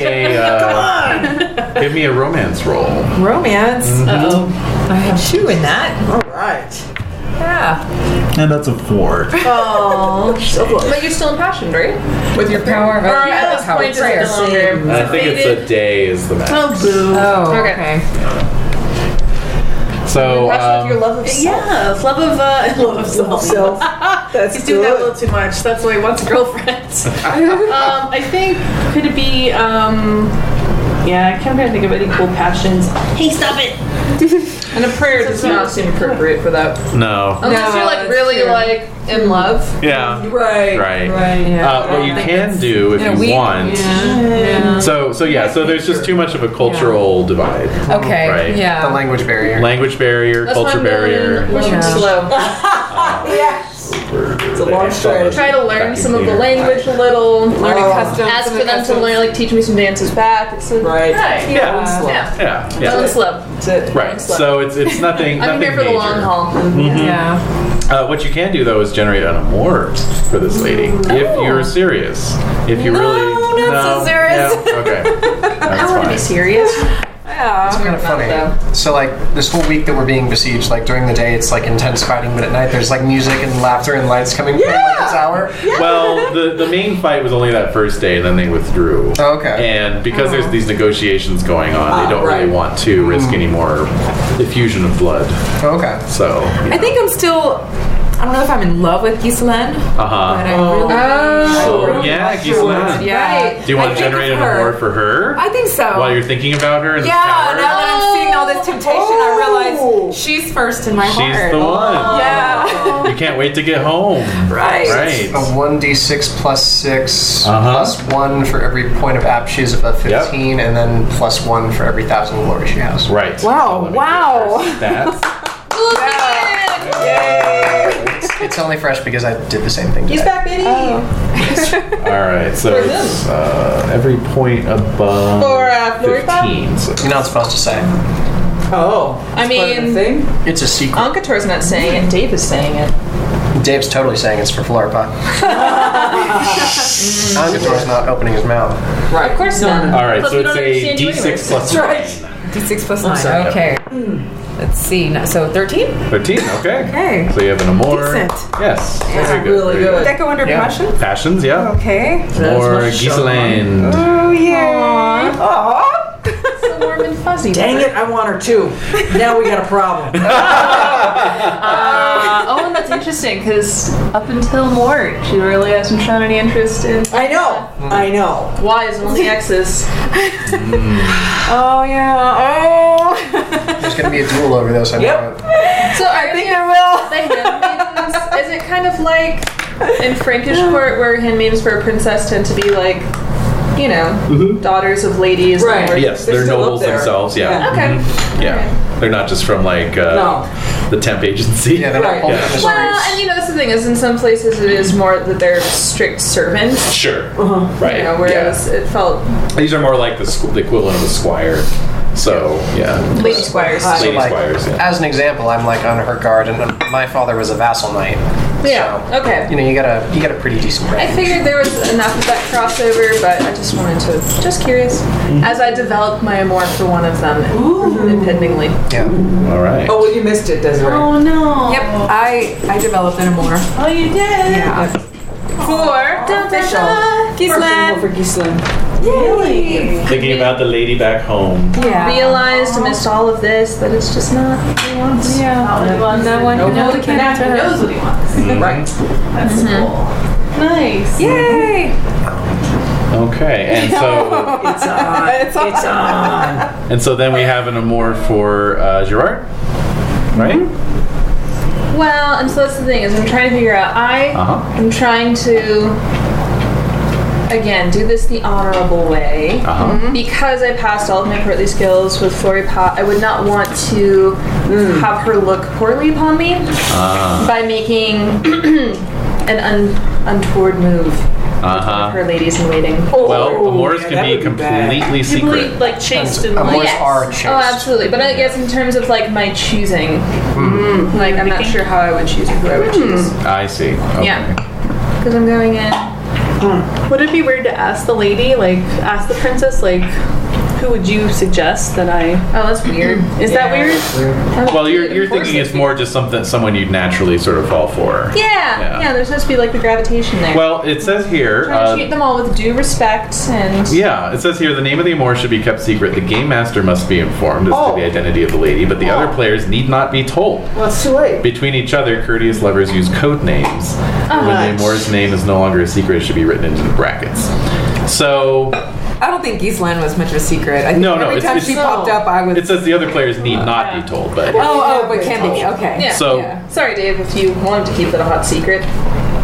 Speaker 3: can dump on.
Speaker 2: uh, give me a
Speaker 3: (laughs)
Speaker 2: uh, give me a romance roll?
Speaker 6: Romance.
Speaker 3: Uh-oh.
Speaker 6: Mm-hmm. I have shoe in that.
Speaker 8: All right.
Speaker 6: Yeah.
Speaker 1: And that's a four.
Speaker 7: But you're still impassioned, right?
Speaker 6: With your power of
Speaker 3: Or at this point, it's
Speaker 6: prayer.
Speaker 3: no longer.
Speaker 2: I think it's a day is the max.
Speaker 3: Oh, boo.
Speaker 6: Oh,
Speaker 7: Okay.
Speaker 6: okay.
Speaker 2: So
Speaker 7: Passion of your
Speaker 2: um,
Speaker 7: love of self.
Speaker 3: Yeah, it's love of uh, (laughs) love of self.
Speaker 8: Self. That's
Speaker 3: He's doing that a
Speaker 8: good.
Speaker 3: little too much. That's why he wants a girlfriend. um, I think could it be? Um, yeah, I can't really think of any cool passions. Hey, stop it!
Speaker 6: And a prayer does not seem appropriate for that.
Speaker 2: no,
Speaker 3: Unless you're like
Speaker 6: that's
Speaker 3: really
Speaker 6: true. Hmm.
Speaker 3: like in love.
Speaker 2: yeah,
Speaker 8: Right.
Speaker 2: right.
Speaker 6: Yeah.
Speaker 2: Uh, what you
Speaker 6: Yeah.
Speaker 2: can do if
Speaker 6: Yeah,
Speaker 2: you
Speaker 6: we-
Speaker 2: want.
Speaker 6: Yeah.
Speaker 2: So so yeah. So there's just too much of a cultural divide.
Speaker 6: Okay.
Speaker 2: Right.
Speaker 6: Yeah.
Speaker 5: The language barrier.
Speaker 2: Language barrier, culture barrier.
Speaker 3: Which
Speaker 6: Yeah.
Speaker 3: is slow.
Speaker 2: It's
Speaker 8: a long story.
Speaker 3: Try to learn some of the language a little.
Speaker 6: Learn a
Speaker 8: Oh.
Speaker 6: custom.
Speaker 3: Ask
Speaker 6: some
Speaker 3: for them to
Speaker 6: customs.
Speaker 3: learn, like teach me some dances back. It's a,
Speaker 8: Right.
Speaker 3: Right.
Speaker 2: Yeah.
Speaker 8: Slow.
Speaker 3: Yeah.
Speaker 2: Yeah,
Speaker 3: Don't
Speaker 2: yeah.
Speaker 3: slip.
Speaker 8: That's it.
Speaker 2: Right. So it's it's nothing.
Speaker 3: (laughs) I'm
Speaker 2: nothing
Speaker 3: here for the long
Speaker 2: major.
Speaker 3: haul.
Speaker 6: Yeah.
Speaker 2: Uh, what you can do though is generate an amour for this lady if you're serious. If you really
Speaker 6: not so
Speaker 2: No?
Speaker 6: serious.
Speaker 2: Yeah,
Speaker 3: (laughs)
Speaker 2: okay, that's
Speaker 3: Are you
Speaker 2: fine.
Speaker 3: serious?
Speaker 6: Yeah.
Speaker 5: It's kind of funny. So like this whole week that we're being besieged, like during the day it's like intense fighting, but at night there's like music and laughter and lights coming from like this hour.
Speaker 2: Well, the the main fight was only that first day, and then they withdrew.
Speaker 5: Oh, okay.
Speaker 2: And because there's these negotiations going on, they
Speaker 8: Ah,
Speaker 2: don't
Speaker 8: right.
Speaker 2: really want to risk any more effusion of blood.
Speaker 5: Oh, Okay.
Speaker 2: So you know.
Speaker 6: I think I'm still. I don't know if I'm in love with Ghislaine, but
Speaker 2: Uh huh.
Speaker 6: I really. Oh.
Speaker 2: So yeah, Gisela.
Speaker 6: yeah.
Speaker 2: Do you want
Speaker 6: I
Speaker 2: to
Speaker 6: think
Speaker 2: generate an
Speaker 6: of her.
Speaker 2: amour for her
Speaker 6: I think so.
Speaker 2: while you're thinking about her in
Speaker 6: yeah,
Speaker 2: the
Speaker 6: now
Speaker 2: tower?
Speaker 6: that I'm seeing all this temptation, I
Speaker 8: Oh.
Speaker 6: realize she's first in my
Speaker 2: She's
Speaker 6: heart.
Speaker 2: the one.
Speaker 6: Yeah.
Speaker 2: You can't wait to get home.
Speaker 6: Oh. Right.
Speaker 2: Right.
Speaker 5: A 1d6 plus 6
Speaker 2: Uh-huh.
Speaker 5: plus 1 for every point of app she is above
Speaker 2: Yep.
Speaker 5: 15, and then plus 1 for every 1,000 glory she has.
Speaker 2: Right.
Speaker 6: Wow,
Speaker 2: So let me
Speaker 6: wow.
Speaker 2: get her stats.
Speaker 5: It's, it's only fresh because I did the same thing today.
Speaker 7: He's back, baby.
Speaker 3: Oh.
Speaker 2: All right. So it's uh, every point above
Speaker 7: Or, uh, forty-five?
Speaker 2: 15. So
Speaker 5: You're not supposed to say.
Speaker 8: Oh.
Speaker 7: I
Speaker 8: that's part of the
Speaker 7: mean-
Speaker 8: thing?
Speaker 5: It's a secret.
Speaker 7: Ankator's not saying it. Dave is saying it.
Speaker 5: Dave's totally saying it's for Flarpa. Angador's not opening his mouth.
Speaker 8: Right. Of
Speaker 7: course
Speaker 8: no,
Speaker 7: not.
Speaker 8: No, no.
Speaker 2: All right.
Speaker 3: Plus
Speaker 2: so
Speaker 3: we
Speaker 2: it's
Speaker 3: don't
Speaker 2: a
Speaker 3: understand you
Speaker 2: D6
Speaker 3: anyways.
Speaker 2: plus
Speaker 8: That's
Speaker 2: nine.
Speaker 6: D6 plus 9.
Speaker 8: sorry.
Speaker 6: Okay. Let's see. No- So 13?
Speaker 2: 13. Okay.
Speaker 6: Okay.
Speaker 2: So you have an amour.
Speaker 6: Decent.
Speaker 2: Yes. very good.
Speaker 8: really
Speaker 2: very
Speaker 8: good.
Speaker 6: Would that go under
Speaker 5: Yeah.
Speaker 6: passion?
Speaker 2: Passions. Yeah.
Speaker 6: Okay.
Speaker 8: That's
Speaker 2: Or
Speaker 8: my show.
Speaker 2: Giselaine.
Speaker 6: Oh, yeah.
Speaker 7: So warm and fuzzy.
Speaker 8: Dang it, I want her too. Now we got a problem.
Speaker 3: Uh, oh, and that's interesting because up until Mort, she really hasn't shown any interest in
Speaker 8: I know. I know.
Speaker 3: wives, only exes.
Speaker 6: Oh, yeah. Oh.
Speaker 5: There's going to be a duel over this, I know.
Speaker 8: Yep.
Speaker 5: it.
Speaker 7: So I think
Speaker 6: I will.
Speaker 7: the handmaidens. Is it kind of like in Frankish court where handmaidens for a princess tend to be like, you know,
Speaker 2: Mm-hmm.
Speaker 7: daughters of ladies?
Speaker 8: Right.
Speaker 7: or-
Speaker 2: Yes,
Speaker 8: They're
Speaker 2: they're,
Speaker 8: still up
Speaker 2: nobles
Speaker 8: there.
Speaker 2: themselves. Yeah.
Speaker 7: Okay.
Speaker 2: Yeah. They're not just from like uh,
Speaker 8: No.
Speaker 2: the temp agency.
Speaker 5: Yeah, they're not
Speaker 8: Right.
Speaker 5: holding
Speaker 2: Yeah.
Speaker 5: the
Speaker 7: Well, and you know, that's the thing is, in some places it is more that they're strict servants.
Speaker 2: Sure.
Speaker 8: Uh-huh.
Speaker 2: Right.
Speaker 7: You know,
Speaker 2: yeah.
Speaker 7: whereas it felt
Speaker 2: These are more like the, squ- the equivalent of a squire. So, yeah.
Speaker 7: lady squires.
Speaker 5: So,
Speaker 2: Lady
Speaker 5: like,
Speaker 2: squires, yeah.
Speaker 5: as an example, I'm like on her guard, and um, my father was a vassal knight. So,
Speaker 7: Yeah. Okay.
Speaker 5: you know, you got a you got a pretty decent
Speaker 7: I
Speaker 5: rank.
Speaker 7: figured there was enough of that crossover, but I just wanted to, just curious, as I developed my amour for one of them impendingly.
Speaker 5: Yeah.
Speaker 2: All right.
Speaker 8: Oh, well, you missed it, Desiree.
Speaker 3: Oh no!
Speaker 6: Yep. I, I developed an amour.
Speaker 3: Oh, you did.
Speaker 6: Yeah.
Speaker 7: Four.
Speaker 8: Ghislaine. For Ghislaine.
Speaker 6: Really?
Speaker 2: Thinking about the lady back home.
Speaker 6: Yeah.
Speaker 7: Realized amidst all of this that it's just not what he wants.
Speaker 3: All he wants
Speaker 6: No
Speaker 3: is-
Speaker 6: one can
Speaker 3: nobody
Speaker 6: hold a candle to
Speaker 3: actually
Speaker 6: her.
Speaker 3: knows what he wants.
Speaker 8: (laughs) Right.
Speaker 2: Mm-hmm.
Speaker 3: That's cool. Nice.
Speaker 6: Yay.
Speaker 2: Okay, and
Speaker 8: (laughs)
Speaker 2: so (laughs)
Speaker 8: It's on.
Speaker 6: It's all-
Speaker 8: It's on.
Speaker 2: and so then we have an amour for uh, Gerard, right?
Speaker 7: Well, and so that's the thing is I'm trying to figure out. I
Speaker 2: Uh huh.
Speaker 7: am trying to again do this the honorable way.
Speaker 2: Uh huh.
Speaker 7: Because I passed all of my courtly skills with Flory Pot, I would not want to
Speaker 2: Hmm.
Speaker 7: have her look poorly upon me
Speaker 2: Ah.
Speaker 7: by making (clears throat) an un- untoward move
Speaker 2: Uh huh.
Speaker 7: for ladies in waiting. Oh,
Speaker 2: Well, amours
Speaker 8: yeah,
Speaker 2: can
Speaker 8: that
Speaker 2: be
Speaker 8: would be bad.
Speaker 2: completely
Speaker 3: People
Speaker 2: secret.
Speaker 3: eat, like chased and
Speaker 5: Amours
Speaker 3: like.
Speaker 7: Yes.
Speaker 5: are
Speaker 7: Oh,
Speaker 5: chaste.
Speaker 7: absolutely. But I guess in terms of like my choosing, like I'm not sure how I would choose or who I would choose.
Speaker 2: I see. Hmm. Okay.
Speaker 7: Yeah. Because I'm going in. Oh,
Speaker 3: Would it be weird to ask the lady, like, ask the princess, like, Who would you suggest that I?
Speaker 7: Oh,
Speaker 2: (clears throat)
Speaker 7: that's weird.
Speaker 3: Is that weird?
Speaker 2: Well, you're, you're thinking it's more just something someone you'd naturally sort of fall for.
Speaker 7: Yeah,
Speaker 2: Yeah.
Speaker 7: yeah. there's supposed to be like the gravitation there.
Speaker 2: Well, it says here.
Speaker 7: Trying to
Speaker 2: uh,
Speaker 7: treat them all with due respect and
Speaker 2: yeah, it says here the name of the amour should be kept secret. The game master must be informed as
Speaker 8: Oh.
Speaker 2: to the identity of the lady, but the other players need not be told.
Speaker 8: Well, it's too late.
Speaker 2: Between each other, courteous lovers use code names. When the amour's name is no longer a secret, it should be written into the brackets. So
Speaker 6: I don't think Gislaine was much of a secret. I think
Speaker 2: No, no,
Speaker 6: every
Speaker 2: it's-
Speaker 6: time
Speaker 2: it's-
Speaker 6: she popped up, I was.
Speaker 2: it says the other players need not be told, but
Speaker 6: oh, oh, but can be. Okay.
Speaker 7: Yeah.
Speaker 2: so
Speaker 6: yeah.
Speaker 7: Sorry, Dave, if you wanted to keep it a hot secret.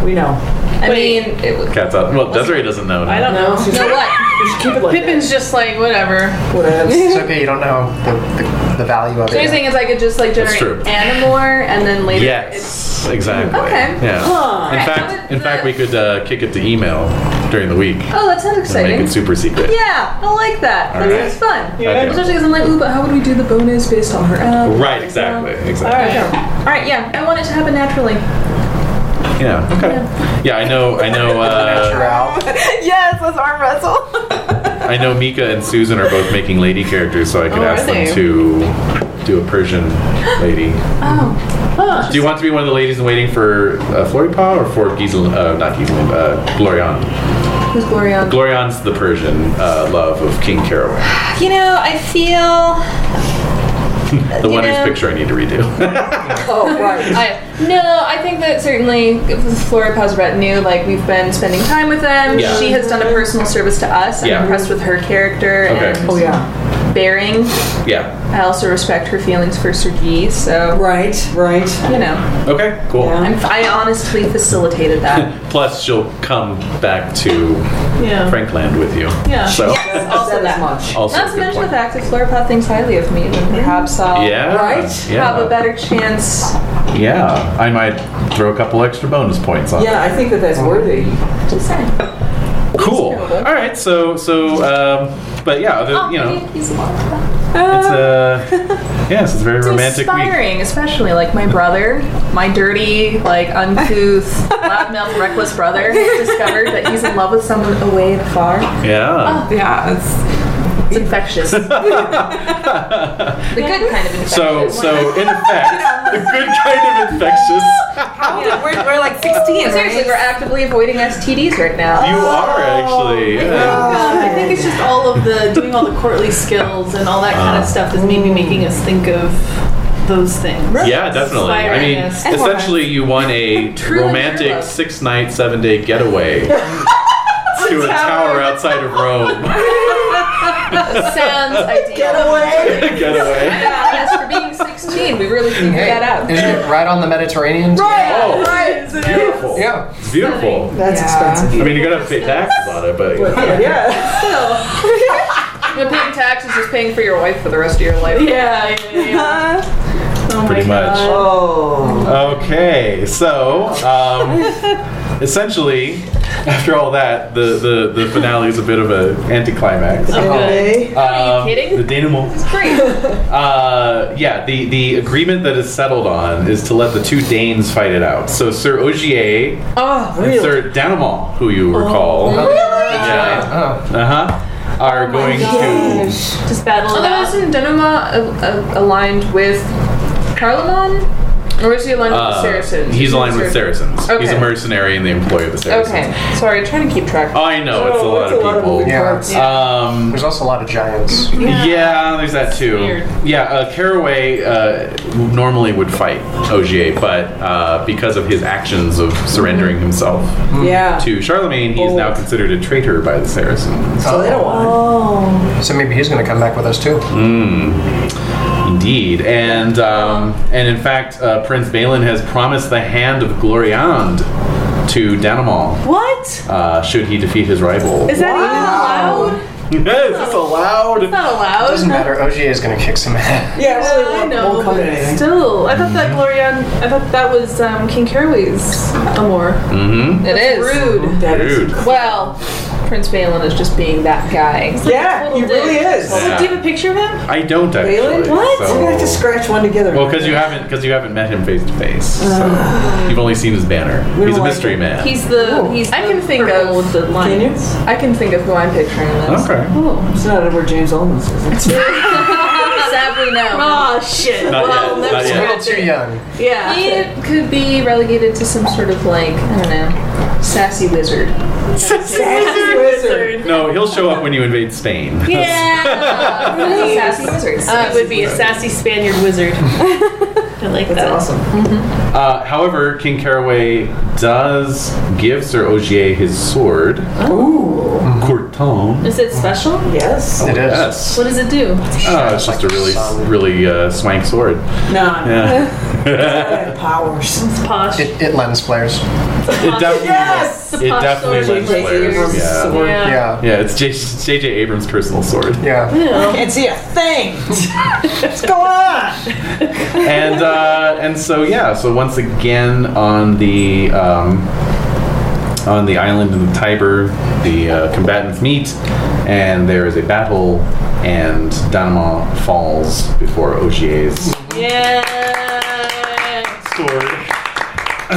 Speaker 8: We know.
Speaker 7: I
Speaker 3: Wait.
Speaker 7: mean, it would.
Speaker 2: cat's out. Well, Desiree doesn't know.
Speaker 3: I don't know.
Speaker 8: It's just-
Speaker 7: No, what?
Speaker 8: we should keep it like
Speaker 3: Pippin's just like whatever.
Speaker 8: that. Whatever.
Speaker 5: It's okay. You don't know the, the, the value of
Speaker 7: So you're
Speaker 5: it.
Speaker 7: saying is I could just like
Speaker 2: That's
Speaker 7: generate
Speaker 2: true.
Speaker 7: Animor and then later. It's,
Speaker 2: Yes, exactly.
Speaker 7: Okay.
Speaker 2: Yeah. In
Speaker 7: Alright, so
Speaker 2: fact,
Speaker 7: with
Speaker 2: in
Speaker 7: the-
Speaker 2: fact, we could uh, kick it to email during the week
Speaker 7: oh, that sounds
Speaker 2: and make
Speaker 7: exciting.
Speaker 2: it super secret.
Speaker 7: Yeah, I like that. That
Speaker 2: Alright.
Speaker 7: sounds fun.
Speaker 2: Okay.
Speaker 7: Especially because I'm like, ooh, but how would we do the bonus based on her? Uh,
Speaker 2: Right. Exactly. Exactly.
Speaker 7: All right, yeah, I want it to happen naturally.
Speaker 2: Yeah. Okay. Yeah, I know. I know. (laughs) Uh,
Speaker 7: (laughs)
Speaker 5: Natural.
Speaker 6: Yes, let's arm wrestle.
Speaker 2: I know. Mika and Susan are both making lady characters, so I could
Speaker 3: Oh,
Speaker 2: ask
Speaker 3: are
Speaker 2: them
Speaker 3: they?
Speaker 2: to do a Persian lady.
Speaker 7: Oh,
Speaker 2: Do you want to be one of the ladies in waiting for uh, Floripa or for Gisel? Uh, not Gisel. Uh, Glorian.
Speaker 7: who's Glorion?
Speaker 2: Glorion's the Persian uh, love of King Caraway,
Speaker 7: you know, I feel
Speaker 2: the one whose
Speaker 7: know-
Speaker 2: picture I need to redo. (laughs)
Speaker 8: Oh, right.
Speaker 7: I, no, I think that certainly with Floripa's retinue, like we've been spending time with them.
Speaker 2: Yeah. Mm-hmm.
Speaker 7: She has done a personal service to us. I'm
Speaker 2: Yeah.
Speaker 7: impressed with her character
Speaker 2: Okay.
Speaker 8: Oh,
Speaker 7: and
Speaker 8: yeah.
Speaker 7: bearing.
Speaker 2: yeah.
Speaker 7: I also respect her feelings for Sir Guy, so
Speaker 8: Right, right.
Speaker 7: you know,
Speaker 2: Okay, cool.
Speaker 8: Yeah.
Speaker 7: I'm, I honestly facilitated that.
Speaker 2: (laughs) Plus, she'll come back to
Speaker 3: Yeah.
Speaker 2: Frankland with you.
Speaker 3: Yeah.
Speaker 2: So,
Speaker 7: also
Speaker 8: That
Speaker 7: that.
Speaker 8: is much.
Speaker 2: also
Speaker 7: Not
Speaker 2: a
Speaker 7: to
Speaker 2: good
Speaker 7: mention
Speaker 2: point.
Speaker 7: the fact that Floripa thinks highly of me, then perhaps I'll
Speaker 2: Yeah.
Speaker 8: Right?
Speaker 2: Yeah.
Speaker 7: have a better chance.
Speaker 2: Yeah. I might throw a couple extra bonus points on.
Speaker 8: Yeah, I think that that's worthy.
Speaker 7: Just saying.
Speaker 2: Cool. All right. So, so, um, but yeah, the, you know,
Speaker 7: Maybe he's a lot of fun.
Speaker 2: it's uh, yes, it's a very
Speaker 7: It's
Speaker 2: romantic week.
Speaker 7: inspiring, especially like my brother, my dirty, like uncouth, loudmouth, reckless brother has discovered that he's in love with someone away and far.
Speaker 2: Yeah.
Speaker 6: Yeah, it's
Speaker 7: It's
Speaker 2: (laughs)
Speaker 7: infectious. the good kind of infectious.
Speaker 2: So, so in effect, a good kind of infectious.
Speaker 6: we're, we're like 16,
Speaker 7: seriously,
Speaker 6: right?
Speaker 7: we're actively avoiding STDs right now.
Speaker 2: You are actually. Yeah.
Speaker 3: Um, I think it's just all of the doing all the courtly skills and all that kind of stuff is maybe making us think of those things.
Speaker 2: Yeah, definitely. I mean,
Speaker 3: Inspiring us.
Speaker 2: essentially, you won a
Speaker 7: True
Speaker 2: romantic
Speaker 7: love.
Speaker 2: six night, seven day getaway to a tower outside of Rome. (laughs)
Speaker 7: Sounds ideal.
Speaker 2: getaway.
Speaker 7: Yeah, as for being 16, we really figured
Speaker 5: Hey,
Speaker 7: that out.
Speaker 5: Isn't it right on the Mediterranean?
Speaker 2: Oh, beautiful.
Speaker 5: Yeah.
Speaker 2: It's beautiful.
Speaker 8: That's expensive.
Speaker 2: I mean, you're gonna have to pay taxes on it, but
Speaker 8: Yeah. yeah.
Speaker 7: But paying taxes is paying for your wife for the rest of your life.
Speaker 3: Yeah, yeah, yeah. oh
Speaker 2: pretty
Speaker 3: my
Speaker 2: much.
Speaker 3: God.
Speaker 8: (laughs) Oh.
Speaker 2: Okay, so um, essentially, after all that, the, the, the finale is a bit of an anticlimax.
Speaker 8: Okay.
Speaker 2: Are
Speaker 7: you kidding?
Speaker 2: The denouement.
Speaker 7: Great.
Speaker 2: (laughs) Uh, yeah, the, the agreement that is settled on is to let the two Danes fight it out. So Sir Ogier
Speaker 8: Oh,
Speaker 2: and
Speaker 8: really?
Speaker 2: Sir Danimont, who you recall, yeah,
Speaker 5: Oh.
Speaker 2: uh-huh, are going to.
Speaker 3: Just battle it
Speaker 7: Although
Speaker 3: out.
Speaker 7: isn't Denoma a, a, uh, aligned with Carlemon? Or is he aligned
Speaker 2: Uh,
Speaker 7: with the Saracens?
Speaker 2: he's aligned with Saracens. He's a
Speaker 7: Okay.
Speaker 2: mercenary in the employ of the Saracens.
Speaker 7: Okay, sorry, trying to keep track.
Speaker 2: I know Oh, it's a lot
Speaker 8: that's
Speaker 2: of people.
Speaker 8: moving
Speaker 5: Yeah.
Speaker 8: parts.
Speaker 2: Um,
Speaker 5: There's also a lot of giants.
Speaker 2: Yeah, there's that too.
Speaker 3: weird.
Speaker 2: Yeah, uh, Caraway uh, normally would fight Ogier, but uh, because of his actions of surrendering himself
Speaker 8: Yeah.
Speaker 2: to Charlemagne, he is now considered a traitor by the Saracens.
Speaker 8: So they don't want
Speaker 5: Oh. So maybe he's going to come back with us too.
Speaker 2: Indeed, and um, and in fact, uh, Prince Balin has promised the hand of Gloriand to Danimont
Speaker 3: What?
Speaker 2: uh, should he defeat his rival.
Speaker 3: Is that even allowed?
Speaker 2: (laughs) is this allowed?
Speaker 3: Not allowed.
Speaker 5: Doesn't matter. OG is going to kick some ass. (laughs)
Speaker 8: it. Yeah, it really
Speaker 3: I
Speaker 8: won't,
Speaker 3: know,
Speaker 8: won't come in
Speaker 3: but
Speaker 8: anything.
Speaker 3: still, I thought that Glorian, I thought that was um, King Caraway's amour.
Speaker 2: Mm-hmm.
Speaker 7: It is.
Speaker 3: Rude.
Speaker 8: That is-
Speaker 2: Rude.
Speaker 7: Well, Prince Balin is just being that guy.
Speaker 8: Yeah, he really is.
Speaker 2: Yeah.
Speaker 3: Do you have a picture of him?
Speaker 2: I don't actually.
Speaker 8: Balin? We're
Speaker 2: so-
Speaker 8: gonna have to scratch one together.
Speaker 2: well, because you haven't because you haven't met him face to face. So you've only seen his banner.
Speaker 8: We
Speaker 2: He's a
Speaker 8: don't like
Speaker 2: mystery
Speaker 8: him.
Speaker 2: man.
Speaker 3: He's the he's.
Speaker 7: I
Speaker 3: the
Speaker 7: can think
Speaker 3: purple with
Speaker 7: of-
Speaker 3: the
Speaker 8: Can you?
Speaker 3: lions.
Speaker 7: I can think of who I'm picturing this.
Speaker 2: okay.
Speaker 8: It's not where James Olmos is. it?
Speaker 7: Sadly, no.
Speaker 3: Oh shit!
Speaker 2: Not yet. Not
Speaker 5: It's a
Speaker 2: yet.
Speaker 5: little too young.
Speaker 7: Yeah. He could be relegated to some sort of like I don't know, sassy wizard.
Speaker 8: Sassy wizard.
Speaker 2: No, he'll show up when you invade
Speaker 8: (laughs)
Speaker 2: Spain.
Speaker 3: Yeah,
Speaker 7: (laughs) sassy wizard.
Speaker 3: it would be a sassy Spaniard
Speaker 2: (laughs)
Speaker 3: wizard. I like
Speaker 8: That's
Speaker 3: that.
Speaker 8: awesome.
Speaker 2: Uh, however, King Caraway does give Sir Ogier his sword,
Speaker 8: Ooh,
Speaker 2: Courton.
Speaker 3: Is it special?
Speaker 8: yes.
Speaker 5: It is.
Speaker 2: Yes.
Speaker 3: What does it do?
Speaker 2: Uh, it's just a really, really uh, swank sword.
Speaker 8: No,
Speaker 2: (laughs)
Speaker 8: no. (laughs)
Speaker 2: Yeah.
Speaker 8: powers.
Speaker 3: It's posh.
Speaker 5: It, it lends players.
Speaker 2: It definitely,
Speaker 8: Yes!
Speaker 2: it definitely
Speaker 3: Posh sword.
Speaker 2: lends players. Yeah.
Speaker 8: sword.
Speaker 3: Yeah.
Speaker 5: Yeah.
Speaker 2: Yeah, it's J- J.J. Abrams' personal sword.
Speaker 5: Yeah.
Speaker 8: Can't see a thing. (laughs) What's going on?
Speaker 2: and uh, and so yeah, so once again on the um, on the island of the Tiber, the uh, combatants meet, and there is a battle, and Danma falls before Ogier's
Speaker 3: Yeah.
Speaker 2: sword. (clears throat)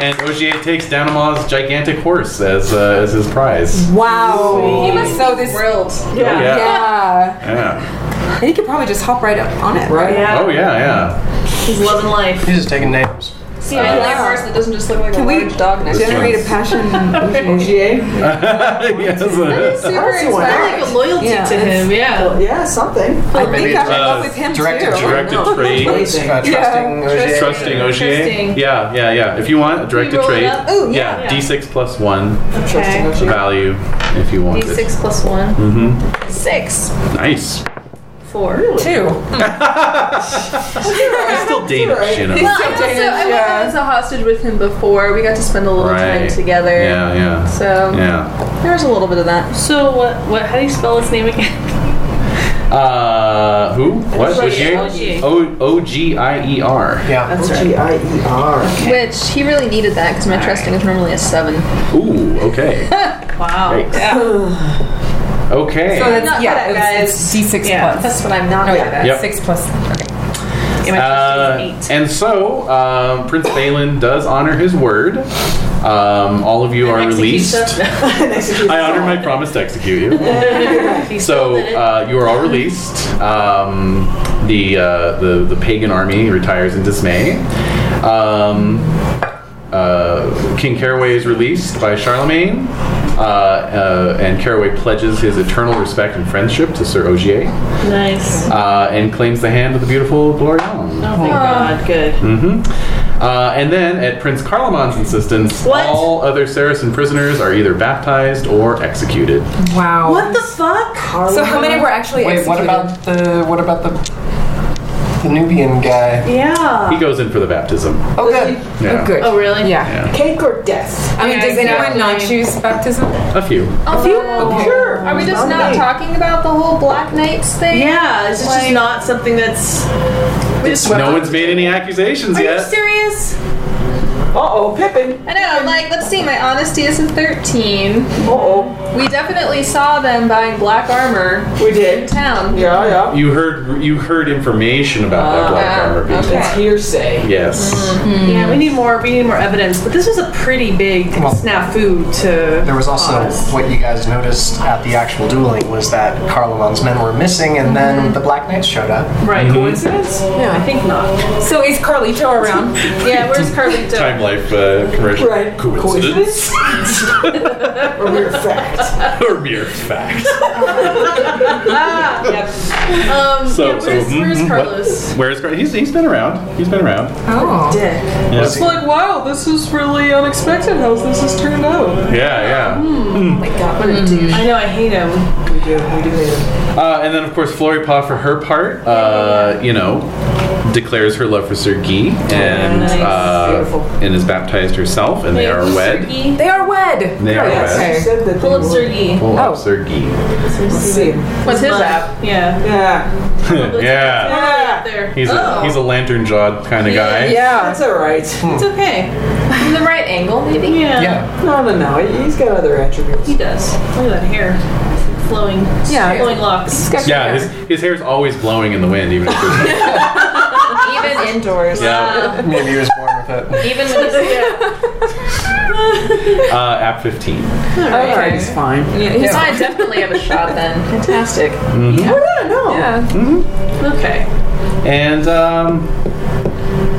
Speaker 2: and Ogier takes Danama's gigantic horse as uh, as his prize.
Speaker 6: Wow.
Speaker 7: He must
Speaker 6: so
Speaker 7: be
Speaker 6: this.
Speaker 7: thrilled.
Speaker 2: Oh, yeah.
Speaker 6: Yeah.
Speaker 2: yeah.
Speaker 6: And he could probably just hop right up on it.
Speaker 8: Right?
Speaker 2: Oh yeah, yeah. (laughs)
Speaker 3: He's loving life.
Speaker 5: He's just taking names.
Speaker 7: See, I like horse that doesn't just look like a (laughs)
Speaker 6: we-
Speaker 7: large dog next to him.
Speaker 6: Generate a passion.
Speaker 8: Ogier?
Speaker 2: Yes.
Speaker 7: Super
Speaker 8: Also, why
Speaker 7: inspiring.
Speaker 3: I like a loyalty
Speaker 6: Yeah,
Speaker 3: to
Speaker 6: it's-
Speaker 3: him. Yeah.
Speaker 8: Yeah, something.
Speaker 6: I think I'm in
Speaker 2: Uh,
Speaker 6: love with him
Speaker 5: directed
Speaker 6: too.
Speaker 5: Sure.
Speaker 2: Directed trade.
Speaker 8: Anything.
Speaker 5: Uh, trusting Ogier.
Speaker 2: Trusting Ogier.
Speaker 3: Trusting.
Speaker 2: Yeah, yeah, yeah. If you want, a directed
Speaker 3: roll it
Speaker 2: trade.
Speaker 3: up?
Speaker 7: Ooh,
Speaker 2: yeah,
Speaker 3: yeah.
Speaker 2: D6 plus one
Speaker 8: Trusting
Speaker 7: Okay.
Speaker 8: Ogier.
Speaker 2: value if you want it.
Speaker 7: D6 plus one. Mm-hmm. Six.
Speaker 2: Nice.
Speaker 3: Four.
Speaker 6: Too.
Speaker 2: It's still Danish, you know.
Speaker 7: Well, I also I went
Speaker 6: Yeah.
Speaker 7: on as a hostage with him before. We got to spend a little time
Speaker 2: Right.
Speaker 7: together.
Speaker 2: Yeah, yeah,
Speaker 7: So
Speaker 2: yeah.
Speaker 7: there was a little bit of that.
Speaker 3: So what? What? How do you spell his name again? (laughs)
Speaker 2: Uh, who? What?
Speaker 3: Ogier.
Speaker 2: Ogier? O O G I E R.
Speaker 5: Yeah.
Speaker 8: G-I-E-R.
Speaker 7: Which he really needed that because my trusting is normally a seven.
Speaker 2: Ooh, okay.
Speaker 3: Wow.
Speaker 2: Yikes.
Speaker 3: Yeah.
Speaker 6: So
Speaker 2: Okay.
Speaker 6: that's,
Speaker 7: Not
Speaker 6: yeah,
Speaker 7: bad,
Speaker 6: it's, it's D6
Speaker 3: Yeah,
Speaker 6: plus.
Speaker 7: That's what I'm not
Speaker 6: Oh,
Speaker 7: good
Speaker 6: yeah.
Speaker 7: at.
Speaker 2: Yep.
Speaker 6: Six plus.
Speaker 3: Yeah, my
Speaker 2: Uh,
Speaker 3: first name is eight.
Speaker 2: and so, um, Prince Balin does honor his word. Um, all of you are
Speaker 3: Execute
Speaker 2: released.
Speaker 3: stuff.
Speaker 2: I honor my promise to execute you.
Speaker 3: He (laughs)
Speaker 2: So
Speaker 3: spelled it.
Speaker 2: uh, you are all released. Um, the, uh, the the pagan army retires in dismay. Um, uh, King Caraway is released by Charlemagne, uh, uh, and Caraway pledges his eternal respect and friendship to Sir Ogier,
Speaker 3: nice.
Speaker 2: uh, and claims the hand of the beautiful Glorion.
Speaker 3: Oh, thank God. Good.
Speaker 2: hmm Uh, and then, at Prince Carloman's insistence,
Speaker 3: What?
Speaker 2: all other Saracen prisoners are either baptized or executed.
Speaker 6: Wow.
Speaker 3: What the fuck?
Speaker 6: So how many were actually
Speaker 5: Wait, what
Speaker 6: executed?
Speaker 5: about the what about the the Nubian guy?
Speaker 3: Yeah.
Speaker 2: He goes in for the baptism.
Speaker 5: Oh, good.
Speaker 2: Yeah.
Speaker 6: Oh, good.
Speaker 3: Oh, really?
Speaker 6: Yeah.
Speaker 2: Yeah.
Speaker 8: Cake or death?
Speaker 6: I mean,
Speaker 3: Yeah,
Speaker 6: does anyone
Speaker 3: exactly.
Speaker 6: not choose baptism?
Speaker 2: A few.
Speaker 8: Sure.
Speaker 7: Are we just not talking about the whole Black Knights thing?
Speaker 3: Yeah, it's just
Speaker 7: Like-
Speaker 3: not something that's.
Speaker 2: No one's made any accusations
Speaker 3: Are you
Speaker 2: yet.
Speaker 3: serious?
Speaker 8: Uh-oh, Pippin.
Speaker 7: I know. I'm like, let's see. My honesty isn't 13.
Speaker 8: Uh-oh.
Speaker 7: We definitely saw them buying black armor
Speaker 8: We
Speaker 7: in
Speaker 8: did.
Speaker 7: town.
Speaker 8: Yeah, yeah.
Speaker 2: You heard you heard information about that black
Speaker 7: Ah,
Speaker 2: armor being.
Speaker 7: okay.
Speaker 8: It's hearsay.
Speaker 2: Yes.
Speaker 3: Yeah, we need more. We need more evidence. But this was a pretty big
Speaker 5: Well,
Speaker 3: snafu to.
Speaker 5: There was also
Speaker 3: cause.
Speaker 5: what you guys noticed at the actual dueling was that Carloman's men were missing, and
Speaker 3: Mm-hmm.
Speaker 5: then the Black Knights showed up.
Speaker 3: right
Speaker 2: Mm-hmm.
Speaker 3: coincidence.
Speaker 6: Yeah.
Speaker 3: I think not.
Speaker 6: So is Carlito around?
Speaker 3: Yeah, where's Carlito?
Speaker 2: Time life uh, commercial
Speaker 8: Right.
Speaker 2: coincidence
Speaker 8: Or mere
Speaker 2: (laughs)
Speaker 8: fact.
Speaker 2: or mere
Speaker 3: (laughs)
Speaker 2: fact.
Speaker 3: Ah, Um,
Speaker 2: So-
Speaker 3: yeah, where's,
Speaker 2: so, mm,
Speaker 3: where's
Speaker 2: mm, what-
Speaker 3: Carlos?
Speaker 2: Where's Car- he's he's been around. He's been around.
Speaker 6: Oh.
Speaker 8: Dead.
Speaker 2: Yeah.
Speaker 5: Was he-
Speaker 8: Like, wow, this is really unexpected how this has turned out.
Speaker 2: Yeah,
Speaker 3: Hmm.
Speaker 2: yeah.
Speaker 3: I know I hate him.
Speaker 8: We do, we do hate him.
Speaker 2: Uh, and then of course Floripa for her part, uh, you know, declares her love for Sir Guy and
Speaker 3: Oh, nice.
Speaker 2: uh,
Speaker 8: Beautiful.
Speaker 2: and is baptized herself, and they are wed.
Speaker 3: Sergey?
Speaker 6: They are wed.
Speaker 2: They are
Speaker 8: Yes,
Speaker 2: wed.
Speaker 8: you said that they
Speaker 3: Pull up
Speaker 8: were.
Speaker 3: Sergey.
Speaker 2: Pull up
Speaker 6: Oh.
Speaker 2: Sir Guy. (laughs)
Speaker 8: Let's see.
Speaker 3: What's his
Speaker 7: mine.
Speaker 3: app? Yeah.
Speaker 8: Yeah.
Speaker 2: yeah.
Speaker 8: Yeah.
Speaker 3: there.
Speaker 2: He's a,
Speaker 3: Oh.
Speaker 2: he's a lantern jawed kind of guy.
Speaker 8: Yeah, Hmm. that's all right.
Speaker 3: It's okay.
Speaker 7: From the right angle, (laughs) maybe?
Speaker 3: Yeah.
Speaker 5: Yeah.
Speaker 8: No, no, no. he- He's got other attributes.
Speaker 3: He does. Look at that hair. Flowing.
Speaker 6: Yeah.
Speaker 3: Flowing locks.
Speaker 2: Yeah, his, his hair's always blowing in the wind, even if there's no.
Speaker 7: Even indoors.
Speaker 2: yeah.
Speaker 5: (laughs) Maybe he was born with
Speaker 3: (laughs)
Speaker 5: it.
Speaker 7: Even when he's
Speaker 2: Uh, app 15.
Speaker 8: All right, he's fine.
Speaker 7: Yeah, he might definitely have a shot then. Fantastic.
Speaker 8: Yeah, no.
Speaker 7: Yeah.
Speaker 3: Okay.
Speaker 2: And um,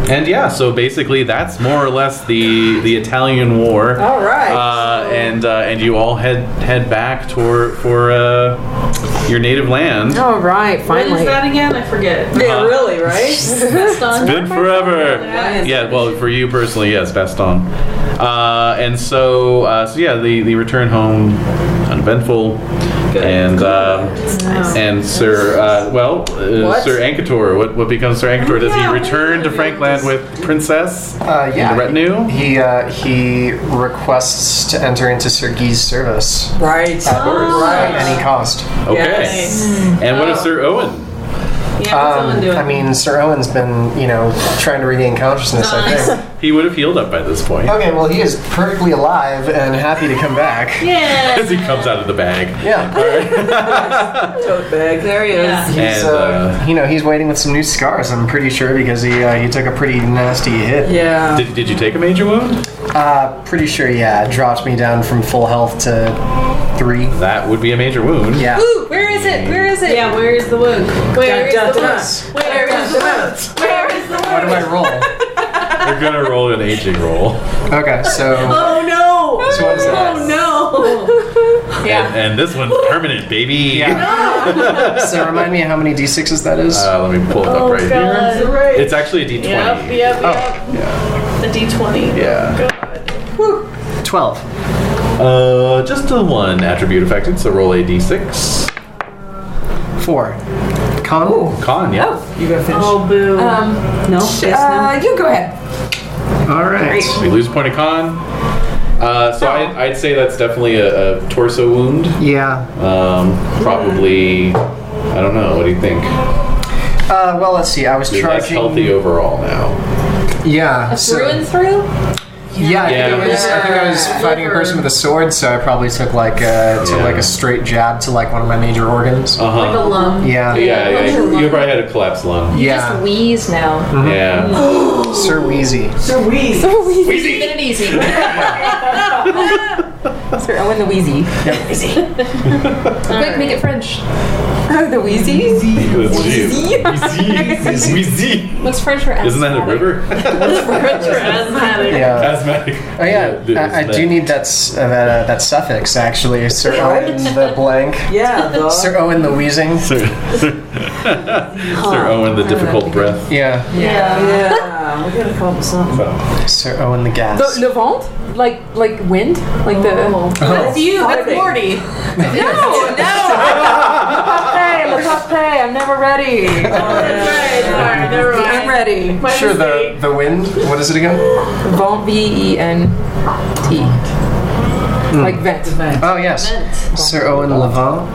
Speaker 2: and yeah, so basically that's more or less the the Italian War.
Speaker 8: All right.
Speaker 2: Uh, and uh, and you all head head back toward for uh, your native land.
Speaker 6: All right,
Speaker 3: When is
Speaker 6: finally.
Speaker 3: that again? I forget.
Speaker 8: yeah, really, (laughs) right?
Speaker 3: That's done.
Speaker 2: Good forever.
Speaker 3: Yeah.
Speaker 2: Yeah, well, for you personally, yes, Baston. Uh, and so, uh, so yeah, the, the return home uneventful, and uh, and Sir, uh, well, uh,
Speaker 8: What?
Speaker 2: Sir Ankator. What what becomes Sir Ankator? Does he return to Frankland with Princess
Speaker 5: Uh, yeah.
Speaker 2: and the retinue?
Speaker 5: He uh, he requests to enter into Sir Guy's service
Speaker 8: Right.
Speaker 5: at
Speaker 3: Oh,
Speaker 5: at any cost.
Speaker 2: Okay.
Speaker 8: Yes.
Speaker 2: And what
Speaker 5: Oh.
Speaker 2: is Sir Owen?
Speaker 3: Yeah,
Speaker 2: Um,
Speaker 3: what's Owen doing?
Speaker 5: Um, I mean, Sir Owen's been you know trying to regain consciousness.
Speaker 3: Nice.
Speaker 5: I think.
Speaker 2: He would have healed up by this point
Speaker 5: Okay, well he is perfectly alive and happy to come back.
Speaker 3: yeah.
Speaker 2: (laughs) as he comes out of the bag.
Speaker 5: Yeah.
Speaker 8: Tote bag. There he is.
Speaker 3: yeah.
Speaker 5: He's,
Speaker 2: And
Speaker 5: uh,
Speaker 2: uh,
Speaker 5: you know he's waiting with some new scars. I'm pretty sure because he uh, he took a pretty nasty hit.
Speaker 8: Yeah. (laughs)
Speaker 2: did, did you take a major wound?
Speaker 5: Uh, pretty sure, yeah. It dropped me down from full health to three.
Speaker 2: That would be a major wound.
Speaker 5: Yeah.
Speaker 7: Ooh, (laughs) where is it? Where is it?
Speaker 3: Yeah, where is the wound? Where is
Speaker 8: Dun,
Speaker 3: the
Speaker 8: dun,
Speaker 3: wound?
Speaker 8: dun.
Speaker 3: Where is the wound? Where is the wound?
Speaker 5: What do I roll?
Speaker 2: You're gonna roll an aging roll.
Speaker 5: Okay, so
Speaker 3: Oh no!
Speaker 5: So what is that?
Speaker 3: Oh
Speaker 2: And, and this one's permanent, baby.
Speaker 5: yeah. (laughs) so remind me how many d6s that is.
Speaker 2: Uh, let me pull it up right here.
Speaker 8: That's right.
Speaker 2: It's actually a D20.
Speaker 3: Oh, Yep, yep, yep. The D20.
Speaker 2: Oh, Yeah.
Speaker 5: Twelve.
Speaker 2: Uh, just the one attribute affected, so roll a D6.
Speaker 5: Four. Con.
Speaker 2: Con, yeah.
Speaker 8: You gotta finish. Oh, boo.
Speaker 6: Um,
Speaker 8: no, yes,
Speaker 6: uh, you go ahead.
Speaker 5: All right.
Speaker 3: Oh.
Speaker 2: We lose a point of con. Uh, so I'd, I'd say that's definitely a, a torso wound.
Speaker 5: Yeah.
Speaker 2: Um, probably, I don't know, what do you think?
Speaker 5: Uh, well, let's see. I was
Speaker 2: You're less
Speaker 5: charging.
Speaker 2: healthy overall now.
Speaker 5: Yeah.
Speaker 7: Through
Speaker 5: So,
Speaker 7: and through?
Speaker 5: yeah. I think,
Speaker 2: Yeah.
Speaker 5: I was, uh, I think I was fighting a person with a sword, so I probably took like a, took
Speaker 2: Yeah.
Speaker 5: like a straight jab to like one of my major organs.
Speaker 2: Uh huh.
Speaker 3: Like a lump.
Speaker 5: Yeah.
Speaker 2: yeah, yeah, you probably had a collapsed lung. Uh-huh.
Speaker 5: Yeah.
Speaker 7: wheeze (laughs) now.
Speaker 2: Yeah.
Speaker 5: Sir Wheezy.
Speaker 8: Sir Wheeze.
Speaker 7: Keep it easy.
Speaker 6: Sir Owen the Wheezy.
Speaker 7: Quick, make it French.
Speaker 6: Oh, (laughs) the Wheezy?
Speaker 2: It's
Speaker 3: (laughs)
Speaker 2: you. Wheezy. Wheezy.
Speaker 7: What's French for
Speaker 2: Isn't that a
Speaker 7: asthmatic?
Speaker 2: river? (laughs)
Speaker 3: Rich or asthmatic.
Speaker 5: Yeah.
Speaker 2: Asthmatic.
Speaker 5: Oh yeah, I, I do need that s- uh, that, uh, that suffix actually. Sir Owen the blank.
Speaker 8: Yeah, (laughs) the.
Speaker 5: Sir Owen the wheezing.
Speaker 2: Sir, Sir, Sir Owen, the difficult breath.
Speaker 5: Yeah.
Speaker 3: Yeah.
Speaker 8: (laughs) yeah. We gotta come up with something.
Speaker 5: Sir Owen the gas.
Speaker 6: The, the Vent? Like, like wind? Like the.
Speaker 3: That's you. That's Morty.
Speaker 6: No, (laughs) no! Hey, Le Papé, I'm never ready.
Speaker 3: Right. Sorry, never mind.
Speaker 6: I'm ready.
Speaker 3: My
Speaker 5: sure, the,
Speaker 3: mistake.
Speaker 5: the wind. What is it again?
Speaker 6: Vent, V E N T. Like vent.
Speaker 5: Oh yes, Sir Owen Levant.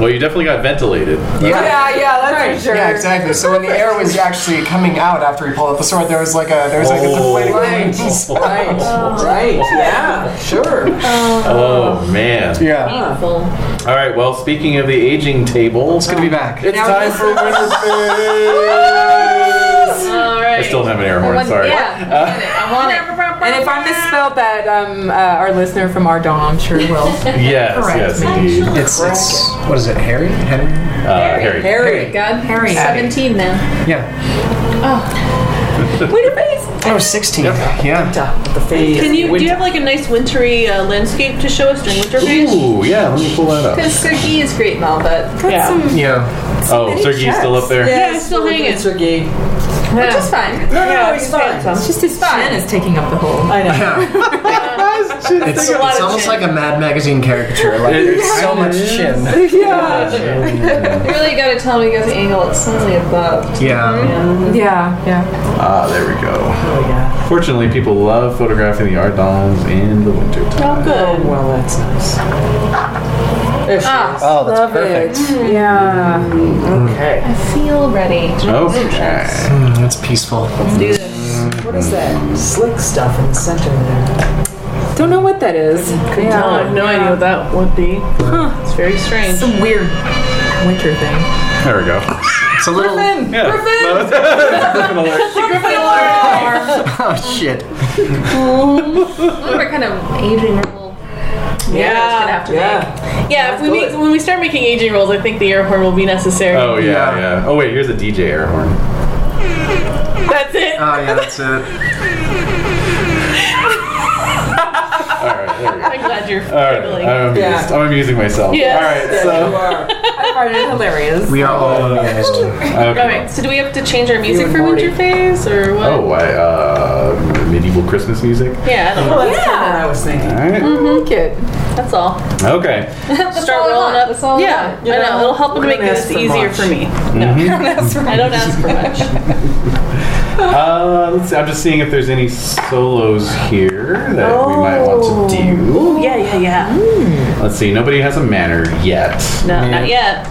Speaker 2: Well, you definitely got ventilated.
Speaker 5: Yeah.
Speaker 6: Yeah, yeah, that's for sure.
Speaker 5: Yeah, exactly. So when the air was actually coming out after he pulled out the sword, there was like a there was like a deflating (laughs) wind.
Speaker 8: Right, right, Oh. yeah, sure.
Speaker 2: Oh, man.
Speaker 5: Yeah,
Speaker 2: All right, well, speaking of the aging table, it's,
Speaker 5: Uh-huh. it's good to be back.
Speaker 2: time for winter phase.
Speaker 3: All
Speaker 2: I
Speaker 3: right.
Speaker 2: still have an air horn, sorry.
Speaker 7: Yeah.
Speaker 6: I want it. And if I misspelled that, um, uh, our listener from our Dawn, I'm sure will.
Speaker 2: (laughs) Yes, yes, indeed.
Speaker 5: It's it's what is it? Harry? Henry?
Speaker 2: Uh, Harry.
Speaker 8: Harry.
Speaker 7: God, Harry. 17 now.
Speaker 5: Yeah.
Speaker 6: Winter face.
Speaker 5: Oh, 16. Yeah.
Speaker 8: The face.
Speaker 3: Can you do you have like a nice wintry uh, landscape to show us during winter phase?
Speaker 2: Ooh, yeah, let me pull that up.
Speaker 7: Because Sergi is great and all, but
Speaker 6: Got some.
Speaker 5: Yeah.
Speaker 2: Oh, Sergey's still up there?
Speaker 3: Yeah, it's still hanging.
Speaker 8: Sir Gay.
Speaker 7: which is fine.
Speaker 8: No, no, no, he's fine.
Speaker 6: It's just his chin is taking up the whole.
Speaker 8: I know.
Speaker 5: It's, it's almost like a Mad Magazine caricature. Like
Speaker 2: It
Speaker 5: there's so much chin.
Speaker 2: (laughs)
Speaker 7: You really gotta tell me you got the angle. It's slightly above.
Speaker 5: Yeah.
Speaker 6: Yeah, yeah.
Speaker 2: Ah, there we go.
Speaker 8: Oh, yeah.
Speaker 2: Fortunately, people love photographing the art dolls in the wintertime.
Speaker 8: Oh, well, that's nice. There she
Speaker 7: Ah.
Speaker 8: is.
Speaker 5: Oh, that's
Speaker 4: Love
Speaker 5: perfect.
Speaker 4: it. Yeah.
Speaker 5: Okay.
Speaker 7: I feel ready.
Speaker 2: Okay.
Speaker 5: Mm, that's peaceful.
Speaker 7: Let's do this.
Speaker 8: What is that slick stuff in the center there?
Speaker 4: Don't know what that is.
Speaker 3: I
Speaker 4: Yeah.
Speaker 3: have no idea what that would be. It's very strange.
Speaker 6: Some weird winter thing.
Speaker 2: There we go.
Speaker 5: It's a little.
Speaker 2: Yeah. No, that's- (laughs) Griffin alert.
Speaker 5: (laughs) Oh shit.
Speaker 7: I wonder what kind of aging roll.
Speaker 3: Yeah.
Speaker 8: Yeah.
Speaker 3: Yeah, if we make, when we start making aging rolls, I think the air horn will be necessary.
Speaker 2: Oh yeah, yeah. Oh wait, here's a DJ air horn.
Speaker 3: That's it.
Speaker 2: Uh,
Speaker 5: Oh yeah, that's it.
Speaker 2: All right, there we go.
Speaker 3: I'm glad you're
Speaker 2: All
Speaker 3: (laughs)
Speaker 2: right,
Speaker 3: fiddling.
Speaker 2: I'm amused.
Speaker 8: Yeah.
Speaker 2: I'm amusing myself.
Speaker 3: Yes.
Speaker 2: All right,
Speaker 6: I find it hilarious.
Speaker 5: We are all amused.
Speaker 2: so okay.
Speaker 3: Okay, so do we have to change our music
Speaker 8: and
Speaker 3: for
Speaker 8: Morty.
Speaker 3: winter phase or what?
Speaker 2: Oh, I, uh, medieval Christmas music.
Speaker 3: Yeah, I don't know.
Speaker 8: Well, that's kind of what I was thinking.
Speaker 2: All right.
Speaker 3: Mm-hmm. That's all.
Speaker 2: Okay.
Speaker 3: Start
Speaker 7: all I
Speaker 3: rolling
Speaker 7: want.
Speaker 3: up.
Speaker 7: That's all I
Speaker 3: yeah,
Speaker 7: want.
Speaker 3: I know. It'll help
Speaker 8: we
Speaker 3: to make
Speaker 8: don't
Speaker 3: this
Speaker 8: ask for
Speaker 3: easier
Speaker 8: much.
Speaker 3: for me. No,
Speaker 2: Mm-hmm.
Speaker 3: (laughs) I don't ask for much.
Speaker 2: Uh, let's see. I'm just seeing if there's any solos here that we might want to do.
Speaker 3: Oh. Yeah, yeah, yeah.
Speaker 2: Let's see. Nobody has a manor yet.
Speaker 3: No, not yet.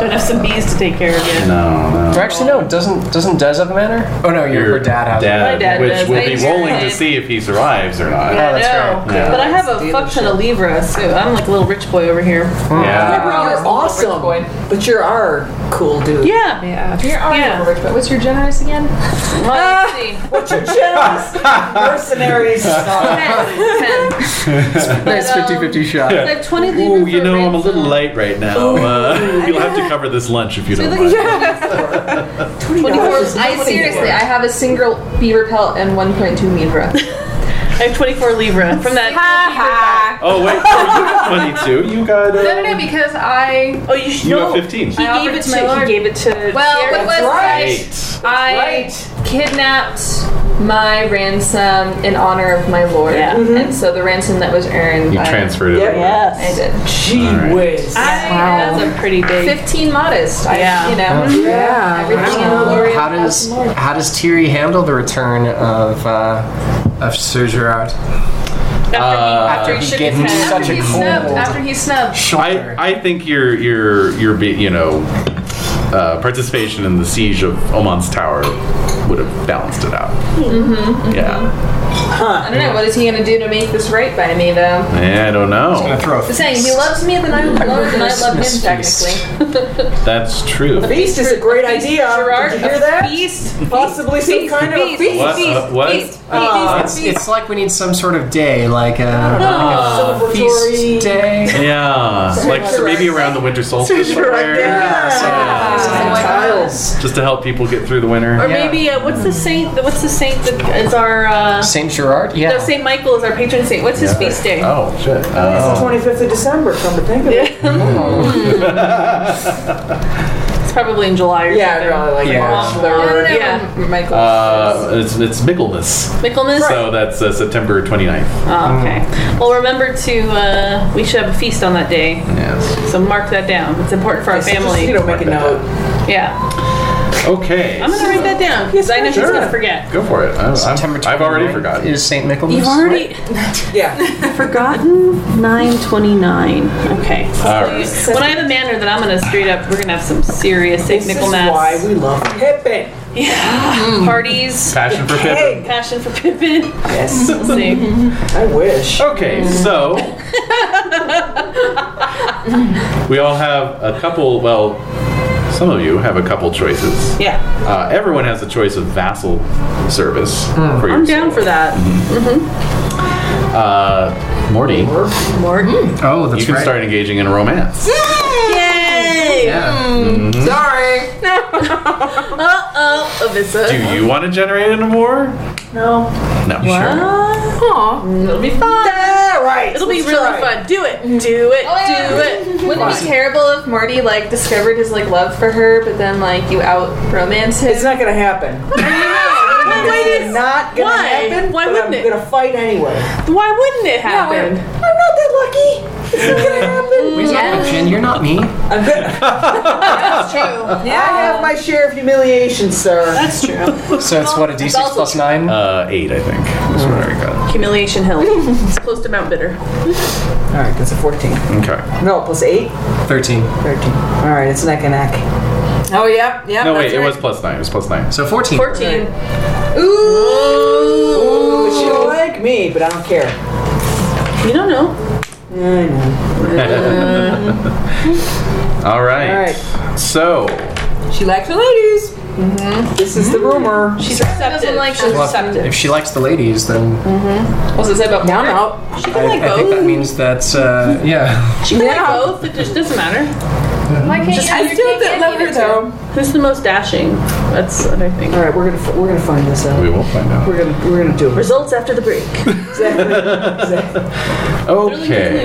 Speaker 3: Don't have some bees to take care of yet.
Speaker 2: No,
Speaker 5: Or
Speaker 2: no.
Speaker 5: actually, no. Doesn't doesn't Des have a manor? Oh no, your, her dad has.
Speaker 2: dad,
Speaker 3: My dad
Speaker 2: which
Speaker 3: does.
Speaker 2: we'll
Speaker 3: I
Speaker 2: be
Speaker 3: used to
Speaker 2: rolling
Speaker 3: play
Speaker 2: to
Speaker 3: it.
Speaker 2: see if he survives or not.
Speaker 3: Yeah,
Speaker 5: Oh,
Speaker 3: I
Speaker 5: that's
Speaker 3: know.
Speaker 2: right. Yeah.
Speaker 3: But I have a fuck ton of Libra, so I'm like a little rich boy over here.
Speaker 2: Yeah.
Speaker 8: You're awesome, but you're our cool dude.
Speaker 3: Yeah. (laughs)
Speaker 6: Yeah.
Speaker 7: You're already
Speaker 3: Yeah.
Speaker 7: rich, but what's your generous again?
Speaker 3: Well, let's see.
Speaker 8: But you're generous. (laughs) Mercenaries. (laughs)
Speaker 3: Ten. Ten.
Speaker 5: Nice 50-50 shot.
Speaker 3: I have 20 Libra.
Speaker 2: Ooh,
Speaker 3: for
Speaker 2: you know, I'm a little
Speaker 3: ransom.
Speaker 2: light right now. Uh, (laughs) you'll have to cover this lunch if you don't mind.
Speaker 8: $20.
Speaker 7: I seriously, I have a single beaver pelt and 1.2 (laughs) libra.
Speaker 3: I have 24 Libra from that.
Speaker 7: ha!
Speaker 2: Oh, wait. Oh, you got 22. You got. Uh,
Speaker 7: No, no, no, because I.
Speaker 3: Oh, you should
Speaker 2: You
Speaker 3: know.
Speaker 2: got 15.
Speaker 3: He
Speaker 7: I
Speaker 3: gave
Speaker 7: offered
Speaker 3: it
Speaker 7: to my
Speaker 3: to. He
Speaker 7: lord.
Speaker 3: gave it to.
Speaker 7: Well,
Speaker 3: Jared.
Speaker 7: what
Speaker 8: right.
Speaker 7: was I
Speaker 8: Right.
Speaker 7: kidnapped my ransom in honor of my lord,
Speaker 3: Yeah.
Speaker 7: and so the ransom that was earned.
Speaker 2: You
Speaker 7: I,
Speaker 2: transferred it.
Speaker 8: Yep.
Speaker 2: over.
Speaker 7: I
Speaker 8: Yes.
Speaker 7: did.
Speaker 8: Gee
Speaker 2: All right.
Speaker 8: whiz.
Speaker 3: I, That's a pretty big.
Speaker 7: 15 modest.
Speaker 3: Yeah.
Speaker 7: I, you know,
Speaker 6: Yeah.
Speaker 7: everything in the glory
Speaker 5: How
Speaker 7: of God
Speaker 5: does
Speaker 7: the Lord.
Speaker 5: how does Tyri handle the return of uh, of Sir Gerard?
Speaker 3: After he,
Speaker 5: Uh,
Speaker 3: after he shook
Speaker 5: getting
Speaker 3: his head.
Speaker 5: such a
Speaker 7: he
Speaker 5: cold
Speaker 7: snubbed, after he snubbed.
Speaker 5: shoulder.
Speaker 2: I, I think your your your be- you know uh, participation in the siege of Oman's tower would have balanced it out. Mm-hmm, Yeah,
Speaker 7: I don't know, what is he gonna do to make this right by me, though?
Speaker 2: I don't
Speaker 5: gonna
Speaker 2: know.
Speaker 5: throw a
Speaker 7: The saying, he
Speaker 5: fist.
Speaker 7: loves me, then I love, and I love him,
Speaker 5: Christmas
Speaker 7: technically.
Speaker 2: That's true. What?
Speaker 8: Feast is a great idea.
Speaker 7: Gerard,
Speaker 8: Did you hear that?
Speaker 7: Beast.
Speaker 8: Possibly some kind of a feast.
Speaker 2: Uh, what?
Speaker 7: Beast.
Speaker 8: Uh,
Speaker 5: It's, it's like we need some sort of day, like a Ah,
Speaker 8: celebratory-
Speaker 2: (laughs)
Speaker 5: feast day.
Speaker 2: Yeah, like
Speaker 8: Sure.
Speaker 2: maybe around the winter solstice somewhere,
Speaker 8: Yeah.
Speaker 5: Yeah.
Speaker 8: Some tiles.
Speaker 2: just to help people get through the winter.
Speaker 3: Or maybe uh, what's the saint? What's the saint that is our? Uh,
Speaker 5: Saint Gerard, yeah.
Speaker 3: no, Saint Michael is our patron saint. What's his feast day?
Speaker 2: Oh shit!
Speaker 8: It's
Speaker 2: Oh.
Speaker 8: the 25th of December, come to think of it.
Speaker 3: It's probably in July or
Speaker 8: (laughs) Yeah, I
Speaker 3: something.
Speaker 8: really like
Speaker 5: Yeah.
Speaker 8: March
Speaker 7: I don't
Speaker 8: third.
Speaker 7: know,
Speaker 3: Yeah.
Speaker 7: Michael.
Speaker 2: Uh, it's it's Michaelmas,
Speaker 3: Michaelmas.
Speaker 2: so that's uh, September 29th.
Speaker 3: Oh, okay. Well, remember to uh, we should have a feast on that day.
Speaker 2: Yes.
Speaker 3: So mark that down. It's important for our
Speaker 8: So just,
Speaker 3: family.
Speaker 8: you know, make a note.
Speaker 3: yeah,
Speaker 2: Okay.
Speaker 3: I'm gonna write that down because I know he's
Speaker 2: Sure.
Speaker 3: gonna forget.
Speaker 2: Go for it. I, I'm,
Speaker 5: September
Speaker 2: I've already
Speaker 5: 29th
Speaker 2: forgotten.
Speaker 5: Is Saint Michaelmas?
Speaker 8: Yeah.
Speaker 3: forgotten. Nine twenty-nine. Okay.
Speaker 2: All right.
Speaker 3: When I have a manor that I'm gonna straight up, we're gonna have some serious Saint
Speaker 8: This is
Speaker 3: Nickel
Speaker 8: why
Speaker 3: Mass
Speaker 8: we love Pippin.
Speaker 3: parties.
Speaker 2: Passion for Pippin.
Speaker 8: Hey,
Speaker 3: Passion for Pippin.
Speaker 8: yes.
Speaker 3: Let's see.
Speaker 8: I wish.
Speaker 2: Okay, so we all have a couple. Well, some of you have a couple choices.
Speaker 3: Yeah,
Speaker 2: Uh, everyone has a choice of vassal service. For
Speaker 3: I'm down for that.
Speaker 2: Uh, Morty, you
Speaker 3: Morton.
Speaker 5: Oh, that's
Speaker 2: can
Speaker 5: right.
Speaker 2: start engaging in a romance.
Speaker 3: Yay!
Speaker 5: Yeah.
Speaker 6: Sorry.
Speaker 3: Uh oh, Avissa.
Speaker 2: Do you want to generate an more?
Speaker 3: No.
Speaker 2: No.
Speaker 6: Aw.
Speaker 3: It'll be fun.
Speaker 8: Yeah, right.
Speaker 3: It'll be
Speaker 8: Let's
Speaker 3: really
Speaker 8: try.
Speaker 3: fun. Do it. Do it.
Speaker 7: Oh, yeah.
Speaker 3: Do it.
Speaker 7: Wouldn't it be terrible if Marty like discovered his like love for her, but then like you out romance him?
Speaker 8: It's not gonna happen.
Speaker 3: Why,
Speaker 8: It's
Speaker 3: did-
Speaker 8: not gonna
Speaker 3: Why?
Speaker 8: happen.
Speaker 3: Why
Speaker 8: but
Speaker 3: wouldn't
Speaker 8: I'm
Speaker 3: it?
Speaker 8: gonna fight anyway.
Speaker 3: why wouldn't it happen?
Speaker 8: I'm not that lucky. (laughs)
Speaker 5: Wait,
Speaker 3: Yes.
Speaker 5: Jin, you're not me.
Speaker 8: I'm good.
Speaker 7: That's true.
Speaker 8: I have my share of humiliation, sir.
Speaker 3: That's true.
Speaker 5: So it's what a D6 plus nine.
Speaker 2: Uh, eight, I think. That's what I got.
Speaker 3: Humiliation Hill. (laughs) It's close to Mount Bitter.
Speaker 8: All right, that's a 14.
Speaker 2: Okay.
Speaker 8: No, plus 8?
Speaker 5: Thirteen.
Speaker 8: 13. All right, it's neck and neck.
Speaker 6: Oh, yep, yep.
Speaker 2: No,
Speaker 6: that's
Speaker 2: wait, it
Speaker 6: right.
Speaker 2: was plus nine. It was plus nine.
Speaker 5: So fourteen.
Speaker 3: 14.
Speaker 8: But she don't like me, but I don't care.
Speaker 3: You don't know.
Speaker 8: I know.
Speaker 2: All right.
Speaker 8: All right.
Speaker 2: So,
Speaker 6: She likes the ladies.
Speaker 8: This is the rumor.
Speaker 7: She's receptive.
Speaker 3: like
Speaker 7: She's
Speaker 3: them.
Speaker 7: receptive.
Speaker 5: If she likes the ladies, then
Speaker 7: What's it say about
Speaker 6: Down
Speaker 7: Mark?
Speaker 6: out.
Speaker 3: She
Speaker 5: I,
Speaker 3: can like
Speaker 5: I think that
Speaker 3: both.
Speaker 5: means that's uh, yeah.
Speaker 3: She can like both. It just doesn't matter.
Speaker 7: Why can't you?
Speaker 6: I still don't love her though.
Speaker 3: Who's the most dashing? That's what I think.
Speaker 8: All right, we're gonna f- we're gonna find this out.
Speaker 2: we will find out.
Speaker 8: We're gonna we're gonna do it.
Speaker 3: Results after the break.
Speaker 2: Okay,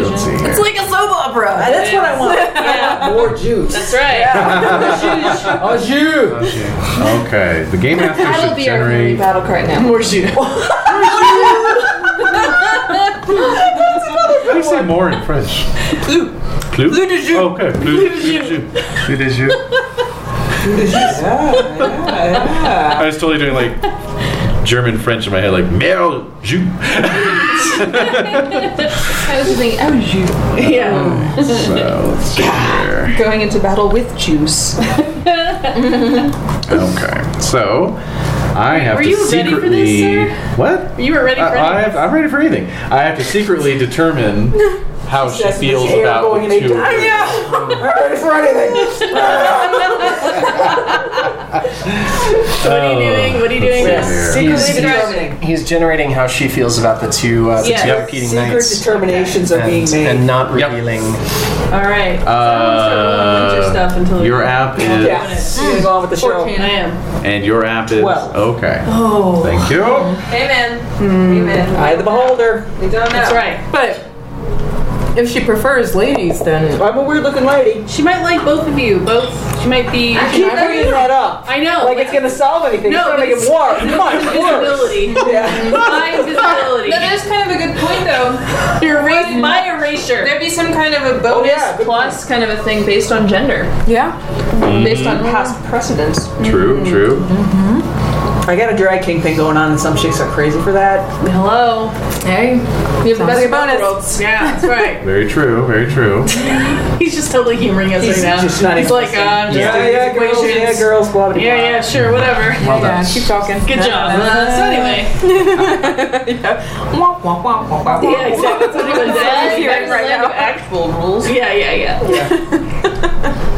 Speaker 2: let's see. Here.
Speaker 6: It's like a soap opera.
Speaker 8: That's what I want.
Speaker 3: (laughs) yeah.
Speaker 8: (laughs) More juice.
Speaker 3: That's right.
Speaker 8: Oh, you.
Speaker 2: Okay, the game master
Speaker 7: That'll
Speaker 2: should
Speaker 7: be our
Speaker 2: generate.
Speaker 7: really battle cry now.
Speaker 8: More juice.
Speaker 2: How do you say more in French? Clou. Clou? Clou de jus. Okay, clou de jus. Clou de jus. I was totally doing like German French in my head, like merde jus.
Speaker 7: I was just thinking, oh, you
Speaker 2: So let's see
Speaker 3: (laughs)
Speaker 2: here.
Speaker 7: going into battle with
Speaker 2: (laughs)
Speaker 7: juice.
Speaker 2: Okay, so I have
Speaker 3: Were
Speaker 2: to
Speaker 3: you ready for this,
Speaker 2: secretly
Speaker 3: sir?
Speaker 2: what?
Speaker 3: (laughs) You were ready for
Speaker 2: I, I
Speaker 3: anything.
Speaker 2: have, I'm ready for anything. I have to secretly determine
Speaker 3: (laughs)
Speaker 2: how she
Speaker 8: That's
Speaker 2: feels
Speaker 8: the air
Speaker 2: about
Speaker 8: going
Speaker 2: the
Speaker 8: in
Speaker 2: two.
Speaker 8: a- I'm ready for anything.
Speaker 3: What are
Speaker 8: uh,
Speaker 3: you doing? What are you doing?
Speaker 2: Let's see
Speaker 8: Secret
Speaker 5: He's,
Speaker 8: determining.
Speaker 5: he's, he's generating how she feels about the two uh, the
Speaker 3: Yes.
Speaker 5: two
Speaker 3: Yep.
Speaker 5: competing
Speaker 8: Secret
Speaker 5: knights
Speaker 8: determinations are being
Speaker 5: and,
Speaker 8: made.
Speaker 5: and not
Speaker 2: Yep.
Speaker 5: revealing.
Speaker 3: All right.
Speaker 2: Uh,
Speaker 3: your stuff until
Speaker 2: your app is
Speaker 8: yeah, we're gonna go on with the show.
Speaker 3: I am.
Speaker 2: and your app is
Speaker 8: Twelve.
Speaker 2: okay. Oh, thank you.
Speaker 3: Amen.
Speaker 8: Eye of the beholder.
Speaker 3: That's right.
Speaker 6: But if she prefers ladies, then
Speaker 8: I'm a weird looking lady.
Speaker 3: She might like both of you. Both. She might be.
Speaker 8: Keep bringing that up.
Speaker 3: I know.
Speaker 8: Like it's gonna solve anything.
Speaker 3: No,
Speaker 8: it's gonna
Speaker 3: but
Speaker 8: make it
Speaker 3: it's- (laughs)
Speaker 8: war. Much worse.
Speaker 3: Visibility.
Speaker 8: (laughs) Yeah.
Speaker 3: My
Speaker 8: (laughs)
Speaker 3: visibility.
Speaker 7: That is kind of a good point though.
Speaker 3: Erase my erasure.
Speaker 7: There'd be some kind of a bonus
Speaker 8: yeah, good
Speaker 7: plus kind of a thing based on gender,
Speaker 6: yeah.
Speaker 7: based on past precedents.
Speaker 2: True, true.
Speaker 3: Mm-hmm.
Speaker 8: I got a drag king thing going on, and some chicks are crazy for that.
Speaker 3: Hello.
Speaker 6: Hey,
Speaker 7: You have the
Speaker 6: Sounds
Speaker 7: best
Speaker 6: like a
Speaker 7: bonus.
Speaker 6: bonus.
Speaker 3: Yeah, that's
Speaker 8: (laughs)
Speaker 3: right.
Speaker 2: Very true, very
Speaker 3: (laughs)
Speaker 2: true.
Speaker 3: He's just totally humoring us right now.
Speaker 8: just not
Speaker 3: He's like, uh, I'm just
Speaker 8: Yeah,
Speaker 3: doing
Speaker 8: yeah,
Speaker 3: these
Speaker 8: girls, yeah,
Speaker 3: equations.
Speaker 8: girls, blah blah. blah.
Speaker 3: Yeah, yeah, sure, whatever.
Speaker 5: Well done.
Speaker 6: keep talking.
Speaker 3: Good job. Uh, so (laughs) anyway,
Speaker 6: Womp, womp, womp, womp, womp,
Speaker 3: yeah,
Speaker 6: womp.
Speaker 3: exactly. That's what he was saying.
Speaker 6: hearing right
Speaker 3: Land of
Speaker 6: now.
Speaker 3: actual rules. Yeah, yeah, yeah.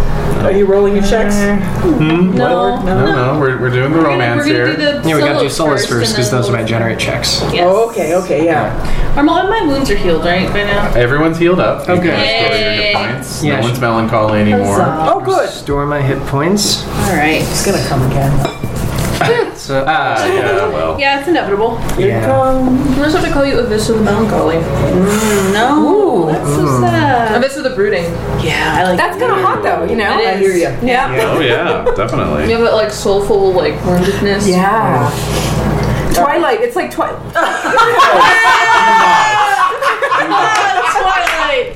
Speaker 8: Are you rolling your checks?
Speaker 3: No.
Speaker 2: No, no, we're, we're doing the romance
Speaker 3: we're gonna
Speaker 2: here.
Speaker 3: do the
Speaker 5: Yeah, we gotta do
Speaker 3: solos
Speaker 5: solos first because
Speaker 3: and then
Speaker 5: those
Speaker 3: we'll-
Speaker 5: might generate checks.
Speaker 3: Yes.
Speaker 8: Oh, okay, okay, yeah.
Speaker 3: Are my, my wounds are healed, right? By now.
Speaker 2: Everyone's healed up. You
Speaker 5: Okay.
Speaker 2: can restore your hit points.
Speaker 5: Yeah,
Speaker 2: No
Speaker 5: sure.
Speaker 2: one's melancholy anymore.
Speaker 8: Oh, good.
Speaker 5: Store my hit points.
Speaker 3: All right.
Speaker 8: It's gonna come again.
Speaker 5: So,
Speaker 2: Ah, yeah, well.
Speaker 3: Yeah, it's inevitable.
Speaker 5: yeah.
Speaker 3: I'm just have to call you Abyss of the Melancholy. no. That's so sad.
Speaker 7: Oh, this is the brooding.
Speaker 3: Yeah, I like
Speaker 6: That's kind of hot though, you know.
Speaker 8: I hear you.
Speaker 6: Yeah.
Speaker 2: Oh, yeah, definitely.
Speaker 7: You have that like soulful like woundedness.
Speaker 6: Yeah. Twilight. It's like twi-
Speaker 3: Twilight.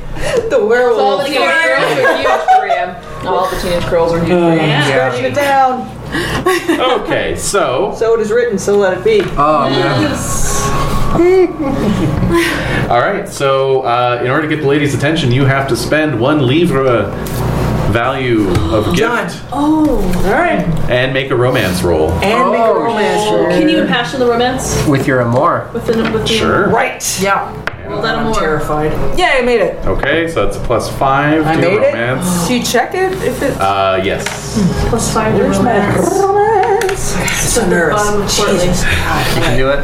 Speaker 8: The
Speaker 7: All
Speaker 8: werewolf.
Speaker 7: the teenage girls are huge for him. All the teenage girls are huge for him.
Speaker 3: Yeah.
Speaker 8: Scratching it down.
Speaker 2: Okay, so,
Speaker 8: So it is written. So let it be.
Speaker 5: Oh, man.
Speaker 2: all right, so uh, in order to get the lady's attention, you have to spend one livre value of
Speaker 8: Done.
Speaker 2: gift
Speaker 8: All right.
Speaker 2: and make a romance roll.
Speaker 8: And make a
Speaker 5: Oh,
Speaker 8: romance. roll.
Speaker 3: Can you impassion the romance
Speaker 5: With your amour.
Speaker 3: with the with the
Speaker 2: Sure.
Speaker 8: Right.
Speaker 6: yeah.
Speaker 3: Well, that
Speaker 8: I'm
Speaker 3: more.
Speaker 8: terrified.
Speaker 6: Yeah, I made it.
Speaker 2: Okay, so that's a plus five
Speaker 8: I
Speaker 2: to
Speaker 8: made it.
Speaker 2: romance.
Speaker 6: Do you check it if it?
Speaker 2: Uh, yes.
Speaker 3: Plus five to romance.
Speaker 8: Romance. So nervous.
Speaker 3: Bottom of quarterly.
Speaker 5: You can do it.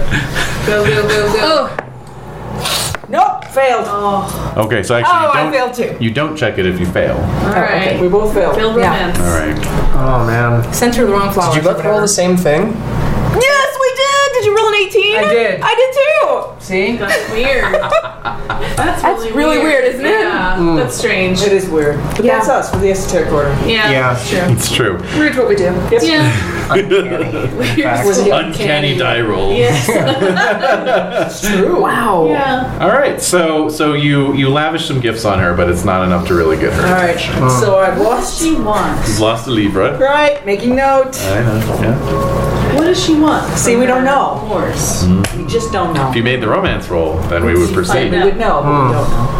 Speaker 7: Go go go go.
Speaker 3: Oh,
Speaker 8: Nope. Failed.
Speaker 2: Okay, so actually,
Speaker 6: Oh, I
Speaker 2: you, don't,
Speaker 6: failed too.
Speaker 2: you don't check it if you fail.
Speaker 3: all right.
Speaker 8: We both failed.
Speaker 3: Build
Speaker 6: Yeah.
Speaker 3: romance.
Speaker 2: All right.
Speaker 5: Oh, man.
Speaker 6: Sent her the wrong flowers.
Speaker 5: Did you both
Speaker 6: or
Speaker 5: roll the
Speaker 6: whatever.
Speaker 5: same thing?
Speaker 6: Yes, we did. Did you roll an eighteen?
Speaker 8: I did.
Speaker 6: I did too.
Speaker 8: See?
Speaker 3: That's weird. That's really,
Speaker 6: really weird, isn't it?
Speaker 3: Yeah.
Speaker 5: Mm.
Speaker 3: it's strange.
Speaker 8: It is weird. But
Speaker 6: Yeah.
Speaker 8: that's us with the esoteric order.
Speaker 3: Yeah.
Speaker 5: Yeah.
Speaker 7: Sure.
Speaker 2: It's true.
Speaker 7: Rude's what we do.
Speaker 5: (laughs)
Speaker 3: Yeah.
Speaker 8: Was it
Speaker 2: Uncanny die roll.
Speaker 8: true?
Speaker 6: Wow.
Speaker 3: Yeah.
Speaker 2: All right, so so you you lavish some gifts on her, but it's not enough to really get her.
Speaker 8: All right. So I've
Speaker 3: What does
Speaker 8: lost.
Speaker 3: she want?
Speaker 2: She's lost a libra.
Speaker 8: Right. Making note.
Speaker 2: I know. Yeah.
Speaker 3: What does she want? from
Speaker 8: See, we don't
Speaker 3: her
Speaker 8: know.
Speaker 3: Horse.
Speaker 5: Mm.
Speaker 8: We just don't know.
Speaker 2: If you made the romance roll, then we would proceed.
Speaker 8: We would know, but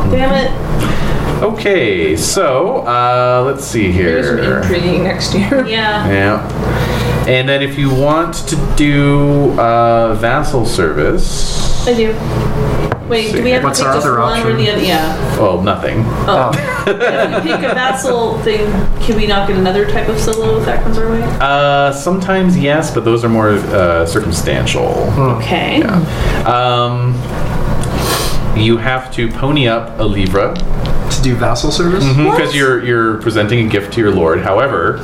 Speaker 8: we don't know.
Speaker 3: Damn
Speaker 2: Okay, so uh, let's see here.
Speaker 7: Pretty next year.
Speaker 3: it. Yeah.
Speaker 2: Yeah. And then if you want to do uh, vassal service,
Speaker 3: I do. Wait, do we have
Speaker 5: What's
Speaker 3: to
Speaker 5: our
Speaker 3: pick just
Speaker 5: other
Speaker 3: one or
Speaker 5: option?
Speaker 3: the other? Yeah.
Speaker 2: well, nothing.
Speaker 5: Oh.
Speaker 3: If we pick a vassal thing, can we not get another type of solo if that comes our way?
Speaker 2: Uh, sometimes yes, but those are more uh, circumstantial.
Speaker 8: Hmm.
Speaker 3: Okay.
Speaker 2: Um, you have to pony up a libra
Speaker 5: (laughs) To do vassal service?
Speaker 2: because you're you're presenting a gift to your lord. However,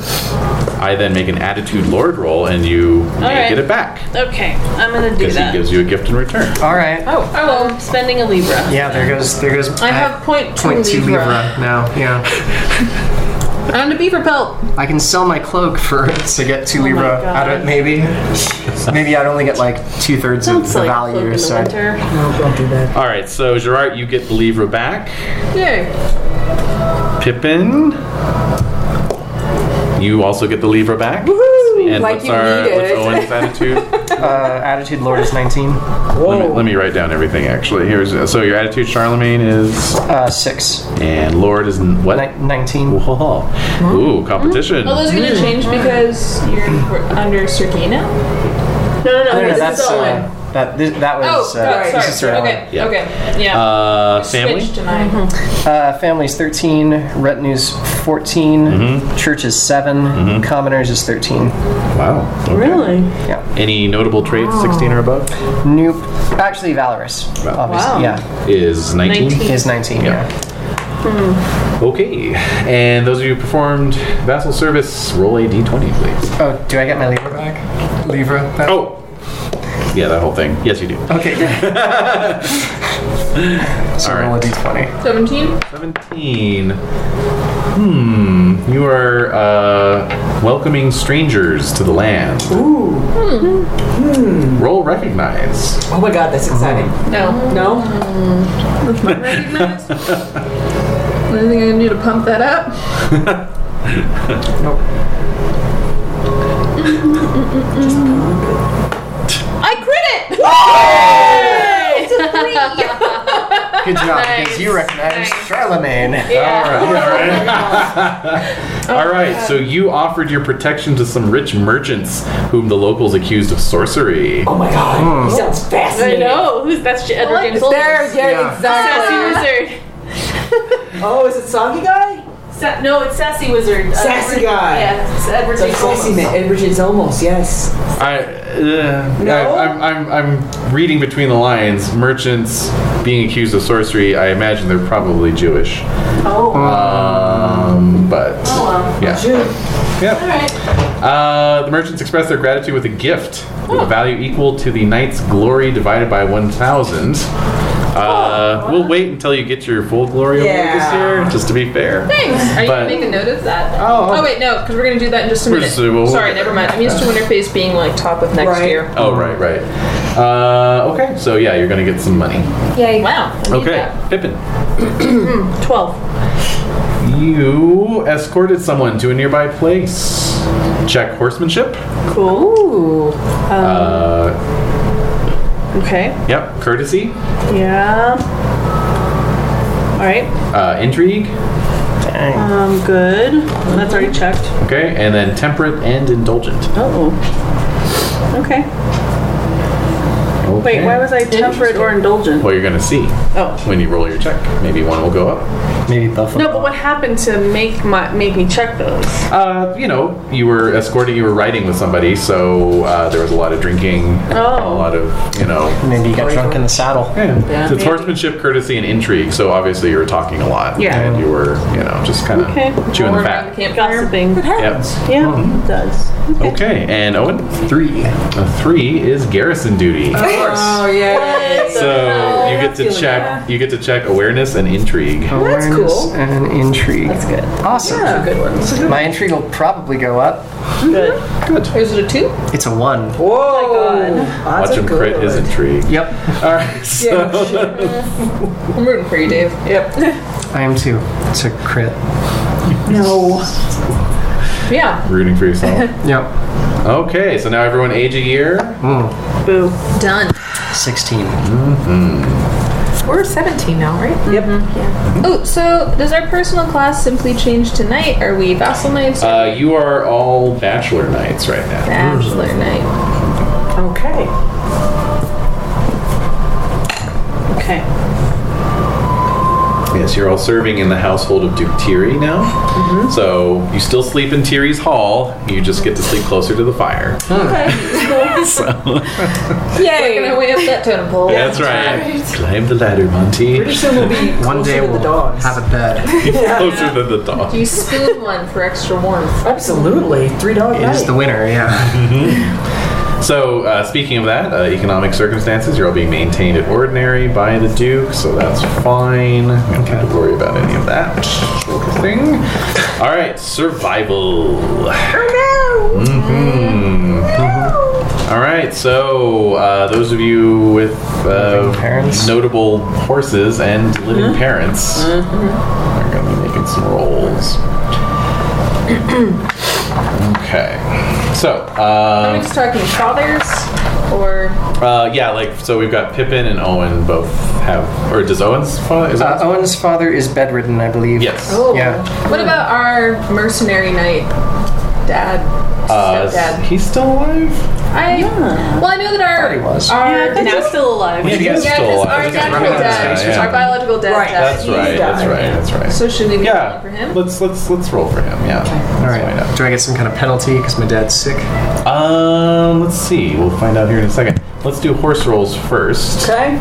Speaker 2: I then make an attitude lord roll, and you may
Speaker 3: right.
Speaker 2: get it back
Speaker 3: Okay. I'm gonna do
Speaker 2: because he
Speaker 3: that.
Speaker 2: gives you a gift in return.
Speaker 5: All right.
Speaker 3: Oh, I'm spending a Libra.
Speaker 5: Yeah, there goes there goes.
Speaker 3: I have point two
Speaker 5: point two
Speaker 3: Libra.
Speaker 5: libra now. Yeah,
Speaker 3: And a beaver pelt.
Speaker 5: I can sell my cloak for (laughs) to get two libra
Speaker 3: Oh God.
Speaker 5: out of it. Maybe, maybe I'd only get like two thirds of
Speaker 3: Sounds
Speaker 5: the
Speaker 3: like cloak in
Speaker 5: value. uh,
Speaker 3: the
Speaker 5: So
Speaker 3: winter.
Speaker 8: No, don't do that.
Speaker 2: All right, so Gerard, you get the libra back.
Speaker 7: Yay.
Speaker 2: Pippin. You also get the Libra back. Woohoo! And
Speaker 6: Like
Speaker 2: what's
Speaker 6: you
Speaker 2: our
Speaker 6: need
Speaker 2: what's
Speaker 6: it.
Speaker 2: Owen's attitude?
Speaker 5: uh, attitude lord is nineteen.
Speaker 2: let, me, let me write down everything actually. Here's uh, so your attitude Charlemagne is
Speaker 5: Uh, six.
Speaker 2: and Lord is n- what?
Speaker 5: Nin- Nineteen.
Speaker 2: Whoa. Ooh, competition.
Speaker 7: Well, those are going to change because you're under Sergina.
Speaker 3: No, no,
Speaker 5: No,
Speaker 3: no.
Speaker 5: no,
Speaker 3: this
Speaker 5: that's
Speaker 3: is Owen.
Speaker 5: uh, that. This, that
Speaker 7: Oh,
Speaker 5: was. uh,
Speaker 7: sorry.
Speaker 5: This is Sir Owen.
Speaker 7: Okay.
Speaker 2: Yeah.
Speaker 7: Okay.
Speaker 3: yeah.
Speaker 2: Uh, family.
Speaker 7: Switch tonight.
Speaker 5: Uh, families 13, retinues 14, church is 7, commoners is 13.
Speaker 2: Wow. okay.
Speaker 3: really?
Speaker 5: Yeah.
Speaker 2: Any notable traits? Sixteen or above
Speaker 5: Nope. Actually, Valorous.
Speaker 2: Wow.
Speaker 5: Obviously.
Speaker 3: Wow.
Speaker 5: Yeah.
Speaker 2: is nineteen. Hmm.
Speaker 3: 19.
Speaker 5: He is 19.
Speaker 2: Yeah.
Speaker 5: Yeah.
Speaker 2: Okay. And those of you who performed vassal service, roll a d20, please.
Speaker 5: Oh, do I get my Libra back? Libra? Back?
Speaker 2: Oh. Yeah, that whole thing. Yes, you do.
Speaker 5: Okay. (laughs) good. so
Speaker 2: All
Speaker 5: roll
Speaker 2: right.
Speaker 5: a d20.
Speaker 7: 17.
Speaker 2: 17. Hmm. You are uh, welcoming strangers to the land. Ooh. Hmm. Roll recognize.
Speaker 8: Oh my god, that's exciting.
Speaker 7: No.
Speaker 8: No?
Speaker 7: Anything I can do to pump that up? I crit it!
Speaker 5: Good job, because you recognize Charlemagne.
Speaker 2: All right. (laughs) All right. So you offered your protection to some rich merchants whom the locals accused of sorcery.
Speaker 8: Oh my god. He sounds
Speaker 3: I
Speaker 8: fascinating.
Speaker 3: know. Who's that's J- Edward James
Speaker 6: There, yeah,
Speaker 5: Yeah.
Speaker 6: exactly.
Speaker 3: Sassy wizard.
Speaker 8: Oh, is it Soggy Guy?
Speaker 3: Sa- no, it's sassy wizard. Uh,
Speaker 8: Sassy
Speaker 3: Edward-
Speaker 8: guy.
Speaker 3: Yeah, it's Edward
Speaker 8: It's like
Speaker 3: James.
Speaker 8: Sassy Man. Edward James Olmos, yes.
Speaker 2: I, uh,
Speaker 8: No?
Speaker 2: I I'm, I'm, I'm reading between the lines. Merchants being accused of sorcery. I imagine they're probably Jewish.
Speaker 3: Oh.
Speaker 2: Um, but
Speaker 8: Oh,
Speaker 3: wow.
Speaker 2: yeah.
Speaker 8: Dude,
Speaker 3: All right.
Speaker 2: Uh, the merchants express their gratitude with a gift with a value equal to the knight's glory divided by 1,000. Uh, We'll wait until you get your full glory award this
Speaker 8: Yeah.
Speaker 2: year, just to be fair.
Speaker 7: Thanks. Are you
Speaker 2: But-
Speaker 7: making a note of that?
Speaker 2: Oh.
Speaker 7: wait, no, because we're gonna do that in just a
Speaker 2: We're
Speaker 7: minute.
Speaker 2: just- we'll-
Speaker 7: Sorry, never mind. I'm used to Winterface being like top of next
Speaker 8: Right.
Speaker 7: year.
Speaker 2: Oh, right, right. Uh, okay, so yeah, you're going to get some money.
Speaker 6: Yay.
Speaker 7: Wow.
Speaker 2: Okay,
Speaker 3: (clears throat)
Speaker 2: Pippin,
Speaker 7: Twelve.
Speaker 2: you escorted someone to a nearby place. Check horsemanship.
Speaker 7: Cool.
Speaker 3: Um,
Speaker 2: Uh,
Speaker 7: Okay.
Speaker 2: yep, courtesy.
Speaker 7: Yeah. All right.
Speaker 2: Uh, intrigue.
Speaker 5: Dang.
Speaker 3: Um. Good. That's already checked.
Speaker 2: Okay, and then temperate and indulgent.
Speaker 3: Oh. Okay. Wait.
Speaker 2: Okay.
Speaker 3: Why was I temperate or indulgent?
Speaker 2: Well, you're gonna see
Speaker 3: Oh.
Speaker 2: when you roll your check. Maybe one will go up.
Speaker 5: Maybe both of
Speaker 3: No, but what happened to make my make me check those?
Speaker 2: Uh, you know, you were escorting, you were riding with somebody, so uh, there was a lot of drinking, a
Speaker 3: Oh.
Speaker 2: lot of you know.
Speaker 5: Maybe you got drunk in the saddle.
Speaker 2: Yeah. So it's horsemanship, courtesy, and intrigue. So obviously you were talking a lot.
Speaker 3: Yeah.
Speaker 2: And you were, you know, just kind of
Speaker 3: Okay.
Speaker 2: chewing the
Speaker 7: Around the
Speaker 2: fat.
Speaker 7: campfire.
Speaker 3: Gossiping.
Speaker 8: Hmm.
Speaker 2: Yep.
Speaker 3: Yeah, it does.
Speaker 2: Okay, and Owen? Three. Uh, three is garrison duty.
Speaker 8: Oh, yeah.
Speaker 2: So you get to check you get to check awareness and intrigue.
Speaker 8: That's
Speaker 5: Awareness
Speaker 8: cool.
Speaker 5: And intrigue. That's
Speaker 3: good.
Speaker 5: Awesome.
Speaker 8: Yeah. Good
Speaker 5: My intrigue will probably go up.
Speaker 7: Is it a two?
Speaker 5: It's a one.
Speaker 8: Whoa.
Speaker 3: Oh
Speaker 8: Odds
Speaker 2: Watch
Speaker 8: are
Speaker 2: him crit
Speaker 8: good.
Speaker 2: his intrigue.
Speaker 5: Yep,
Speaker 2: Alright, so
Speaker 7: I'm rooting for you, Dave.
Speaker 8: Yep.
Speaker 5: I am too. It's a crit.
Speaker 8: No.
Speaker 7: Yeah.
Speaker 2: rooting for yourself.
Speaker 5: Yep.
Speaker 2: Okay, so now everyone age a year.
Speaker 3: Boo.
Speaker 7: Done.
Speaker 5: 16.
Speaker 6: We're 17 now, right?
Speaker 7: Oh, so does our personal class simply change tonight? Are we vassal knights? or
Speaker 2: Uh, you are all bachelor knights right now.
Speaker 7: Bachelor night.
Speaker 8: Okay.
Speaker 3: Okay.
Speaker 2: Yes, you're all serving in the household of Duke Tiri now. Mm-hmm. So you still sleep in Tiri's hall. You just get to sleep closer to the fire.
Speaker 7: Yay! Working our way up that totem pole.
Speaker 2: That's right. Climb the ladder, Monty. (laughs)
Speaker 8: Pretty soon we'll be
Speaker 5: (laughs) One day
Speaker 8: closer to
Speaker 5: we'll
Speaker 8: the dogs.
Speaker 5: have a bed.
Speaker 2: Closer than the dog.
Speaker 7: You spoon (laughs) one for extra warmth.
Speaker 8: Absolutely. Three dog
Speaker 5: It is the winner, yeah.
Speaker 2: So, uh, speaking of that, uh, economic circumstances, you're all being maintained at ordinary by the Duke, so that's fine. You don't have to worry about any of that sort of thing. All right, survival. Mhm. All right, so uh, those of you with uh,
Speaker 5: Living parents.
Speaker 2: notable horses and living parents are going to be making some rolls. (clears throat) okay, so. Uh,
Speaker 7: I'm just talking fathers or
Speaker 2: uh, yeah, like so we've got Pippin and Owen both have, or does Owen's father? Is
Speaker 5: Uh,
Speaker 2: that
Speaker 5: Owen's father is bedridden, I believe.
Speaker 2: yes?
Speaker 7: Oh.
Speaker 5: Yeah.
Speaker 2: uh,
Speaker 7: What about our mercenary knight, dad,
Speaker 2: Uh, is
Speaker 7: stepdad?
Speaker 2: he still alive?
Speaker 7: I well, I know that
Speaker 5: Thought he
Speaker 7: our
Speaker 5: was.
Speaker 7: our
Speaker 3: Now still alive.
Speaker 2: Yeah,
Speaker 5: he's
Speaker 7: yeah, 'cause
Speaker 2: still alive.
Speaker 7: our
Speaker 2: He's running
Speaker 7: natural
Speaker 2: out of
Speaker 7: dad,
Speaker 2: space, yeah.
Speaker 7: our biological dad,
Speaker 8: Right.
Speaker 7: died.
Speaker 2: That's right. That's right. That's right.
Speaker 7: So should we be
Speaker 2: yeah,
Speaker 7: yeah. for him?
Speaker 2: let's let's let's roll for him. Yeah.
Speaker 5: All
Speaker 2: Let's find
Speaker 5: right.
Speaker 2: out.
Speaker 5: Do I get some kind of penalty because my dad's sick?
Speaker 2: Um, let's see. We'll find out here in a second. Let's do horse rolls first.
Speaker 8: Okay.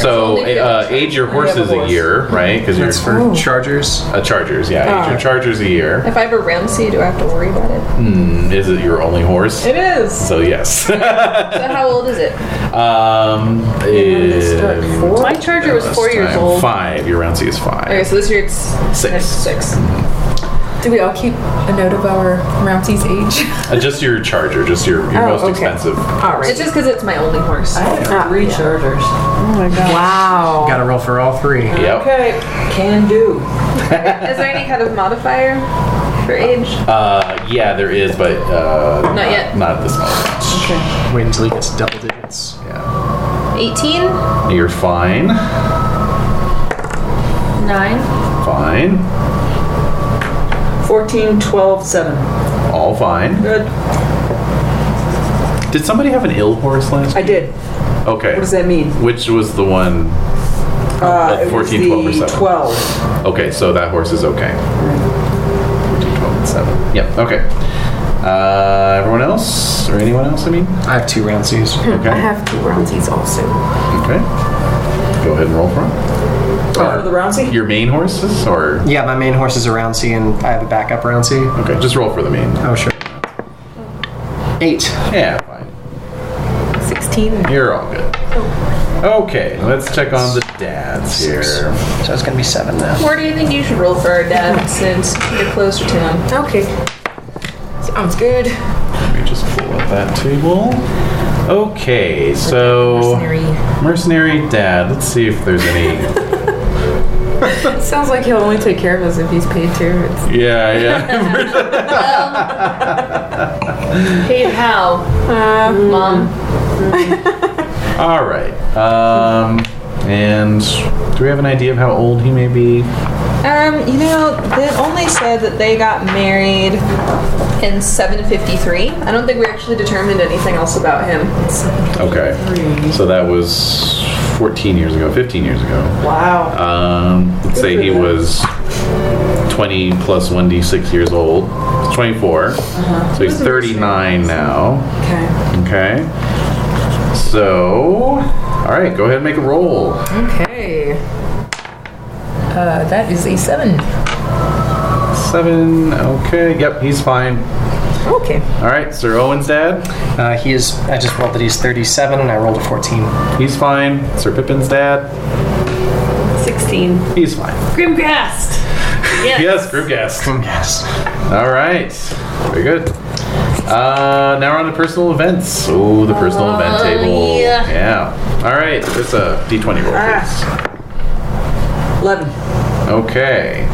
Speaker 2: So uh, age your horses a
Speaker 8: horse.
Speaker 2: year, right? Because you're
Speaker 5: That's for chargers.
Speaker 2: uh, chargers. Yeah, age
Speaker 7: Ah.
Speaker 2: your chargers a year.
Speaker 7: If I have a Ramsey, do I have to worry about it?
Speaker 2: Hmm, is it your only horse?
Speaker 8: It is.
Speaker 2: So yes.
Speaker 7: So how old is it?
Speaker 2: um, it-
Speaker 3: My charger was
Speaker 2: Last
Speaker 3: four years
Speaker 2: time,
Speaker 3: old.
Speaker 2: Five. Your round C is five.
Speaker 7: Okay, so this year it's
Speaker 2: Six.
Speaker 7: Six.
Speaker 6: Do we all keep a note of our Ramsey's age?
Speaker 2: Uh, just your charger, just your,
Speaker 8: Oh,
Speaker 2: your most expensive.
Speaker 6: All
Speaker 7: It's
Speaker 6: right.
Speaker 7: just because it's my
Speaker 2: (laughs)
Speaker 7: only horse.
Speaker 8: I
Speaker 3: Ah.
Speaker 8: have three chargers.
Speaker 5: Oh.
Speaker 6: Wow.
Speaker 5: Got to roll for all three.
Speaker 2: Yep.
Speaker 8: Okay. Can do.
Speaker 7: Is there any kind of modifier for age?
Speaker 2: Uh, yeah, there is, but uh, not,
Speaker 7: yet.
Speaker 2: Not at this moment.
Speaker 5: Wait until he gets double digits.
Speaker 2: Yeah.
Speaker 7: 18?
Speaker 2: You're fine.
Speaker 7: 9?
Speaker 2: Fine.
Speaker 8: 14, 12, 7.
Speaker 2: All fine.
Speaker 8: Good.
Speaker 2: Did somebody have an ill horse last?
Speaker 8: I did.
Speaker 2: Okay.
Speaker 8: What does that mean?
Speaker 2: Which was the one?
Speaker 8: Uh, it was
Speaker 2: 14,
Speaker 8: the
Speaker 2: 12 or seven.
Speaker 8: 12.
Speaker 2: Okay, so that horse is okay. 14, 12, and seven. Yep. Okay. Uh, everyone else or anyone else? I mean.
Speaker 5: I have two round C's.
Speaker 2: Okay.
Speaker 6: I have two Ramseys also.
Speaker 2: Okay. Go ahead and roll for him.
Speaker 8: For the Rouncy?
Speaker 2: Your main horses, or
Speaker 5: Yeah, my main horse is a round C, and I have a backup round C.
Speaker 2: okay, just roll for the main.
Speaker 5: Oh, sure. Eight.
Speaker 2: Yeah, fine.
Speaker 6: 16.
Speaker 2: You're all good. Okay, let's check on the dads here.
Speaker 5: So it's going to be seven now.
Speaker 7: Where do you think you should roll for our dad since you're closer to him?
Speaker 6: Okay. Sounds good.
Speaker 2: Let me just pull up that table. Okay, so
Speaker 6: Mercenary.
Speaker 2: mercenary dad. Let's see if there's any.
Speaker 6: It sounds like he'll only take care of us if he's paid to. It's
Speaker 2: yeah, yeah.
Speaker 7: Paid how? Mom.
Speaker 2: all right. Um, and do we have an idea of how old he may be?
Speaker 7: Um, you know, it only said that they got married in 753. I don't think we actually determined anything else about him.
Speaker 2: Okay, so that was 14 years ago, 15 years ago.
Speaker 8: Wow.
Speaker 2: Um, let's say he was 20 plus 1d6 years old. He's 24. So he's 39 now.
Speaker 8: Okay.
Speaker 2: Okay. So, all right, go ahead and make a roll.
Speaker 6: okay. Uh, that is a seven.
Speaker 2: Seven. Okay. Yep, he's fine.
Speaker 6: Okay.
Speaker 2: All right, Sir Owen's dad.
Speaker 5: Uh, he is. I just rolled that he's 37, and I rolled a 14.
Speaker 2: He's fine. Sir Pippin's dad.
Speaker 3: 16.
Speaker 2: He's fine.
Speaker 3: Grimcast! Yes.
Speaker 2: Yes, group guest.
Speaker 5: Mm, Yes.
Speaker 2: All right, very good. Uh, now we're on to personal events. Oh, the personal event table.
Speaker 3: yeah.
Speaker 2: Yeah. All right, just a d20 roll, please.
Speaker 8: Eleven.
Speaker 2: Okay.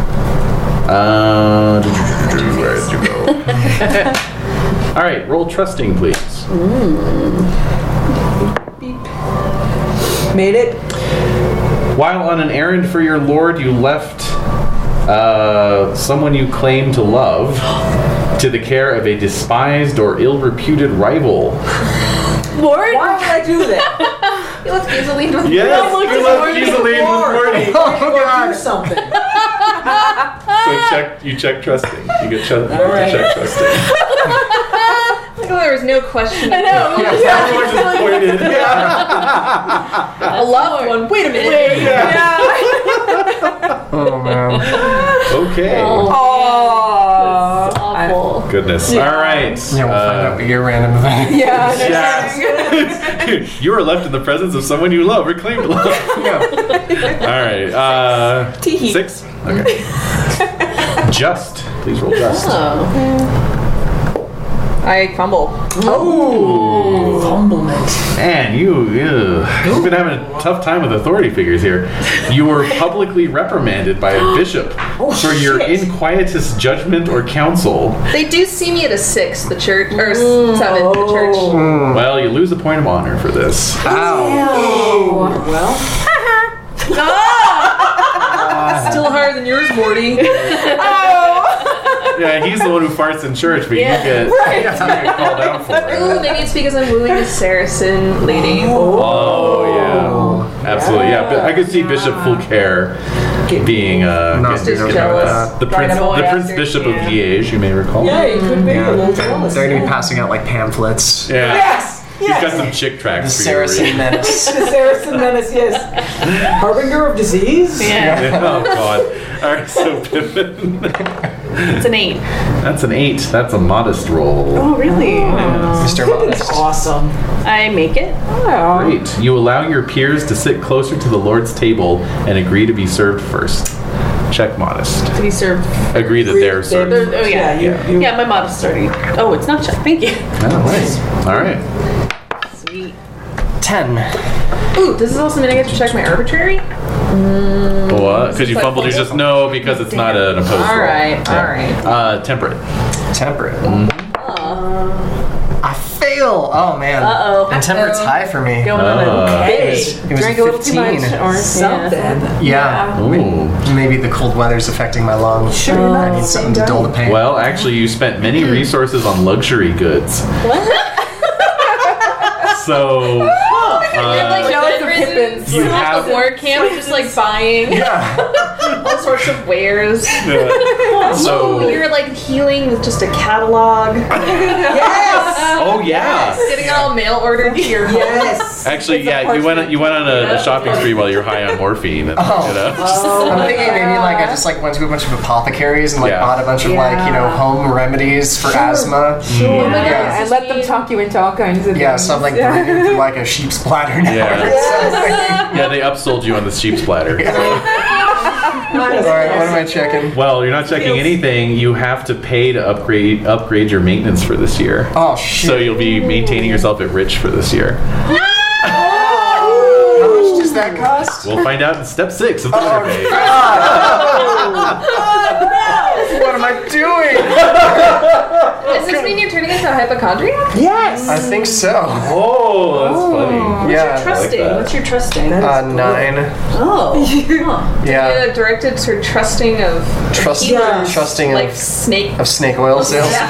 Speaker 2: Uh, where did you go? All right, roll trusting, please.
Speaker 8: Made it.
Speaker 2: While on an errand for your lord, you left uh, someone you claim to love (gasps) to the care of a despised or ill-reputed rival.
Speaker 7: Lord,
Speaker 8: Why would I do (laughs) that?
Speaker 7: you left Giseline with
Speaker 2: Yes, you left Giseline with
Speaker 5: Oh,
Speaker 2: Morty.
Speaker 8: Or do something.
Speaker 2: So check, you check trusting. You get ch-
Speaker 8: right.
Speaker 2: check
Speaker 5: (laughs)
Speaker 2: trusting.
Speaker 7: Like, there was no question. I know.
Speaker 2: Everyone just pointed. (laughs)
Speaker 8: A loved one. Wait a minute.
Speaker 5: Oh man.
Speaker 2: Okay.
Speaker 6: Oh.
Speaker 3: Awful.
Speaker 2: Goodness. All right.
Speaker 5: (laughs) Yeah, we'll find
Speaker 2: uh,
Speaker 5: out what your random event. is.
Speaker 6: Yeah.
Speaker 2: Yes. (laughs) you are left in the presence of someone you love or claim to love.
Speaker 5: (laughs) Yeah.
Speaker 2: (laughs) All right. Uh,
Speaker 6: Teehee.
Speaker 2: Six.
Speaker 5: (laughs)
Speaker 2: Okay. just. Please roll just.
Speaker 3: Oh.
Speaker 7: I fumble.
Speaker 8: Oh, humblement.
Speaker 2: Man, you ew. you've been having a tough time with authority figures here. You were publicly reprimanded by a bishop for your
Speaker 8: shit.
Speaker 2: inquietous judgment or counsel.
Speaker 7: They do see me at a six, the church, or s- seven, the church.
Speaker 2: Well, you lose a point of honor for this. Ah,
Speaker 8: Well,
Speaker 7: Still higher than yours, Morty.
Speaker 2: Yeah, he's the one who farts in church, but you get, you get called out for it.
Speaker 7: Ooh, maybe it's because I'm wooing a Saracen lady. Oh,
Speaker 2: Oh yeah, absolutely. Yeah, but I could see Bishop Fulcare being uh,
Speaker 5: Not
Speaker 2: getting-
Speaker 5: jealous.
Speaker 2: getting that. the prince,
Speaker 7: Right,
Speaker 2: the
Speaker 7: I'm
Speaker 2: prince
Speaker 7: after-
Speaker 2: bishop
Speaker 7: yeah.
Speaker 2: of Liège, you may recall.
Speaker 8: yeah, you could be a little jealous.
Speaker 5: They're gonna be passing out like pamphlets.
Speaker 2: Yeah.
Speaker 8: Yes.
Speaker 2: He's got
Speaker 8: Yes.
Speaker 2: some chick
Speaker 5: The
Speaker 2: tracks for you. to
Speaker 5: Saracen
Speaker 2: read.
Speaker 5: (laughs) menace.
Speaker 8: The Saracen menace. Yes. Harbinger of disease.
Speaker 3: Yeah.
Speaker 2: Yeah, (laughs) oh god. All right, so Pippin.
Speaker 3: It's an 8.
Speaker 2: That's an eight. That's a modest roll.
Speaker 3: Oh, really?
Speaker 5: Mr.
Speaker 8: That's
Speaker 5: Modest.
Speaker 8: awesome.
Speaker 3: Oh. I make it.
Speaker 2: Great. You allow your peers to sit closer to the Lord's table and agree to be served first. Check modest.
Speaker 3: To be served.
Speaker 2: Agree that they're served.
Speaker 3: There's- oh, yeah.
Speaker 8: Yeah. You, you,
Speaker 3: Yeah, my modest already. Oh, it's not check. Thank you.
Speaker 2: Oh, nice. All right.
Speaker 3: Sweet.
Speaker 5: Ten.
Speaker 7: Ooh, does this also mean I get to check my arbitrary?
Speaker 2: What? Because uh, you
Speaker 7: Like
Speaker 2: fumbled, you
Speaker 7: fumble?
Speaker 2: just no because it's not an opposed
Speaker 7: All
Speaker 2: roll.
Speaker 7: right, all right.
Speaker 2: Uh, temperate.
Speaker 5: Temperate. Mm-hmm. I fail. Oh man. Uh
Speaker 3: Uh-oh.
Speaker 5: And temperate's high for me.
Speaker 3: Going on
Speaker 2: Ah.
Speaker 3: a
Speaker 5: It
Speaker 3: okay.
Speaker 5: was, it was
Speaker 6: Drink a
Speaker 5: a
Speaker 6: little too
Speaker 5: 15.
Speaker 6: much or
Speaker 8: something.
Speaker 5: yeah.
Speaker 2: Ooh.
Speaker 5: Maybe the cold weather's affecting my lungs.
Speaker 8: Sure, you're not
Speaker 5: I need something to dull the pain.
Speaker 2: Well, actually, you spent
Speaker 7: (clears throat)
Speaker 2: many resources on luxury goods.
Speaker 7: (laughs)
Speaker 2: so uh,
Speaker 7: no, it's the
Speaker 3: Pippins.
Speaker 2: you have
Speaker 7: The war camp just like buying
Speaker 5: (laughs) yeah.
Speaker 7: all sorts of wares. (laughs)
Speaker 2: yeah.
Speaker 7: Ooh,
Speaker 2: uh, so
Speaker 7: you're like healing with just a catalog.
Speaker 8: Yes.
Speaker 2: oh yeah.
Speaker 7: Getting it all mail ordered to your home.
Speaker 8: Yes.
Speaker 2: Actually, yeah, you went you went on a, a shopping spree while you're high on morphine. And, you know,
Speaker 5: I'm thinking maybe like I just like went to a bunch of apothecaries and like
Speaker 2: Yeah.
Speaker 5: bought a bunch of like you know home remedies for asthma.
Speaker 7: Oh my
Speaker 5: Yeah.
Speaker 7: God,
Speaker 6: And let them talk you into all kinds of
Speaker 5: Yeah,
Speaker 6: things.
Speaker 5: so I'm like breathing through like a sheep's bladder now.
Speaker 2: Yeah.
Speaker 5: It's
Speaker 2: yeah, they upsold you on the sheep's platter.
Speaker 5: like- (laughs) All right, what am I checking?
Speaker 2: Well, you're not checking anything. You have to pay to upgrade upgrade your maintenance for this year.
Speaker 5: Oh shit!
Speaker 2: So you'll be maintaining yourself at rich for this year.
Speaker 5: How much does that cost?
Speaker 2: We'll find out in step six of the
Speaker 5: Oh,
Speaker 2: winter pay.
Speaker 5: What am I doing?
Speaker 7: Does this mean you're turning into a hypochondriac?
Speaker 8: Yes.
Speaker 5: I think so.
Speaker 2: Oh, that's funny.
Speaker 5: Yeah.
Speaker 3: Trusting.
Speaker 2: that.
Speaker 3: What's your trusting?
Speaker 5: Uh, nine.
Speaker 3: Oh. Huh.
Speaker 5: Yeah.
Speaker 7: Uh, directed to trusting of
Speaker 5: Trust,
Speaker 8: Yes.
Speaker 5: trusting
Speaker 7: like
Speaker 5: of,
Speaker 7: snake. (laughs)
Speaker 5: of snake oil sales.
Speaker 2: So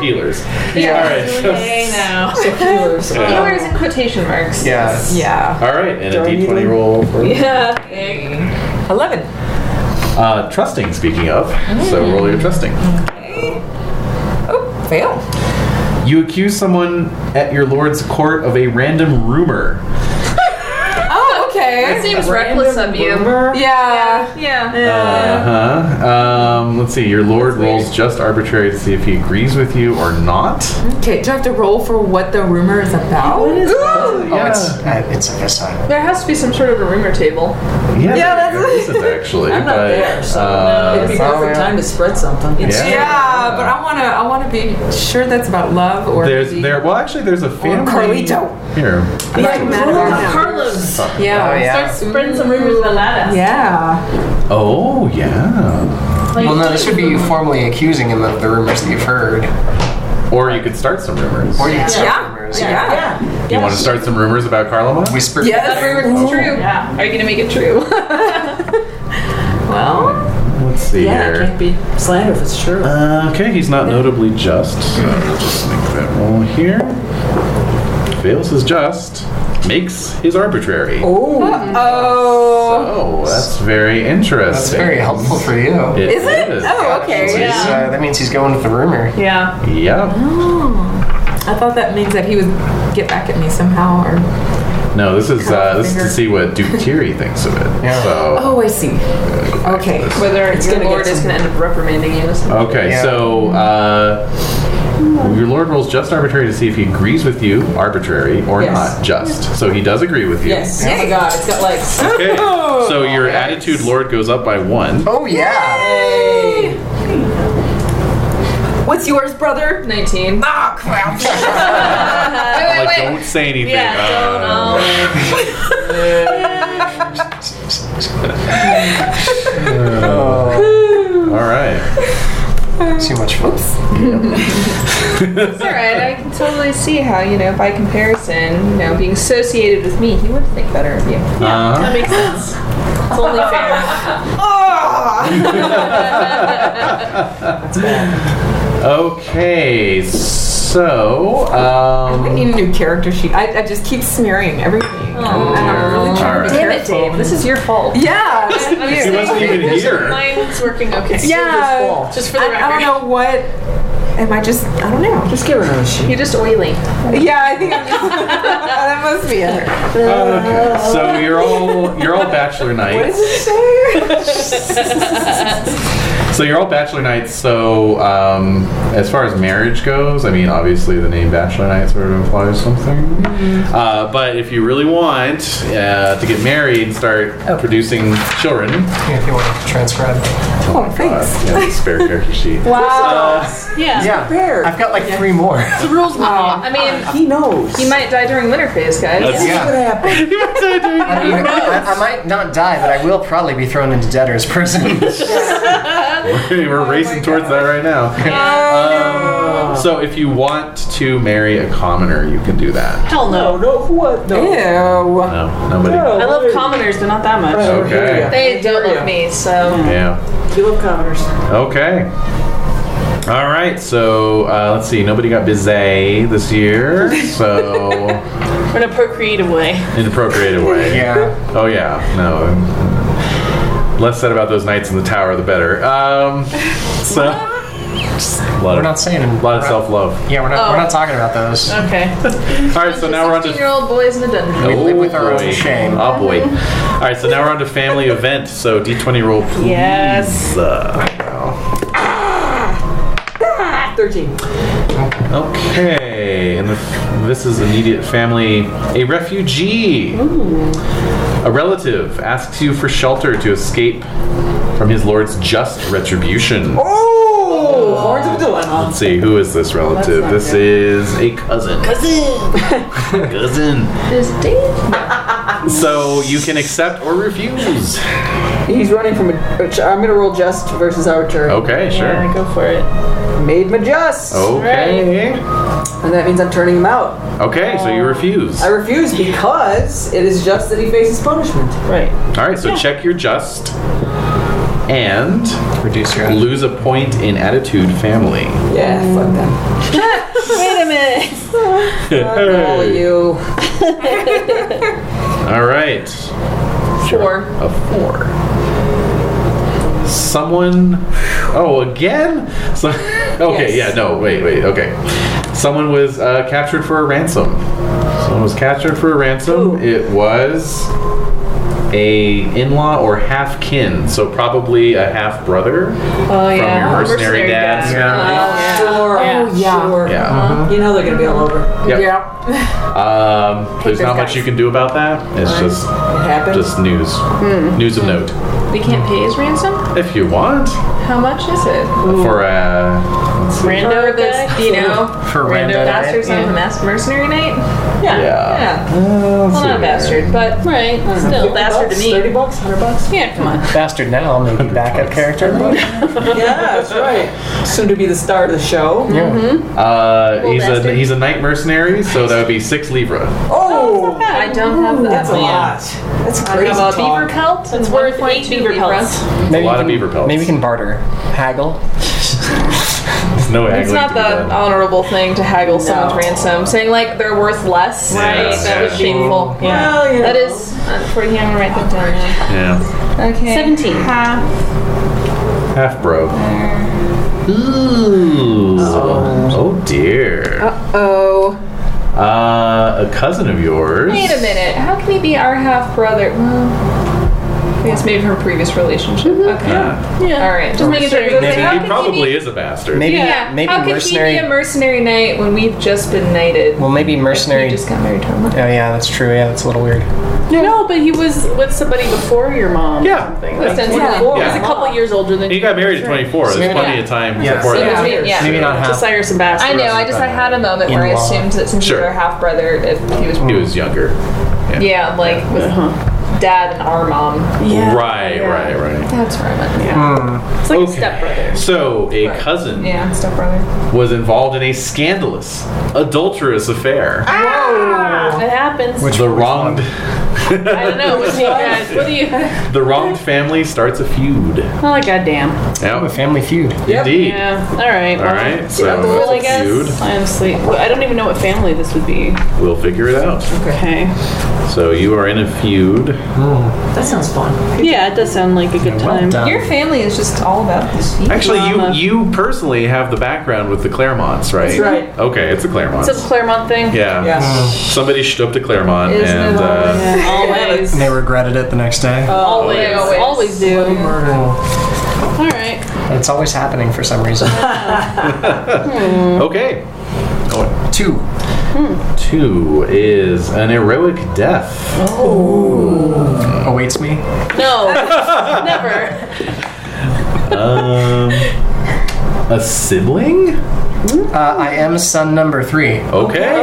Speaker 2: healers. All
Speaker 5: Yeah.
Speaker 2: right.
Speaker 3: Hey, now.
Speaker 8: Healers.
Speaker 2: Yeah.
Speaker 7: Killers in quotation marks.
Speaker 5: Yeah.
Speaker 6: yeah.
Speaker 2: All right, and a
Speaker 8: Don't
Speaker 2: d20
Speaker 8: even-
Speaker 2: roll for
Speaker 3: Yeah.
Speaker 6: Eleven.
Speaker 2: uh, trusting. Speaking of, so roll your trusting.
Speaker 6: Oh, fail.
Speaker 2: You accuse someone at your lord's court of a random rumor.
Speaker 6: Oh, okay.
Speaker 7: fair.
Speaker 3: It seems reckless of you.
Speaker 8: Rumor?
Speaker 6: (laughs) Yeah.
Speaker 7: Yeah.
Speaker 2: Uh huh. Um, let's see. Your lord rolls just arbitrary to see if he agrees with you or not.
Speaker 6: Okay, do I have to roll for what the rumor is about?
Speaker 5: Oh, it's uh, it's a sign.
Speaker 7: There has to be some sort of a rumor table.
Speaker 2: Yeah, that's there is actually.
Speaker 8: (laughs) I'm not
Speaker 2: but,
Speaker 8: there, so
Speaker 2: uh,
Speaker 8: it'd be a perfect time to spread something.
Speaker 2: Yeah.
Speaker 6: Yeah, but I wanna I wanna be sure that's about love or
Speaker 2: There's
Speaker 6: maybe-
Speaker 2: there. Well, actually, there's a family.
Speaker 6: Carlito.
Speaker 2: Here.
Speaker 6: Like Madagascar.
Speaker 3: Carlos,
Speaker 6: Yeah.
Speaker 5: Oh yeah.
Speaker 3: start spreading some rumors about us.
Speaker 6: Yeah.
Speaker 2: Oh yeah.
Speaker 5: Well, no, this would be you formally accusing him of the rumors that you've heard,
Speaker 2: Or you could start some rumors.
Speaker 5: or you could start
Speaker 6: Yeah.
Speaker 5: rumors.
Speaker 8: Yeah.
Speaker 2: You want to start some rumors about Carloma?
Speaker 5: Whisper.
Speaker 7: That rumor is true.
Speaker 3: Yeah.
Speaker 7: Are you gonna make it
Speaker 6: (laughs)
Speaker 7: true?
Speaker 8: Well,
Speaker 2: Let's see
Speaker 8: yeah, it
Speaker 2: here.
Speaker 8: can't be slander if it's true.
Speaker 2: Uh, okay, he's not notably just. So we'll just make that roll here. Fails his just, makes his arbitrary.
Speaker 8: Oh,
Speaker 6: Oh
Speaker 2: Oh, that's very interesting.
Speaker 5: That's very helpful for you.
Speaker 2: is it? is.
Speaker 6: Oh,
Speaker 5: He's,
Speaker 6: okay.
Speaker 5: uh, that means he's going with the rumor.
Speaker 3: Yeah.
Speaker 2: Yep.
Speaker 6: I thought that means that he would get back at me somehow or
Speaker 2: No, this is uh, this is to see what Duke Thierry thinks of it.
Speaker 5: Yeah.
Speaker 2: So
Speaker 6: Oh I see. Okay.
Speaker 7: Whether it's your
Speaker 8: gonna get
Speaker 7: lord is
Speaker 8: some-
Speaker 7: gonna end up reprimanding you.
Speaker 2: okay,
Speaker 5: Yeah.
Speaker 2: so uh, your lord rolls just arbitrary to see if he agrees with you, arbitrary or
Speaker 8: Yes.
Speaker 2: not just. So he does agree with you.
Speaker 5: (laughs)
Speaker 8: yes. Oh my God, it's got legs.
Speaker 2: Okay. So your attitude lord goes up by one.
Speaker 5: Oh yeah.
Speaker 6: What's yours, brother?
Speaker 3: 19.
Speaker 7: (laughs)
Speaker 2: like, don't say anything. Uh.
Speaker 3: Yeah, don't know.
Speaker 2: (laughs)
Speaker 5: (laughs)
Speaker 2: All right.
Speaker 5: Too much fun.
Speaker 7: It's alright, I can totally see how, you know, by comparison, you know, being associated with me, he would think better of you.
Speaker 2: Uh,
Speaker 3: That makes sense. It's only fair.
Speaker 2: okay. So, um,
Speaker 6: I need a new character sheet. I, I just keep smearing everything. And I'm
Speaker 7: Um,
Speaker 6: really
Speaker 2: All
Speaker 6: trying to be
Speaker 2: right.
Speaker 7: Damn it, Dave, this is your fault.
Speaker 6: Yeah.
Speaker 2: he wasn't even here.
Speaker 3: Mine's working okay.
Speaker 6: yeah.
Speaker 3: Just for
Speaker 6: I,
Speaker 3: the
Speaker 6: I don't
Speaker 3: record.
Speaker 6: know what am I just I don't know.
Speaker 8: Just give her another sheet.
Speaker 7: You're just oily.
Speaker 6: Yeah, I think I'm
Speaker 8: (laughs)
Speaker 6: just, that must be it.
Speaker 2: Okay. So you're all you're all
Speaker 6: (laughs)
Speaker 2: bachelor nights. So you're all bachelor nights. So um, as far as marriage goes, I mean, obviously the name bachelor night sort of implies something.
Speaker 6: Mm-hmm.
Speaker 2: Uh, but if you really want uh, to get married and start producing children,
Speaker 5: Yeah, if you want to transcribe.
Speaker 6: Oh, thanks.
Speaker 2: uh, yeah, spare character sheet.
Speaker 8: Um,
Speaker 2: Uh,
Speaker 6: Wow.
Speaker 3: Yeah.
Speaker 5: Yeah. I've got like three more.
Speaker 3: The rules law. I mean,
Speaker 8: He knows.
Speaker 7: You might die during winter phase, guys.
Speaker 2: That's-
Speaker 8: This is what
Speaker 5: Yeah.
Speaker 8: happened.
Speaker 5: I, mean, I, I might not die, but I will probably be thrown into
Speaker 2: (laughs)
Speaker 5: debtor's prison. (laughs)
Speaker 2: We're
Speaker 8: Oh
Speaker 2: racing towards that right
Speaker 8: (laughs)
Speaker 2: now. Um, so if you want to marry a commoner, you can do that.
Speaker 3: hell
Speaker 8: No,
Speaker 3: no.
Speaker 8: no, what? No.
Speaker 6: Ew.
Speaker 2: No, nobody.
Speaker 8: No,
Speaker 3: I love
Speaker 8: wait.
Speaker 3: commoners, but not that much.
Speaker 2: Okay.
Speaker 7: They don't love me, so.
Speaker 2: Yeah.
Speaker 8: You love commoners.
Speaker 2: Okay. All right. So uh, let's see. Nobody got busy this
Speaker 8: (laughs)
Speaker 2: year, so
Speaker 3: In a procreative way.
Speaker 2: inappropriate way.
Speaker 5: yeah.
Speaker 2: Oh yeah, no. Less said about those nights in the tower, the better.
Speaker 8: (laughs)
Speaker 2: Um, so, Just a lot
Speaker 5: We're
Speaker 2: of,
Speaker 5: not saying.
Speaker 2: a lot of self-love.
Speaker 5: Yeah, we're not,
Speaker 3: Oh.
Speaker 5: we're not talking about those.
Speaker 7: Oh.
Speaker 3: Okay.
Speaker 2: All right, so now we're on to
Speaker 7: 16 year old boys in a dungeon.
Speaker 5: We live
Speaker 2: Oh,
Speaker 5: with our own
Speaker 2: boy.
Speaker 5: shame.
Speaker 2: Oh boy! All right, so now we're on to family event. So D20 roll, please.
Speaker 3: Yes.
Speaker 2: Uh,
Speaker 8: 13.
Speaker 2: okay, and the, this is immediate family. A refugee, a relative, asks you for shelter to escape from his lord's just retribution.
Speaker 8: Oh, horns of dilemma.
Speaker 2: Let's see, who is this relative?
Speaker 8: not
Speaker 2: this
Speaker 8: good.
Speaker 2: is a cousin. (laughs) Cousin. cousin.
Speaker 7: This Dave?
Speaker 2: So you can accept or refuse.
Speaker 8: He's running from a. I'm gonna roll just versus arbitrary.
Speaker 2: Okay, sure.
Speaker 3: Go for it.
Speaker 8: Made my just.
Speaker 2: Oh. Okay.
Speaker 8: And that means I'm turning him out.
Speaker 2: Okay, so you refuse.
Speaker 8: I refuse because it is just that he faces punishment.
Speaker 3: Right.
Speaker 2: All right, so check your just and
Speaker 5: Reduce your.
Speaker 2: lose a point in attitude family.
Speaker 8: Yeah, fuck them.
Speaker 7: (laughs) Wait a minute.
Speaker 8: All of you.
Speaker 2: All right,
Speaker 7: Four.
Speaker 2: a four. Someone. Oh, again? (laughs) So, okay, yeah, no, wait, wait, okay. Someone was uh, captured for a ransom. Someone was captured for a ransom. It was a in-law or half kin, so probably a half brother
Speaker 6: Oh
Speaker 2: from your mercenary,
Speaker 6: yeah.
Speaker 3: Mercenary
Speaker 2: dad's
Speaker 3: dad.
Speaker 2: family.
Speaker 8: Sure,
Speaker 6: Yeah.
Speaker 8: yeah. sure.
Speaker 2: Yeah.
Speaker 8: You know they're gonna be all over.
Speaker 2: Yep.
Speaker 6: Uh-huh. Yeah.
Speaker 2: Um, there's not much you can do about that. It's just
Speaker 8: It happens.
Speaker 2: just news, news of note.
Speaker 7: We can't pay his ransom?
Speaker 2: If you want,
Speaker 7: How much is it?
Speaker 2: for uh,
Speaker 7: Rando
Speaker 3: Rando guy?
Speaker 7: this, you know,
Speaker 5: For
Speaker 7: Rando
Speaker 5: random.
Speaker 7: Bastards on the Mass Mercenary Night?
Speaker 2: yeah,
Speaker 7: Yeah.
Speaker 2: Uh, let's
Speaker 7: Well,
Speaker 2: see
Speaker 7: not a
Speaker 2: here.
Speaker 7: bastard, but. Right. Still, bastard to
Speaker 8: Bucks, Thirty
Speaker 7: me.
Speaker 8: bucks, hundred bucks?
Speaker 7: Yeah, come on.
Speaker 5: Bastard
Speaker 2: (laughs)
Speaker 5: now, maybe backup
Speaker 7: (laughs)
Speaker 5: character.
Speaker 8: (laughs) Yeah, that's right. Soon to be the star of the show.
Speaker 7: Mm-hmm.
Speaker 5: Yeah.
Speaker 2: Uh, he's a
Speaker 7: bastard.
Speaker 2: he's a knight mercenary, so that would be six libra.
Speaker 8: Oh,
Speaker 3: I don't have that.
Speaker 8: that's a
Speaker 3: man.
Speaker 8: lot. That's
Speaker 3: I
Speaker 8: crazy
Speaker 3: have a
Speaker 8: talk.
Speaker 3: beaver pelt. It's
Speaker 7: worth
Speaker 3: worth eight
Speaker 7: 1.2
Speaker 3: beaver
Speaker 7: libra.
Speaker 3: pelts.
Speaker 2: lot
Speaker 5: Maybe we
Speaker 2: of
Speaker 5: can-
Speaker 2: beaver pelts.
Speaker 5: Maybe we can barter. Haggle.
Speaker 2: It's (laughs) no
Speaker 7: It's not the honorable thing to haggle someone's ransom. Saying, like, they're worth less.
Speaker 2: Yeah,
Speaker 7: Right. That was
Speaker 2: yeah.
Speaker 7: shameful. Yeah.
Speaker 8: Well, you
Speaker 7: That
Speaker 8: know.
Speaker 7: is. uh, For you, I'm gonna write that down now.
Speaker 2: yeah
Speaker 7: Okay.
Speaker 3: 17.
Speaker 7: Half.
Speaker 2: half bro.
Speaker 7: Oh.
Speaker 2: Ooh. Oh dear.
Speaker 7: Oh.
Speaker 2: Uh, a cousin of yours.
Speaker 7: Wait a minute. How can he be our half brother? Well, I guess maybe from a previous relationship. Okay.
Speaker 2: Yeah.
Speaker 7: All right. Just making sure.
Speaker 2: Maybe he probably
Speaker 7: be,
Speaker 2: is a bastard.
Speaker 5: Maybe
Speaker 7: Yeah.
Speaker 5: maybe
Speaker 7: how could
Speaker 5: mercenary.
Speaker 7: he be a mercenary knight when we've just been knighted?
Speaker 5: well, maybe mercenary.
Speaker 7: He just got married to a
Speaker 5: oh
Speaker 7: woman.
Speaker 5: yeah, that's true. Yeah, that's a little weird.
Speaker 3: No, but he was with somebody before your mom.
Speaker 2: Yeah.
Speaker 3: Or something.
Speaker 2: Yeah.
Speaker 3: He was
Speaker 2: Yeah.
Speaker 3: a couple years older than
Speaker 2: He
Speaker 3: you.
Speaker 2: got married at 24. There's
Speaker 5: Yeah.
Speaker 2: plenty of time
Speaker 5: Yeah.
Speaker 2: before
Speaker 5: So
Speaker 2: that.
Speaker 7: between- yeah.
Speaker 5: Maybe not
Speaker 3: to
Speaker 5: half.
Speaker 3: Cyrus and Bass.
Speaker 7: I know. I just I had a moment where I
Speaker 5: In-law.
Speaker 7: assumed that since
Speaker 2: Sure.
Speaker 7: you were half brother, if he was
Speaker 2: He was younger.
Speaker 7: yeah, like with dad and our mom.
Speaker 2: Right, right, right.
Speaker 7: Uh-huh. That's where I meant.
Speaker 3: It's like
Speaker 2: Okay.
Speaker 3: a stepbrother.
Speaker 2: So, a cousin
Speaker 7: Yeah, step brother.
Speaker 2: was involved in a scandalous, adulterous affair.
Speaker 3: Ah! It happens.
Speaker 2: the wronged,
Speaker 3: I don't
Speaker 2: (laughs)
Speaker 3: know. What do you guys? What do you?
Speaker 2: the wronged family starts a feud.
Speaker 3: Oh goddamn.
Speaker 5: Oh, a
Speaker 2: Yeah,
Speaker 5: family feud.
Speaker 2: indeed.
Speaker 3: Yeah. All right.
Speaker 2: All
Speaker 3: well,
Speaker 2: right,
Speaker 3: I'm
Speaker 2: so
Speaker 3: full, I guess.
Speaker 2: feud.
Speaker 3: I'm sleep. I don't even know what family this would be.
Speaker 2: We'll figure it out.
Speaker 3: Okay.
Speaker 2: So you are in a feud.
Speaker 8: That sounds fun.
Speaker 3: Yeah, it does sound like a good
Speaker 5: Well
Speaker 3: time.
Speaker 5: done.
Speaker 7: Your family is just all about this.
Speaker 2: Actually,
Speaker 3: Drama.
Speaker 2: you you personally have the background with the Claremonts, right?
Speaker 8: That's right.
Speaker 2: Okay, it's a Claremont.
Speaker 3: It's a Claremont thing.
Speaker 2: yeah.
Speaker 8: (laughs) Yeah.
Speaker 2: Somebody stood up to Claremont
Speaker 7: Isn't
Speaker 2: and
Speaker 7: it
Speaker 2: uh,
Speaker 7: always-
Speaker 3: Yeah, Always.
Speaker 5: And they regretted it the next day.
Speaker 7: Oh.
Speaker 3: Always.
Speaker 7: Always.
Speaker 3: Always do.
Speaker 5: Oh,
Speaker 3: All right.
Speaker 5: it's always happening for some
Speaker 7: (laughs)
Speaker 5: reason.
Speaker 2: Okay. Oh,
Speaker 5: Two.
Speaker 2: two is an heroic death.
Speaker 3: Oh.
Speaker 5: awaits me.
Speaker 3: No. (laughs) Never.
Speaker 2: Um, a sibling?
Speaker 5: Uh, I am son number three.
Speaker 2: Okay.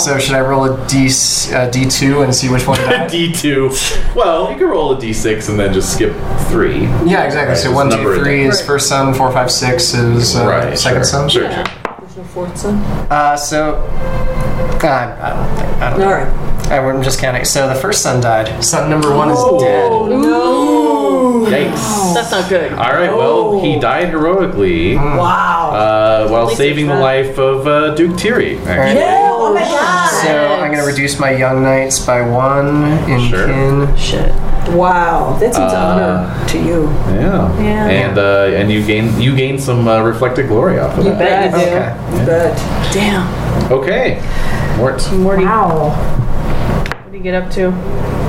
Speaker 5: So should I roll a D uh, D two and
Speaker 2: (laughs)
Speaker 5: see which one? dies?
Speaker 2: D2. Well, you can roll a d6 and then just skip three.
Speaker 5: yeah, exactly. So
Speaker 2: Right,
Speaker 5: one,
Speaker 2: it's
Speaker 5: two,
Speaker 2: number
Speaker 5: three
Speaker 2: of
Speaker 5: is first son. Four, five, six is uh,
Speaker 2: right.
Speaker 5: second
Speaker 2: sure,
Speaker 5: son.
Speaker 2: Sure, sure.
Speaker 5: Uh, so uh, I don't think I don't.
Speaker 8: All
Speaker 5: Know.
Speaker 8: right.
Speaker 5: I, am just counting. So the first son died. Son number one is dead.
Speaker 8: Oh,
Speaker 2: Yikes.
Speaker 3: That's not good.
Speaker 2: All right, well, he died heroically
Speaker 8: no. Wow.
Speaker 2: uh, while
Speaker 3: least
Speaker 2: saving
Speaker 3: it's
Speaker 2: the
Speaker 3: not-
Speaker 2: life of uh, Duke Tiri. actually.
Speaker 8: yeah. Oh my god.
Speaker 5: So I'm gonna reduce my young knights by one in
Speaker 2: Sure.
Speaker 5: kin.
Speaker 3: Shit.
Speaker 8: Wow. That
Speaker 2: Uh,
Speaker 8: seems honor to you.
Speaker 2: Yeah.
Speaker 3: Yeah.
Speaker 2: And uh, and you gain you gain some uh, reflected glory off of
Speaker 8: You
Speaker 2: that.
Speaker 8: bet you do.
Speaker 5: Okay.
Speaker 8: You bet.
Speaker 3: Damn.
Speaker 2: Okay. Mort.
Speaker 3: Morty, what
Speaker 8: Wow.
Speaker 3: did you get up to?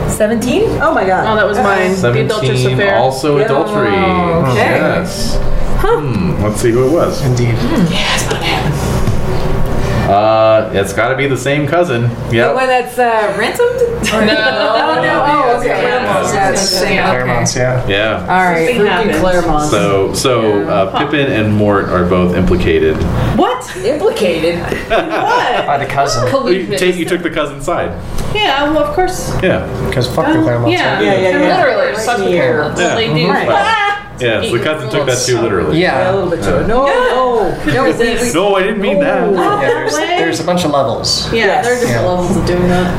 Speaker 6: 17?
Speaker 8: Oh my
Speaker 3: Oh,
Speaker 8: god.
Speaker 3: that was mine. The adulterous
Speaker 2: 17,
Speaker 3: affair.
Speaker 2: also adultery.
Speaker 8: okay.
Speaker 2: Yes. Hmm, let's see who it was.
Speaker 5: Indeed.
Speaker 2: Uh, it's got to be the same cousin.
Speaker 6: The
Speaker 2: Yep.
Speaker 6: one that's uh, (laughs) ransomed? Or
Speaker 7: No.
Speaker 6: Oh, no. Oh, okay.
Speaker 5: Yeah.
Speaker 8: Yeah, it's the same.
Speaker 5: Claremont's, yeah.
Speaker 2: Yeah.
Speaker 6: All right.
Speaker 3: Thing happened.
Speaker 8: Freaking Claremont.
Speaker 2: So so uh, Pippin and Mort are both implicated.
Speaker 8: What? Implicated.
Speaker 3: (laughs)
Speaker 5: By the cousin.
Speaker 2: You, take, you took the cousin side.
Speaker 3: Yeah, well, of course.
Speaker 2: Yeah.
Speaker 5: Because fuck the Claremonts.
Speaker 3: Oh, Yeah,
Speaker 8: Yeah, yeah, yeah.
Speaker 3: literally. Suck the
Speaker 8: Here.
Speaker 3: parents.
Speaker 2: Yeah.
Speaker 3: They do. Ah!
Speaker 8: Right.
Speaker 2: Yeah. So the cousin took that too literally.
Speaker 8: Yeah, a
Speaker 5: Yeah.
Speaker 8: little bit too. No, oh, no. No, we- we-
Speaker 2: No, I didn't mean that.
Speaker 5: Yeah, there's, there's a bunch of levels.
Speaker 3: Yeah, there are different
Speaker 5: Yeah.
Speaker 3: levels of doing that.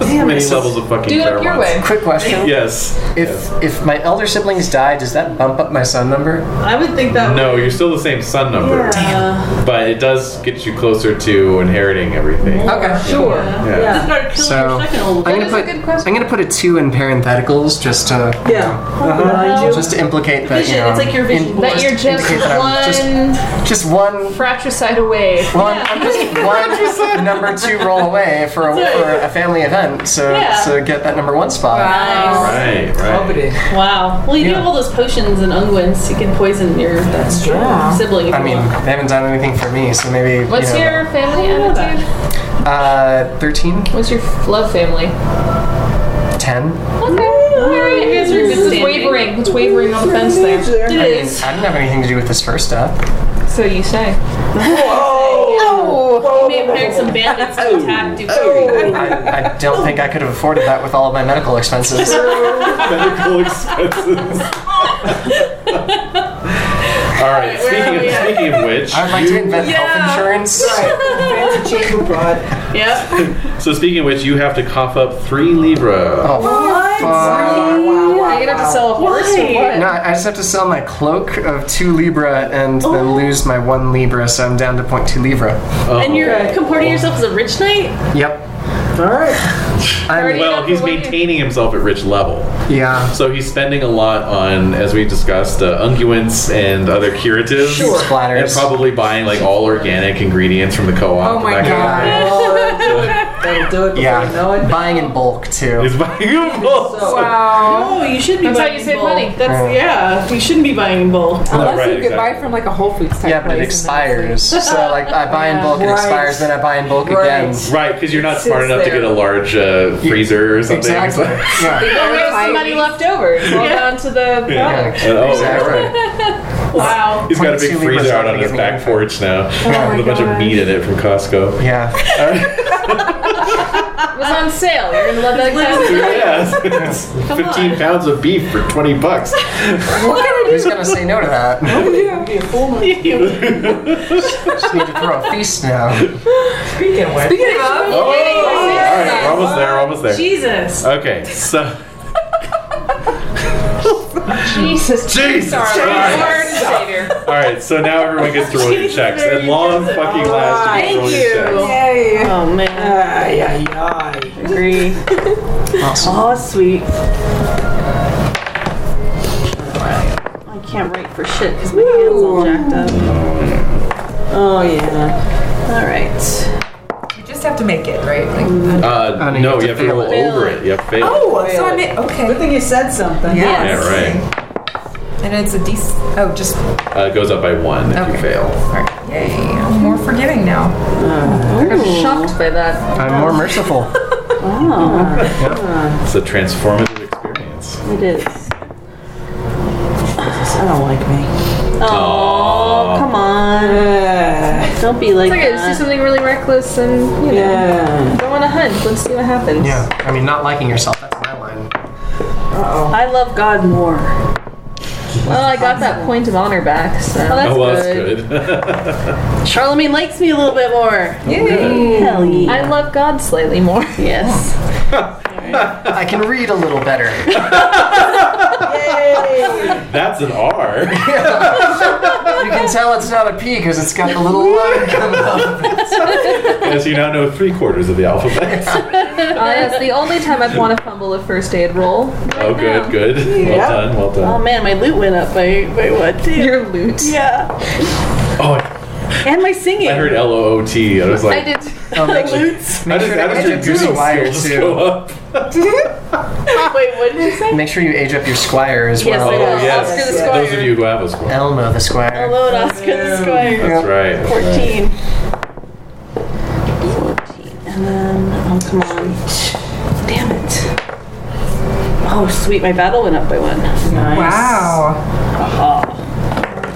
Speaker 2: Many levels of fucking
Speaker 7: Do it up your
Speaker 2: Claremonts.
Speaker 7: way.
Speaker 5: Quick question.
Speaker 2: Yes.
Speaker 5: If if my elder siblings die, does that bump up my son number?
Speaker 3: I would think that. uh,
Speaker 2: No, you're still the same son number,
Speaker 3: Damn.
Speaker 2: but it does get you closer to inheriting everything.
Speaker 5: Okay.
Speaker 8: Sure.
Speaker 2: Yeah.
Speaker 8: (laughs) Yeah.
Speaker 3: Start killing
Speaker 5: So
Speaker 3: your second old.
Speaker 5: I'm gonna
Speaker 7: is a
Speaker 5: put
Speaker 7: good question.
Speaker 5: I'm gonna put a two in parentheticals just to
Speaker 8: Yeah. Remind you.
Speaker 5: just to implicate that
Speaker 3: Vision.
Speaker 5: you know,
Speaker 3: it's like your vision.
Speaker 5: in-
Speaker 3: board.
Speaker 7: That you're just
Speaker 5: Indicate that I'm just-
Speaker 7: one
Speaker 5: just one.
Speaker 7: fratricide away.
Speaker 5: Well, I'm, I'm just one number two roll away for a, for a family event. so
Speaker 3: Yeah.
Speaker 5: so get that number one spot.
Speaker 3: Nice.
Speaker 2: Right, right.
Speaker 8: Coveted.
Speaker 3: Wow. Well, you do
Speaker 5: Yeah.
Speaker 3: all those potions and unguents. You can poison your
Speaker 8: That's true.
Speaker 3: sibling. If
Speaker 5: I
Speaker 3: you
Speaker 5: mean,
Speaker 3: want.
Speaker 5: they haven't done anything for me, so maybe. you
Speaker 7: What's
Speaker 5: know,
Speaker 7: your family
Speaker 3: I don't know
Speaker 7: attitude?
Speaker 5: Uh, 13,
Speaker 7: What's your f- love family? Okay,
Speaker 5: 10. I
Speaker 7: all right.
Speaker 3: you guys are in good
Speaker 7: It's
Speaker 3: standing.
Speaker 7: wavering. It's wavering on the fence there.
Speaker 3: it
Speaker 5: mean,
Speaker 3: is.
Speaker 5: I didn't have anything to do with this first up.
Speaker 7: So you say.
Speaker 3: You may have hired some bandits to attack
Speaker 8: Oh,
Speaker 3: Duke.
Speaker 5: I, I don't think I could have afforded that with all of my medical expenses.
Speaker 2: Medical expenses. All right. Speaking of, speaking of which,
Speaker 5: I would like to invent
Speaker 3: Yeah.
Speaker 5: health
Speaker 8: (laughs)
Speaker 5: insurance.
Speaker 8: Fancy chamber broad.
Speaker 3: Yep.
Speaker 2: so speaking of which, you have to cough up three libra.
Speaker 5: Oh, fuck.
Speaker 7: (laughs) Are you gonna have to sell a horse or what?
Speaker 5: No, I just have to sell my cloak of two libra and then
Speaker 8: Oh.
Speaker 5: lose my one libra, so I'm down to point two libra.
Speaker 3: And you're comporting yourself as a rich knight?
Speaker 5: Yep.
Speaker 8: All right.
Speaker 5: I'm,
Speaker 2: Well, he's maintaining himself at rich level.
Speaker 5: yeah.
Speaker 2: So he's spending a lot on, as we discussed, uh, unguents and other curatives.
Speaker 5: Sure. Splatters.
Speaker 2: And probably buying like all organic ingredients from the co-op.
Speaker 6: Oh my
Speaker 2: that kind of
Speaker 8: Oh, that'll do it. That'll do it before
Speaker 5: Yeah.
Speaker 8: you know it.
Speaker 5: Buying in bulk
Speaker 2: thing.
Speaker 5: too.
Speaker 2: He's buying a bowl.
Speaker 8: So-
Speaker 6: Wow.
Speaker 3: Oh, you should be
Speaker 7: That's how
Speaker 3: buying
Speaker 7: you
Speaker 3: in
Speaker 7: save
Speaker 3: bulk.
Speaker 7: money.
Speaker 3: That's, yeah. You shouldn't be buying in bulk.
Speaker 6: Unless
Speaker 2: right,
Speaker 6: you could buy
Speaker 2: exactly.
Speaker 6: from like a Whole Foods type
Speaker 5: Yeah, but
Speaker 6: place
Speaker 5: it
Speaker 6: and
Speaker 5: expires.
Speaker 8: (laughs)
Speaker 5: So like I buy in bulk, it
Speaker 8: Right.
Speaker 5: expires, then I buy in bulk
Speaker 8: Right.
Speaker 5: again.
Speaker 2: Right, because you're not smart
Speaker 8: Sits
Speaker 2: enough to
Speaker 8: there.
Speaker 2: get a large uh, freezer or something. (laughs)
Speaker 5: Exactly. (laughs) Yeah.
Speaker 8: (laughs)
Speaker 7: Well, there's
Speaker 6: Fight.
Speaker 7: some money left over. It's all down to the
Speaker 2: Yeah.
Speaker 7: product.
Speaker 2: And- oh,
Speaker 5: Exactly.
Speaker 2: right.
Speaker 3: Wow.
Speaker 2: He's got a
Speaker 5: 22
Speaker 2: big
Speaker 5: libras
Speaker 2: freezer out
Speaker 5: aren't
Speaker 2: on his
Speaker 5: gonna
Speaker 2: back
Speaker 5: give me
Speaker 2: porch now with a bunch of meat in it from Costco.
Speaker 5: Yeah.
Speaker 7: It was on sale. You're gonna love that kind
Speaker 2: Yes, it's 15 pounds of beef for 20 bucks.
Speaker 5: Who's gonna say no to
Speaker 8: (laughs)
Speaker 5: that?
Speaker 8: Be a full month.
Speaker 5: Just need to throw a feast
Speaker 8: (laughs)
Speaker 5: now.
Speaker 8: Speaking of which,
Speaker 7: (laughs)
Speaker 2: Oh, all right, we're almost there, we're almost there.
Speaker 3: Jesus.
Speaker 2: Okay, so
Speaker 7: Jesus.
Speaker 2: Jesus
Speaker 7: Sorry,
Speaker 2: Christ!
Speaker 7: Lord and Savior.
Speaker 2: All right, so now everyone gets to roll your checks,
Speaker 3: very
Speaker 2: and long fucking last to
Speaker 3: Thank
Speaker 2: roll
Speaker 3: you.
Speaker 2: your checks.
Speaker 6: Yay.
Speaker 3: Oh, man.
Speaker 8: ay, ay, ay.
Speaker 3: Agree.
Speaker 5: Awesome.
Speaker 3: Oh, sweet. I can't write for shit because my hand's all jacked up.
Speaker 8: Oh yeah.
Speaker 3: All right.
Speaker 6: You just have to make it, right? Like,
Speaker 2: Uh,
Speaker 5: Honey,
Speaker 2: no,
Speaker 5: it's
Speaker 2: you
Speaker 5: a
Speaker 2: have to roll
Speaker 5: fail.
Speaker 2: over it. You have to fail.
Speaker 6: oh, so I made,
Speaker 8: Good
Speaker 6: okay.
Speaker 8: thing you said something.
Speaker 6: Yeah.
Speaker 2: Yeah, right.
Speaker 6: And it's a decent, oh, just,
Speaker 2: Uh, it goes up by one if you
Speaker 6: Okay.
Speaker 2: fail.
Speaker 6: alright, yay. I'm more forgiving now.
Speaker 7: I'm shocked by that.
Speaker 5: I'm more merciful.
Speaker 2: It's a transformative experience.
Speaker 3: It is.
Speaker 8: I don't like me.
Speaker 3: Oh, come on.
Speaker 8: Yeah.
Speaker 3: Don't be like
Speaker 7: It's okay, let's do
Speaker 3: that.
Speaker 7: something really reckless and, you know,
Speaker 8: Yeah.
Speaker 7: don't want to hunt. Let's see what happens.
Speaker 5: Yeah. I mean not liking yourself, that's my line.
Speaker 3: I love God more.
Speaker 7: Well, Oh, I got that point of honor back, so.
Speaker 2: oh, well, that's good. (laughs)
Speaker 3: Charlemagne likes me a little bit more.
Speaker 6: Yay.
Speaker 3: Hell yeah.
Speaker 7: I love God slightly more.
Speaker 3: Yes.
Speaker 5: (laughs) I can read a little better.
Speaker 2: that's an R. (laughs)
Speaker 5: You can tell it's not a P because it's got the (laughs) little line coming up.
Speaker 2: As you now know three quarters of the alphabet.
Speaker 7: (laughs) Uh, that's the only time I'd want to fumble a first aid roll.
Speaker 2: Oh, good, good.
Speaker 8: Yeah.
Speaker 2: Well done, well
Speaker 3: Oh
Speaker 2: done.
Speaker 3: man, my loot went up by, by what? Damn.
Speaker 7: Your loot.
Speaker 3: yeah.
Speaker 2: Oh, I
Speaker 3: And my singing.
Speaker 2: I heard L O O T. I was like,
Speaker 7: I did.
Speaker 5: Oh, make sure,
Speaker 2: How
Speaker 5: make
Speaker 2: does,
Speaker 5: sure to
Speaker 2: how does
Speaker 5: get
Speaker 2: your
Speaker 5: your
Speaker 2: goosey
Speaker 5: goosey wire
Speaker 2: skills go
Speaker 5: too.
Speaker 2: up?
Speaker 3: Wait, what did you say?
Speaker 5: Make sure you age up your squire as
Speaker 3: Yes,
Speaker 5: well.
Speaker 2: Oh,
Speaker 3: I will.
Speaker 2: yes.
Speaker 3: Oscar the
Speaker 2: For
Speaker 3: Squire.
Speaker 2: Those of you who have a squad.
Speaker 5: Elmo the squire. (laughs)
Speaker 3: Hello, Oscar the Squire.
Speaker 2: That's right. that's right.
Speaker 3: 14. 14. And then, oh, come on. Damn it. Oh, sweet, my battle went up by one.
Speaker 6: Wow.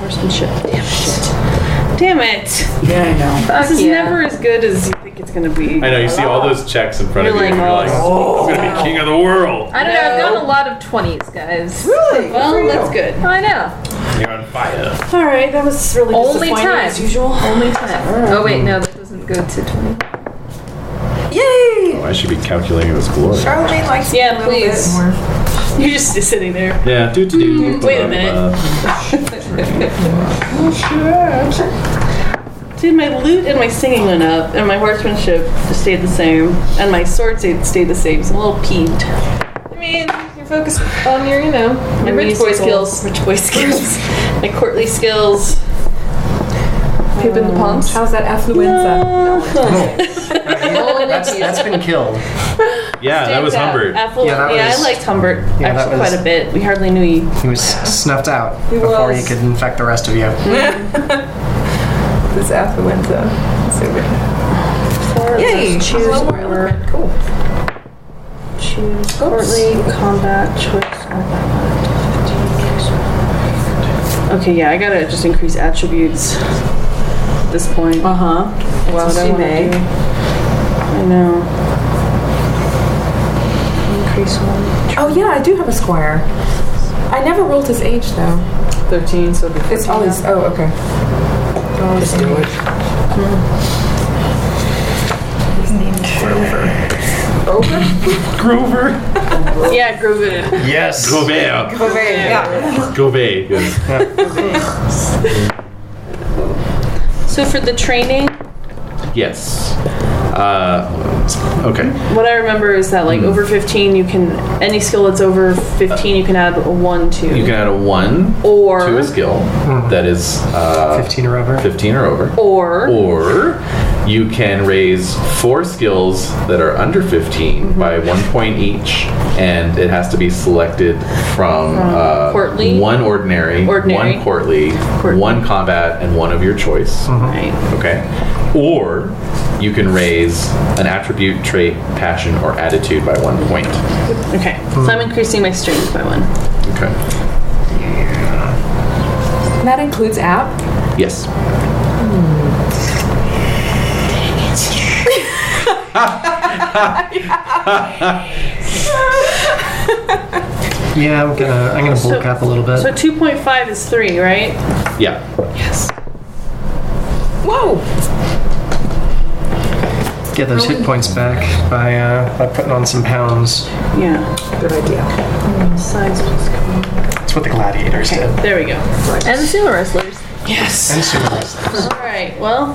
Speaker 3: Horsemanship. Damn it. Damn it.
Speaker 8: Yeah, I know.
Speaker 7: Fuck
Speaker 3: This is
Speaker 7: yeah.
Speaker 3: never as good as you think it's gonna be.
Speaker 2: I know, you see all those checks in front of you,
Speaker 3: You're
Speaker 2: and you're
Speaker 3: like,
Speaker 2: like, I'm going to be king of the world.
Speaker 7: I don't know. I've gotten a lot of 20s, guys.
Speaker 8: Really?
Speaker 7: Well,
Speaker 3: That's good.
Speaker 7: I know.
Speaker 2: You're on fire.
Speaker 3: All right, that was really
Speaker 7: just Only
Speaker 3: disappointing
Speaker 7: time.
Speaker 3: as usual.
Speaker 7: Only
Speaker 3: (laughs)
Speaker 7: time. Oh, wait, no, that doesn't go to 20.
Speaker 6: Yay.
Speaker 2: Oh, I should be calculating this glory.
Speaker 6: Charlemagne likes me
Speaker 3: Yeah,
Speaker 6: a little
Speaker 3: please.
Speaker 6: bit more.
Speaker 3: (laughs) You're just sitting there.
Speaker 2: Yeah. Do, do, do,
Speaker 3: wait a minute. Dude, my loot and my singing went up, and my horsemanship just stayed the same, and my sword stayed, stayed the same. So I'm a little peeved.
Speaker 7: I mean, you're focused on your, you know,
Speaker 3: My
Speaker 7: your
Speaker 3: rich boy skills, (laughs) rich boy skills, my courtly skills.
Speaker 7: Poop in the pumps.
Speaker 2: Oh,
Speaker 6: How's that affluenza?
Speaker 5: That's, that's been killed.
Speaker 2: Yeah, that was Humbert.
Speaker 3: Apple,
Speaker 5: Yeah,
Speaker 3: yeah,
Speaker 5: that was-
Speaker 3: I liked Humbert
Speaker 5: yeah, that
Speaker 3: actually
Speaker 5: was-
Speaker 3: quite a bit. We hardly knew you.
Speaker 5: He was snuffed out before
Speaker 8: was.
Speaker 5: he could infect the rest of you.
Speaker 6: This affluenza. So good.
Speaker 7: Yay! Choose or cool. Choose courtly combat choice.
Speaker 3: Okay, yeah, I gotta just increase attributes at this point.
Speaker 8: Uh huh.
Speaker 3: Well,
Speaker 8: she may.
Speaker 3: I know.
Speaker 7: Increase one.
Speaker 6: Oh yeah, I do have a squire. I never rolled his age though.
Speaker 8: 13, so it'd be
Speaker 6: It's always oh okay.
Speaker 8: Let's do it.
Speaker 2: Grover.
Speaker 3: Yeah, groove it in.
Speaker 5: Yes.
Speaker 2: Gobert.
Speaker 6: Yeah.
Speaker 2: Gobert. yes.
Speaker 3: So for the training,
Speaker 2: Yes. Uh, okay.
Speaker 3: what I remember is that like
Speaker 2: Mm.
Speaker 3: over 15, you can any skill that's over 15, you can add a one to,
Speaker 2: You can add a one
Speaker 3: or
Speaker 2: to a skill that is uh,
Speaker 5: 15 or over.
Speaker 2: 15 or over.
Speaker 3: or
Speaker 2: Or you can raise four skills that are under 15
Speaker 3: Mm-hmm.
Speaker 2: by one point each, and it has to be selected from, uh,
Speaker 3: courtly?
Speaker 2: one ordinary,
Speaker 3: Ordinary.
Speaker 2: one courtly,
Speaker 3: Courtly.
Speaker 2: one combat, and one of your choice.
Speaker 3: Mm-hmm. right.
Speaker 2: Okay? Or you can raise an attribute, trait, passion, or attitude by one point.
Speaker 3: Okay, so I'm increasing my strength by one.
Speaker 2: Okay.
Speaker 6: And that includes app.
Speaker 2: Yes.
Speaker 5: Yeah, I'm gonna I'm gonna bulk up a little bit.
Speaker 3: So 2.5 is three, right?
Speaker 2: Yeah.
Speaker 5: Get those hit points back by uh, by putting on some pounds.
Speaker 3: Yeah.
Speaker 8: Good idea.
Speaker 3: Size.
Speaker 5: That's what the gladiators did.
Speaker 3: There we go.
Speaker 7: And the sumo wrestlers.
Speaker 5: And super wrestlers.
Speaker 3: All right. Well,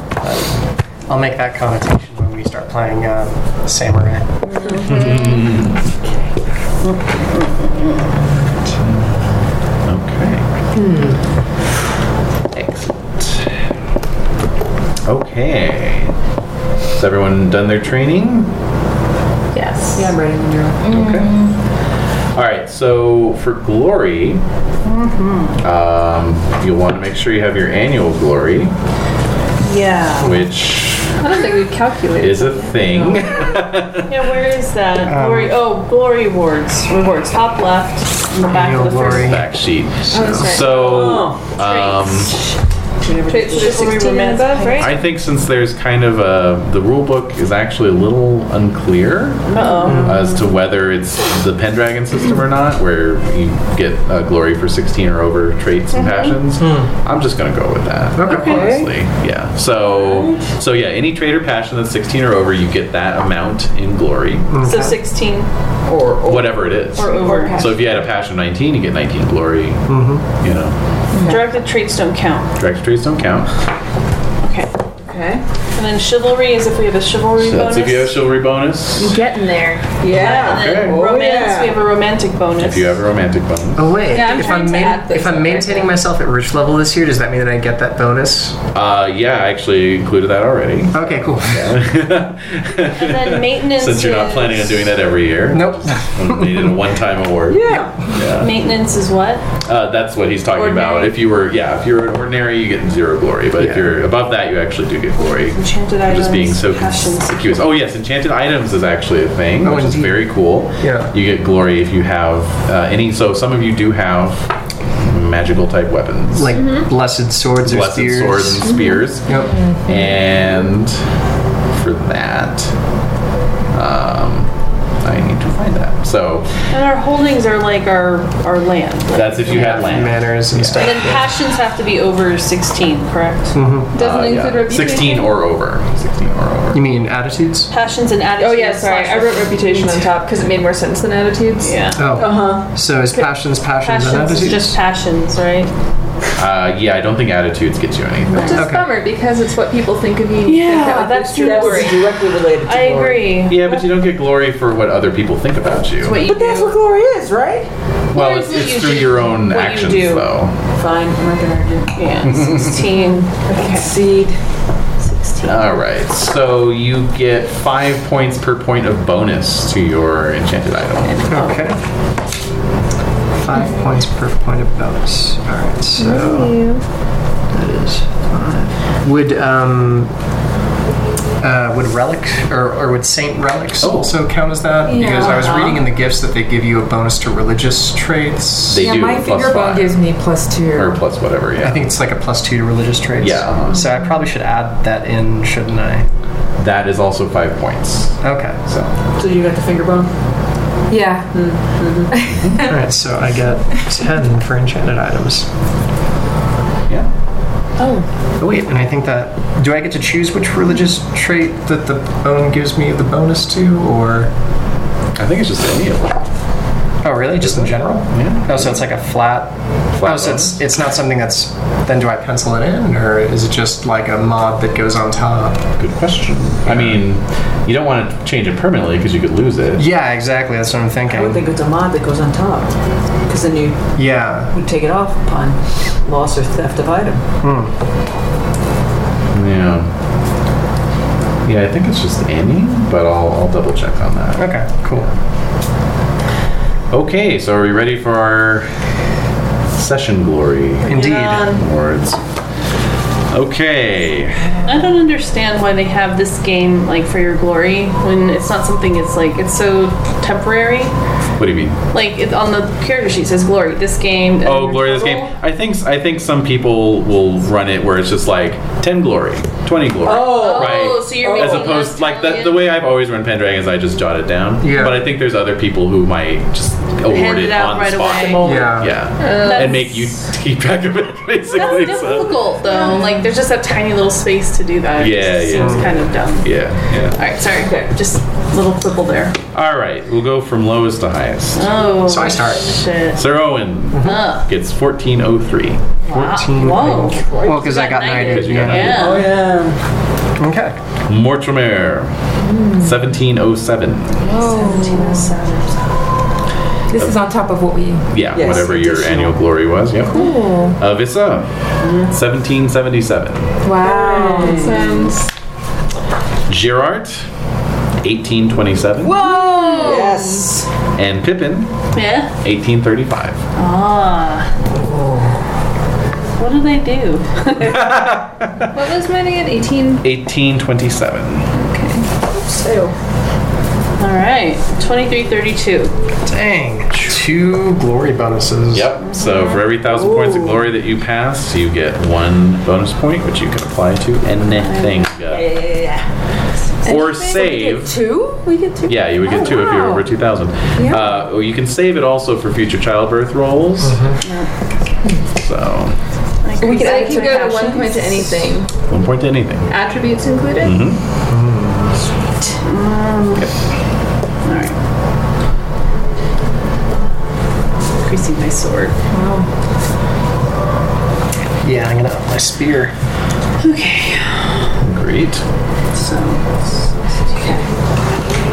Speaker 5: I'll make that connotation when we start playing um, samurai.
Speaker 2: Okay. Hmm. Excellent. Okay. Has everyone done their training?
Speaker 3: yes.
Speaker 8: Yeah, I'm ready when you're up.
Speaker 2: Okay. All right. So for glory, um, you'll want to make sure you have your annual glory,
Speaker 3: Yeah.
Speaker 2: which
Speaker 7: I don't think we've calculated.
Speaker 2: is a thing.
Speaker 3: Yeah. Where is that?
Speaker 5: Um,
Speaker 3: glory. Oh, glory rewards. Rewards. Top left. In the back
Speaker 5: Annual
Speaker 3: of the
Speaker 5: glory.
Speaker 2: (laughs)
Speaker 3: first.
Speaker 2: Back sheet.
Speaker 7: right.
Speaker 2: So um,
Speaker 7: Traits that are
Speaker 3: Just when we were
Speaker 7: 16 and
Speaker 3: men's
Speaker 7: above, right?
Speaker 2: I think since there's kind of a the rule book is actually a little unclear as to whether it's the Pendragon system or not, where you get uh, glory for 16 or over traits and passions. I'm just gonna go with that.
Speaker 5: Okay.
Speaker 2: Honestly, yeah. So so yeah, any trait or passion that's 16 or over, you get that amount in glory,
Speaker 5: Mm-hmm.
Speaker 3: So 16
Speaker 8: Or, or
Speaker 2: whatever it is.
Speaker 3: or over.
Speaker 2: So if you had a passion of 19, you get 19 glory. You know,
Speaker 3: Directed traits don't count.
Speaker 2: direct traits don't count.
Speaker 3: Okay.
Speaker 8: Okay.
Speaker 3: And then chivalry is if we have a chivalry
Speaker 2: So
Speaker 3: bonus.
Speaker 2: that's if you have a chivalry bonus.
Speaker 7: Getting there.
Speaker 8: Yeah.
Speaker 2: Okay.
Speaker 8: Oh,
Speaker 3: Romance.
Speaker 8: yeah.
Speaker 3: We have a romantic bonus.
Speaker 2: If you have a romantic bonus.
Speaker 5: Oh wait,
Speaker 7: Yeah, I'm
Speaker 5: if
Speaker 7: trying
Speaker 5: I'm
Speaker 7: to
Speaker 5: main,
Speaker 7: add this
Speaker 5: if I'm
Speaker 7: up
Speaker 5: maintaining
Speaker 7: right now.
Speaker 5: myself at rich level this year, does that mean that I get that bonus?
Speaker 2: Uh, yeah, I actually included that already.
Speaker 5: Okay, cool.
Speaker 3: and then maintenance.
Speaker 2: Since you're not
Speaker 3: is-
Speaker 2: planning on doing that every year. (laughs)
Speaker 5: Nope.
Speaker 2: They did a one-time award.
Speaker 8: (laughs) Yeah.
Speaker 3: Maintenance is what?
Speaker 2: Uh, that's what he's talking about.
Speaker 3: Ordinary.
Speaker 2: If you were, yeah, if you're an ordinary, you get zero glory. But if
Speaker 5: Yeah.
Speaker 2: you're above that, you actually do get glory.
Speaker 3: Enchanted
Speaker 2: I'm
Speaker 3: items.
Speaker 2: just being so
Speaker 3: passions.
Speaker 2: conspicuous. Oh yes, enchanted items is actually a thing,
Speaker 5: Oh,
Speaker 2: which is
Speaker 5: indeed.
Speaker 2: very cool.
Speaker 5: Yeah.
Speaker 2: You get glory if you have uh, any. So some of you do have magical type weapons,
Speaker 5: Like
Speaker 7: Mm-hmm.
Speaker 5: blessed swords or
Speaker 2: blessed
Speaker 5: spears.
Speaker 2: swords and spears.
Speaker 5: Yep.
Speaker 2: And for that, um, I need to find that. So
Speaker 3: And our holdings are like our our land. Like,
Speaker 2: that's if you had land.
Speaker 5: Manners and
Speaker 3: and
Speaker 5: stuff.
Speaker 3: then passions have to be over 16, correct?
Speaker 5: Hmm.
Speaker 7: Doesn't
Speaker 2: Uh, yeah.
Speaker 7: include reputation.
Speaker 2: 16 or over. 16 or over.
Speaker 5: You mean attitudes?
Speaker 3: Passions and attitudes.
Speaker 7: Oh yeah, sorry. I wrote reputation on top because it made more sense than attitudes.
Speaker 3: Yeah.
Speaker 5: Oh. Uh-huh. So is passions, passions, and
Speaker 3: Passions is
Speaker 5: attitudes?
Speaker 3: just passions, right?
Speaker 2: Uh, yeah, I don't think attitudes get you anything.
Speaker 7: Which is
Speaker 5: Okay.
Speaker 7: bummer because it's what people think of you. and you think that would
Speaker 3: that's
Speaker 7: boost your
Speaker 3: true.
Speaker 8: That was
Speaker 7: glory.
Speaker 8: directly related to
Speaker 3: I agree.
Speaker 2: Yeah, but you don't get glory for what other people think about you.
Speaker 3: What you
Speaker 8: But that's
Speaker 3: do.
Speaker 8: what glory is, right?
Speaker 2: well, it's,
Speaker 3: what
Speaker 2: it's
Speaker 3: you
Speaker 2: through
Speaker 3: do-
Speaker 2: your own
Speaker 3: what you
Speaker 2: actions,
Speaker 3: do.
Speaker 2: though.
Speaker 8: Fine. I'm not gonna argue.
Speaker 3: Yeah, 16.
Speaker 8: Concede.
Speaker 7: 16.
Speaker 2: All right, so you get five points per point of bonus to your enchanted item.
Speaker 5: Okay. Five points per point of bonus. All right, so that is five. Would um, uh, would relic or, or would saint relics
Speaker 2: Oh.
Speaker 5: also count as that? Because I was
Speaker 3: Yeah.
Speaker 5: reading in the gifts that they give you a bonus to religious traits.
Speaker 2: They
Speaker 6: yeah,
Speaker 2: do
Speaker 6: my
Speaker 2: plus
Speaker 6: finger bone
Speaker 2: five.
Speaker 6: gives me plus two.
Speaker 2: or plus whatever. Yeah,
Speaker 5: I think it's like a plus two to religious traits. Um,
Speaker 2: Yeah, uh-huh.
Speaker 5: So I probably should add that in, shouldn't I?
Speaker 2: that is also five points.
Speaker 5: Okay.
Speaker 2: So
Speaker 8: So you got the finger bone?
Speaker 6: yeah.
Speaker 5: All right. So I get ten for enchanted items.
Speaker 2: yeah,
Speaker 5: Oh, wait, and I think that do I get to choose which religious trait that the bone gives me the bonus to, or
Speaker 2: I think it's just any of them.
Speaker 5: oh really, just in general?
Speaker 2: Yeah.
Speaker 5: Oh, so it's like a flat.
Speaker 2: Flat
Speaker 5: oh, so
Speaker 2: bonus.
Speaker 5: it's it's not something that's. Then do I pencil it in, or is it just like a mod that goes on top?
Speaker 2: Good question. I mean, you don't want to change it permanently because you could lose it.
Speaker 5: Yeah, exactly. That's what I'm thinking.
Speaker 8: I would think it's a mod that goes on top. Because then you
Speaker 5: yeah.
Speaker 8: would take it off upon loss or theft of item.
Speaker 2: Yeah. Yeah, I think it's just any, but I'll, I'll double check on that.
Speaker 5: Okay. Cool.
Speaker 2: Okay, so are we ready for our session glory
Speaker 5: Indeed.
Speaker 3: Um,
Speaker 2: awards? Okay.
Speaker 3: I don't understand why they have this game like for your glory when it's not something it's like it's so temporary.
Speaker 2: What do you mean?
Speaker 3: Like it, on the character sheet says glory this game. and
Speaker 2: Oh,
Speaker 3: your
Speaker 2: glory this game.
Speaker 3: total.
Speaker 2: I think I think some people will run it where it's just like 10 glory, 20 glory.
Speaker 8: Oh.
Speaker 3: Oh,
Speaker 2: right.
Speaker 3: so you're
Speaker 2: As
Speaker 3: making
Speaker 2: opposed
Speaker 3: us
Speaker 2: like
Speaker 3: tally
Speaker 2: the, the
Speaker 3: it?
Speaker 2: way I've always run Pendragon is I just jot it down.
Speaker 5: Yeah.
Speaker 2: But I think there's other people who might just award
Speaker 3: Hand
Speaker 2: it,
Speaker 3: it out
Speaker 2: on
Speaker 3: right
Speaker 2: the spot.
Speaker 3: away.
Speaker 5: Yeah.
Speaker 2: Yeah.
Speaker 3: That's-
Speaker 2: and make uh, you keep track of it (laughs)
Speaker 3: That's
Speaker 2: basically. so.
Speaker 3: difficult though. Like there's just that tiny little space to do that. It
Speaker 2: Yeah,
Speaker 3: just
Speaker 2: yeah.
Speaker 3: Seems kind of dumb.
Speaker 2: Yeah, yeah.
Speaker 3: All right, sorry. Just little quibble there.
Speaker 2: All right, we'll go from lowest to highest.
Speaker 3: Oh.
Speaker 5: So I start.
Speaker 3: Shit.
Speaker 2: Sir Owen
Speaker 3: Uh,
Speaker 2: gets 1403.
Speaker 5: Fourteen.
Speaker 3: whoa.
Speaker 5: Well, because I got
Speaker 3: Knighted.
Speaker 5: knighted.
Speaker 2: You got
Speaker 3: Yeah.
Speaker 8: Oh, yeah.
Speaker 5: Okay.
Speaker 2: Mortimer 1707.
Speaker 6: This is on top of what we.
Speaker 2: Yeah,
Speaker 8: Yes,
Speaker 2: whatever your
Speaker 8: additional.
Speaker 2: annual glory was. Yep.
Speaker 6: Cool.
Speaker 2: Uh, Vissa, 1777.
Speaker 6: Wow.
Speaker 2: Girard, 1827.
Speaker 6: Whoa.
Speaker 8: Yes.
Speaker 2: And Pippin,
Speaker 3: Yeah.
Speaker 2: 1835.
Speaker 3: Ah. What did I do?
Speaker 7: What was mine again? 18.
Speaker 2: 1827.
Speaker 3: All right. 2332.
Speaker 5: Dang. Two glory bonuses.
Speaker 2: Yep. So for every thousand points of glory that you pass, you get one bonus point, which you can apply to anything. Or save.
Speaker 6: Two? We get two. Oh,
Speaker 2: Yeah, you would get two if you're
Speaker 6: wow.
Speaker 2: over 2,000. Uh, well, you can save it also for future childbirth rolls. So,
Speaker 6: We
Speaker 7: So I
Speaker 6: add
Speaker 7: can go to one point to anything.
Speaker 2: one point to anything. Mm-hmm.
Speaker 7: Attributes included?
Speaker 3: All right. Increasing my sword.
Speaker 5: Yeah, I'm gonna up my spear.
Speaker 2: Great.
Speaker 3: So.
Speaker 2: Mm.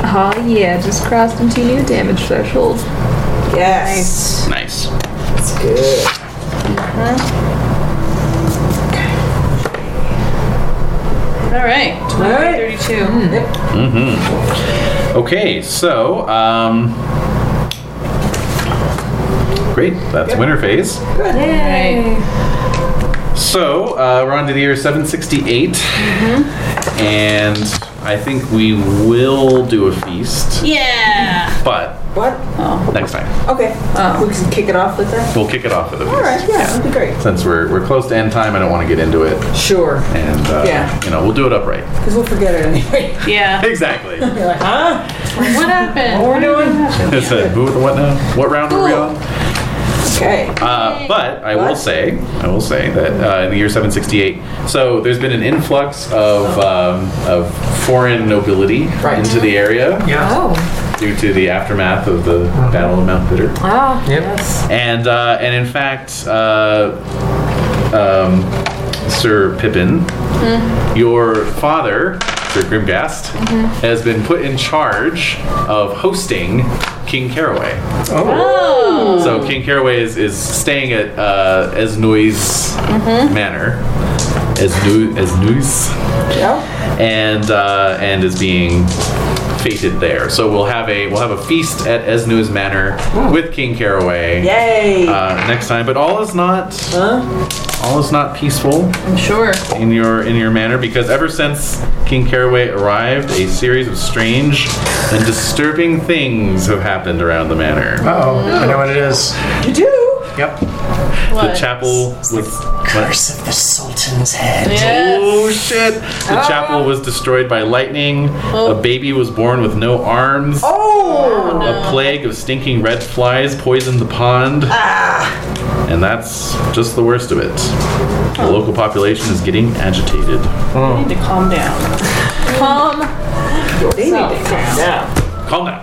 Speaker 7: Oh, yeah, just crossed into new damage threshold.
Speaker 8: Yes.
Speaker 2: Nice.
Speaker 8: That's good.
Speaker 3: All right. 2332.
Speaker 2: Okay, so um, great. That's winter phase.
Speaker 3: All right.
Speaker 2: So uh, we're on to the year 768, and I think we will do a feast,
Speaker 3: Yeah.
Speaker 2: but
Speaker 8: What?
Speaker 2: next time
Speaker 8: Okay. We can kick it off with that?
Speaker 2: we'll kick it off with a feast.
Speaker 8: Oh. All right. Yeah, that'd be great.
Speaker 2: Since we're we're close to end time, I don't want to get into it,
Speaker 8: Sure.
Speaker 2: and uh,
Speaker 8: Yeah.
Speaker 2: you know we'll do it upright. (laughs)
Speaker 8: Because we'll forget it anyway.
Speaker 3: Yeah.
Speaker 2: Exactly.
Speaker 8: You're like, huh?
Speaker 3: What happened?
Speaker 8: What we're doing?
Speaker 2: It's a who the what now? What round are we on?
Speaker 8: Okay.
Speaker 2: Uh, but I will
Speaker 8: What?
Speaker 2: say, I will say that uh, in the year 768, so there's been an influx of um, of foreign nobility
Speaker 8: Right.
Speaker 2: into the area
Speaker 5: Yeah.
Speaker 6: Oh.
Speaker 2: due to the aftermath of the Battle of Mount Bitter,
Speaker 6: Wow.
Speaker 5: Yep.
Speaker 2: and uh, and in fact, uh, um, Sir Pippin, your father, Sir Grimgast, has been put in charge of hosting King Caraway.
Speaker 3: Oh.
Speaker 2: So King Caraway is, is staying at uh, Esnoy's Manor as new as news
Speaker 8: Yeah.
Speaker 2: and uh, and is being fated there. So we'll have a we'll have a feast at Esnu's Manor with King Caraway
Speaker 8: Yay.
Speaker 2: uh, next time. But all is not
Speaker 8: huh?
Speaker 2: all is not peaceful
Speaker 3: I'm sure.
Speaker 2: in your in your manor because ever since King Caraway arrived, a series of strange and disturbing things have happened around the manor.
Speaker 5: Oh, I know what it is.
Speaker 8: You do?
Speaker 5: Yep.
Speaker 2: The chapel was
Speaker 5: Curse of the Sultan's head.
Speaker 2: Oh shit! The chapel was destroyed by lightning. A baby was born with no arms.
Speaker 8: Oh.
Speaker 2: A plague of stinking red flies poisoned the pond. And that's just the worst of it. The local population is getting agitated.
Speaker 3: I need to calm down. Calm.
Speaker 8: They need to come down.
Speaker 2: Calm down.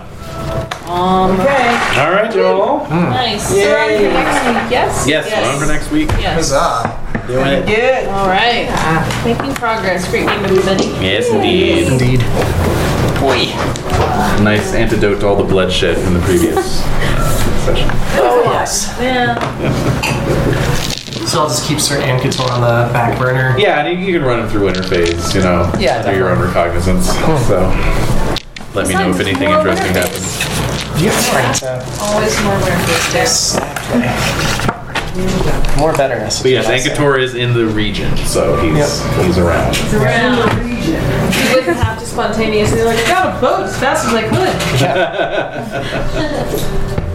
Speaker 3: Um,
Speaker 8: Okay.
Speaker 2: All right, y'all.
Speaker 3: nice.
Speaker 8: Yay.
Speaker 3: So we're on to the next week, yes?
Speaker 2: Yes, we're on for next week.
Speaker 3: Yes.
Speaker 5: Huzzah.
Speaker 2: Doing it.
Speaker 8: Good.
Speaker 3: All right. Making progress. Great game, everybody.
Speaker 2: Yes, indeed.
Speaker 5: Indeed. Boy.
Speaker 2: Nice antidote to all the bloodshed from the previous session.
Speaker 5: Yes.
Speaker 3: Yeah.
Speaker 5: So I'll just keep Sir Ankator on the back burner.
Speaker 2: Yeah, and you you can run it through winter phase, you know,
Speaker 8: Yeah,
Speaker 2: through your own recognizance. So let me know if anything interesting happens.
Speaker 5: Yes. Right. Uh,
Speaker 7: Always more winter
Speaker 5: yes. More betterness. is
Speaker 2: But yes,
Speaker 5: what I say.
Speaker 2: Ankator is in the region, so he's he's around.
Speaker 3: Around. You wouldn't have to spontaneously, like, I got a boat as fast as I could.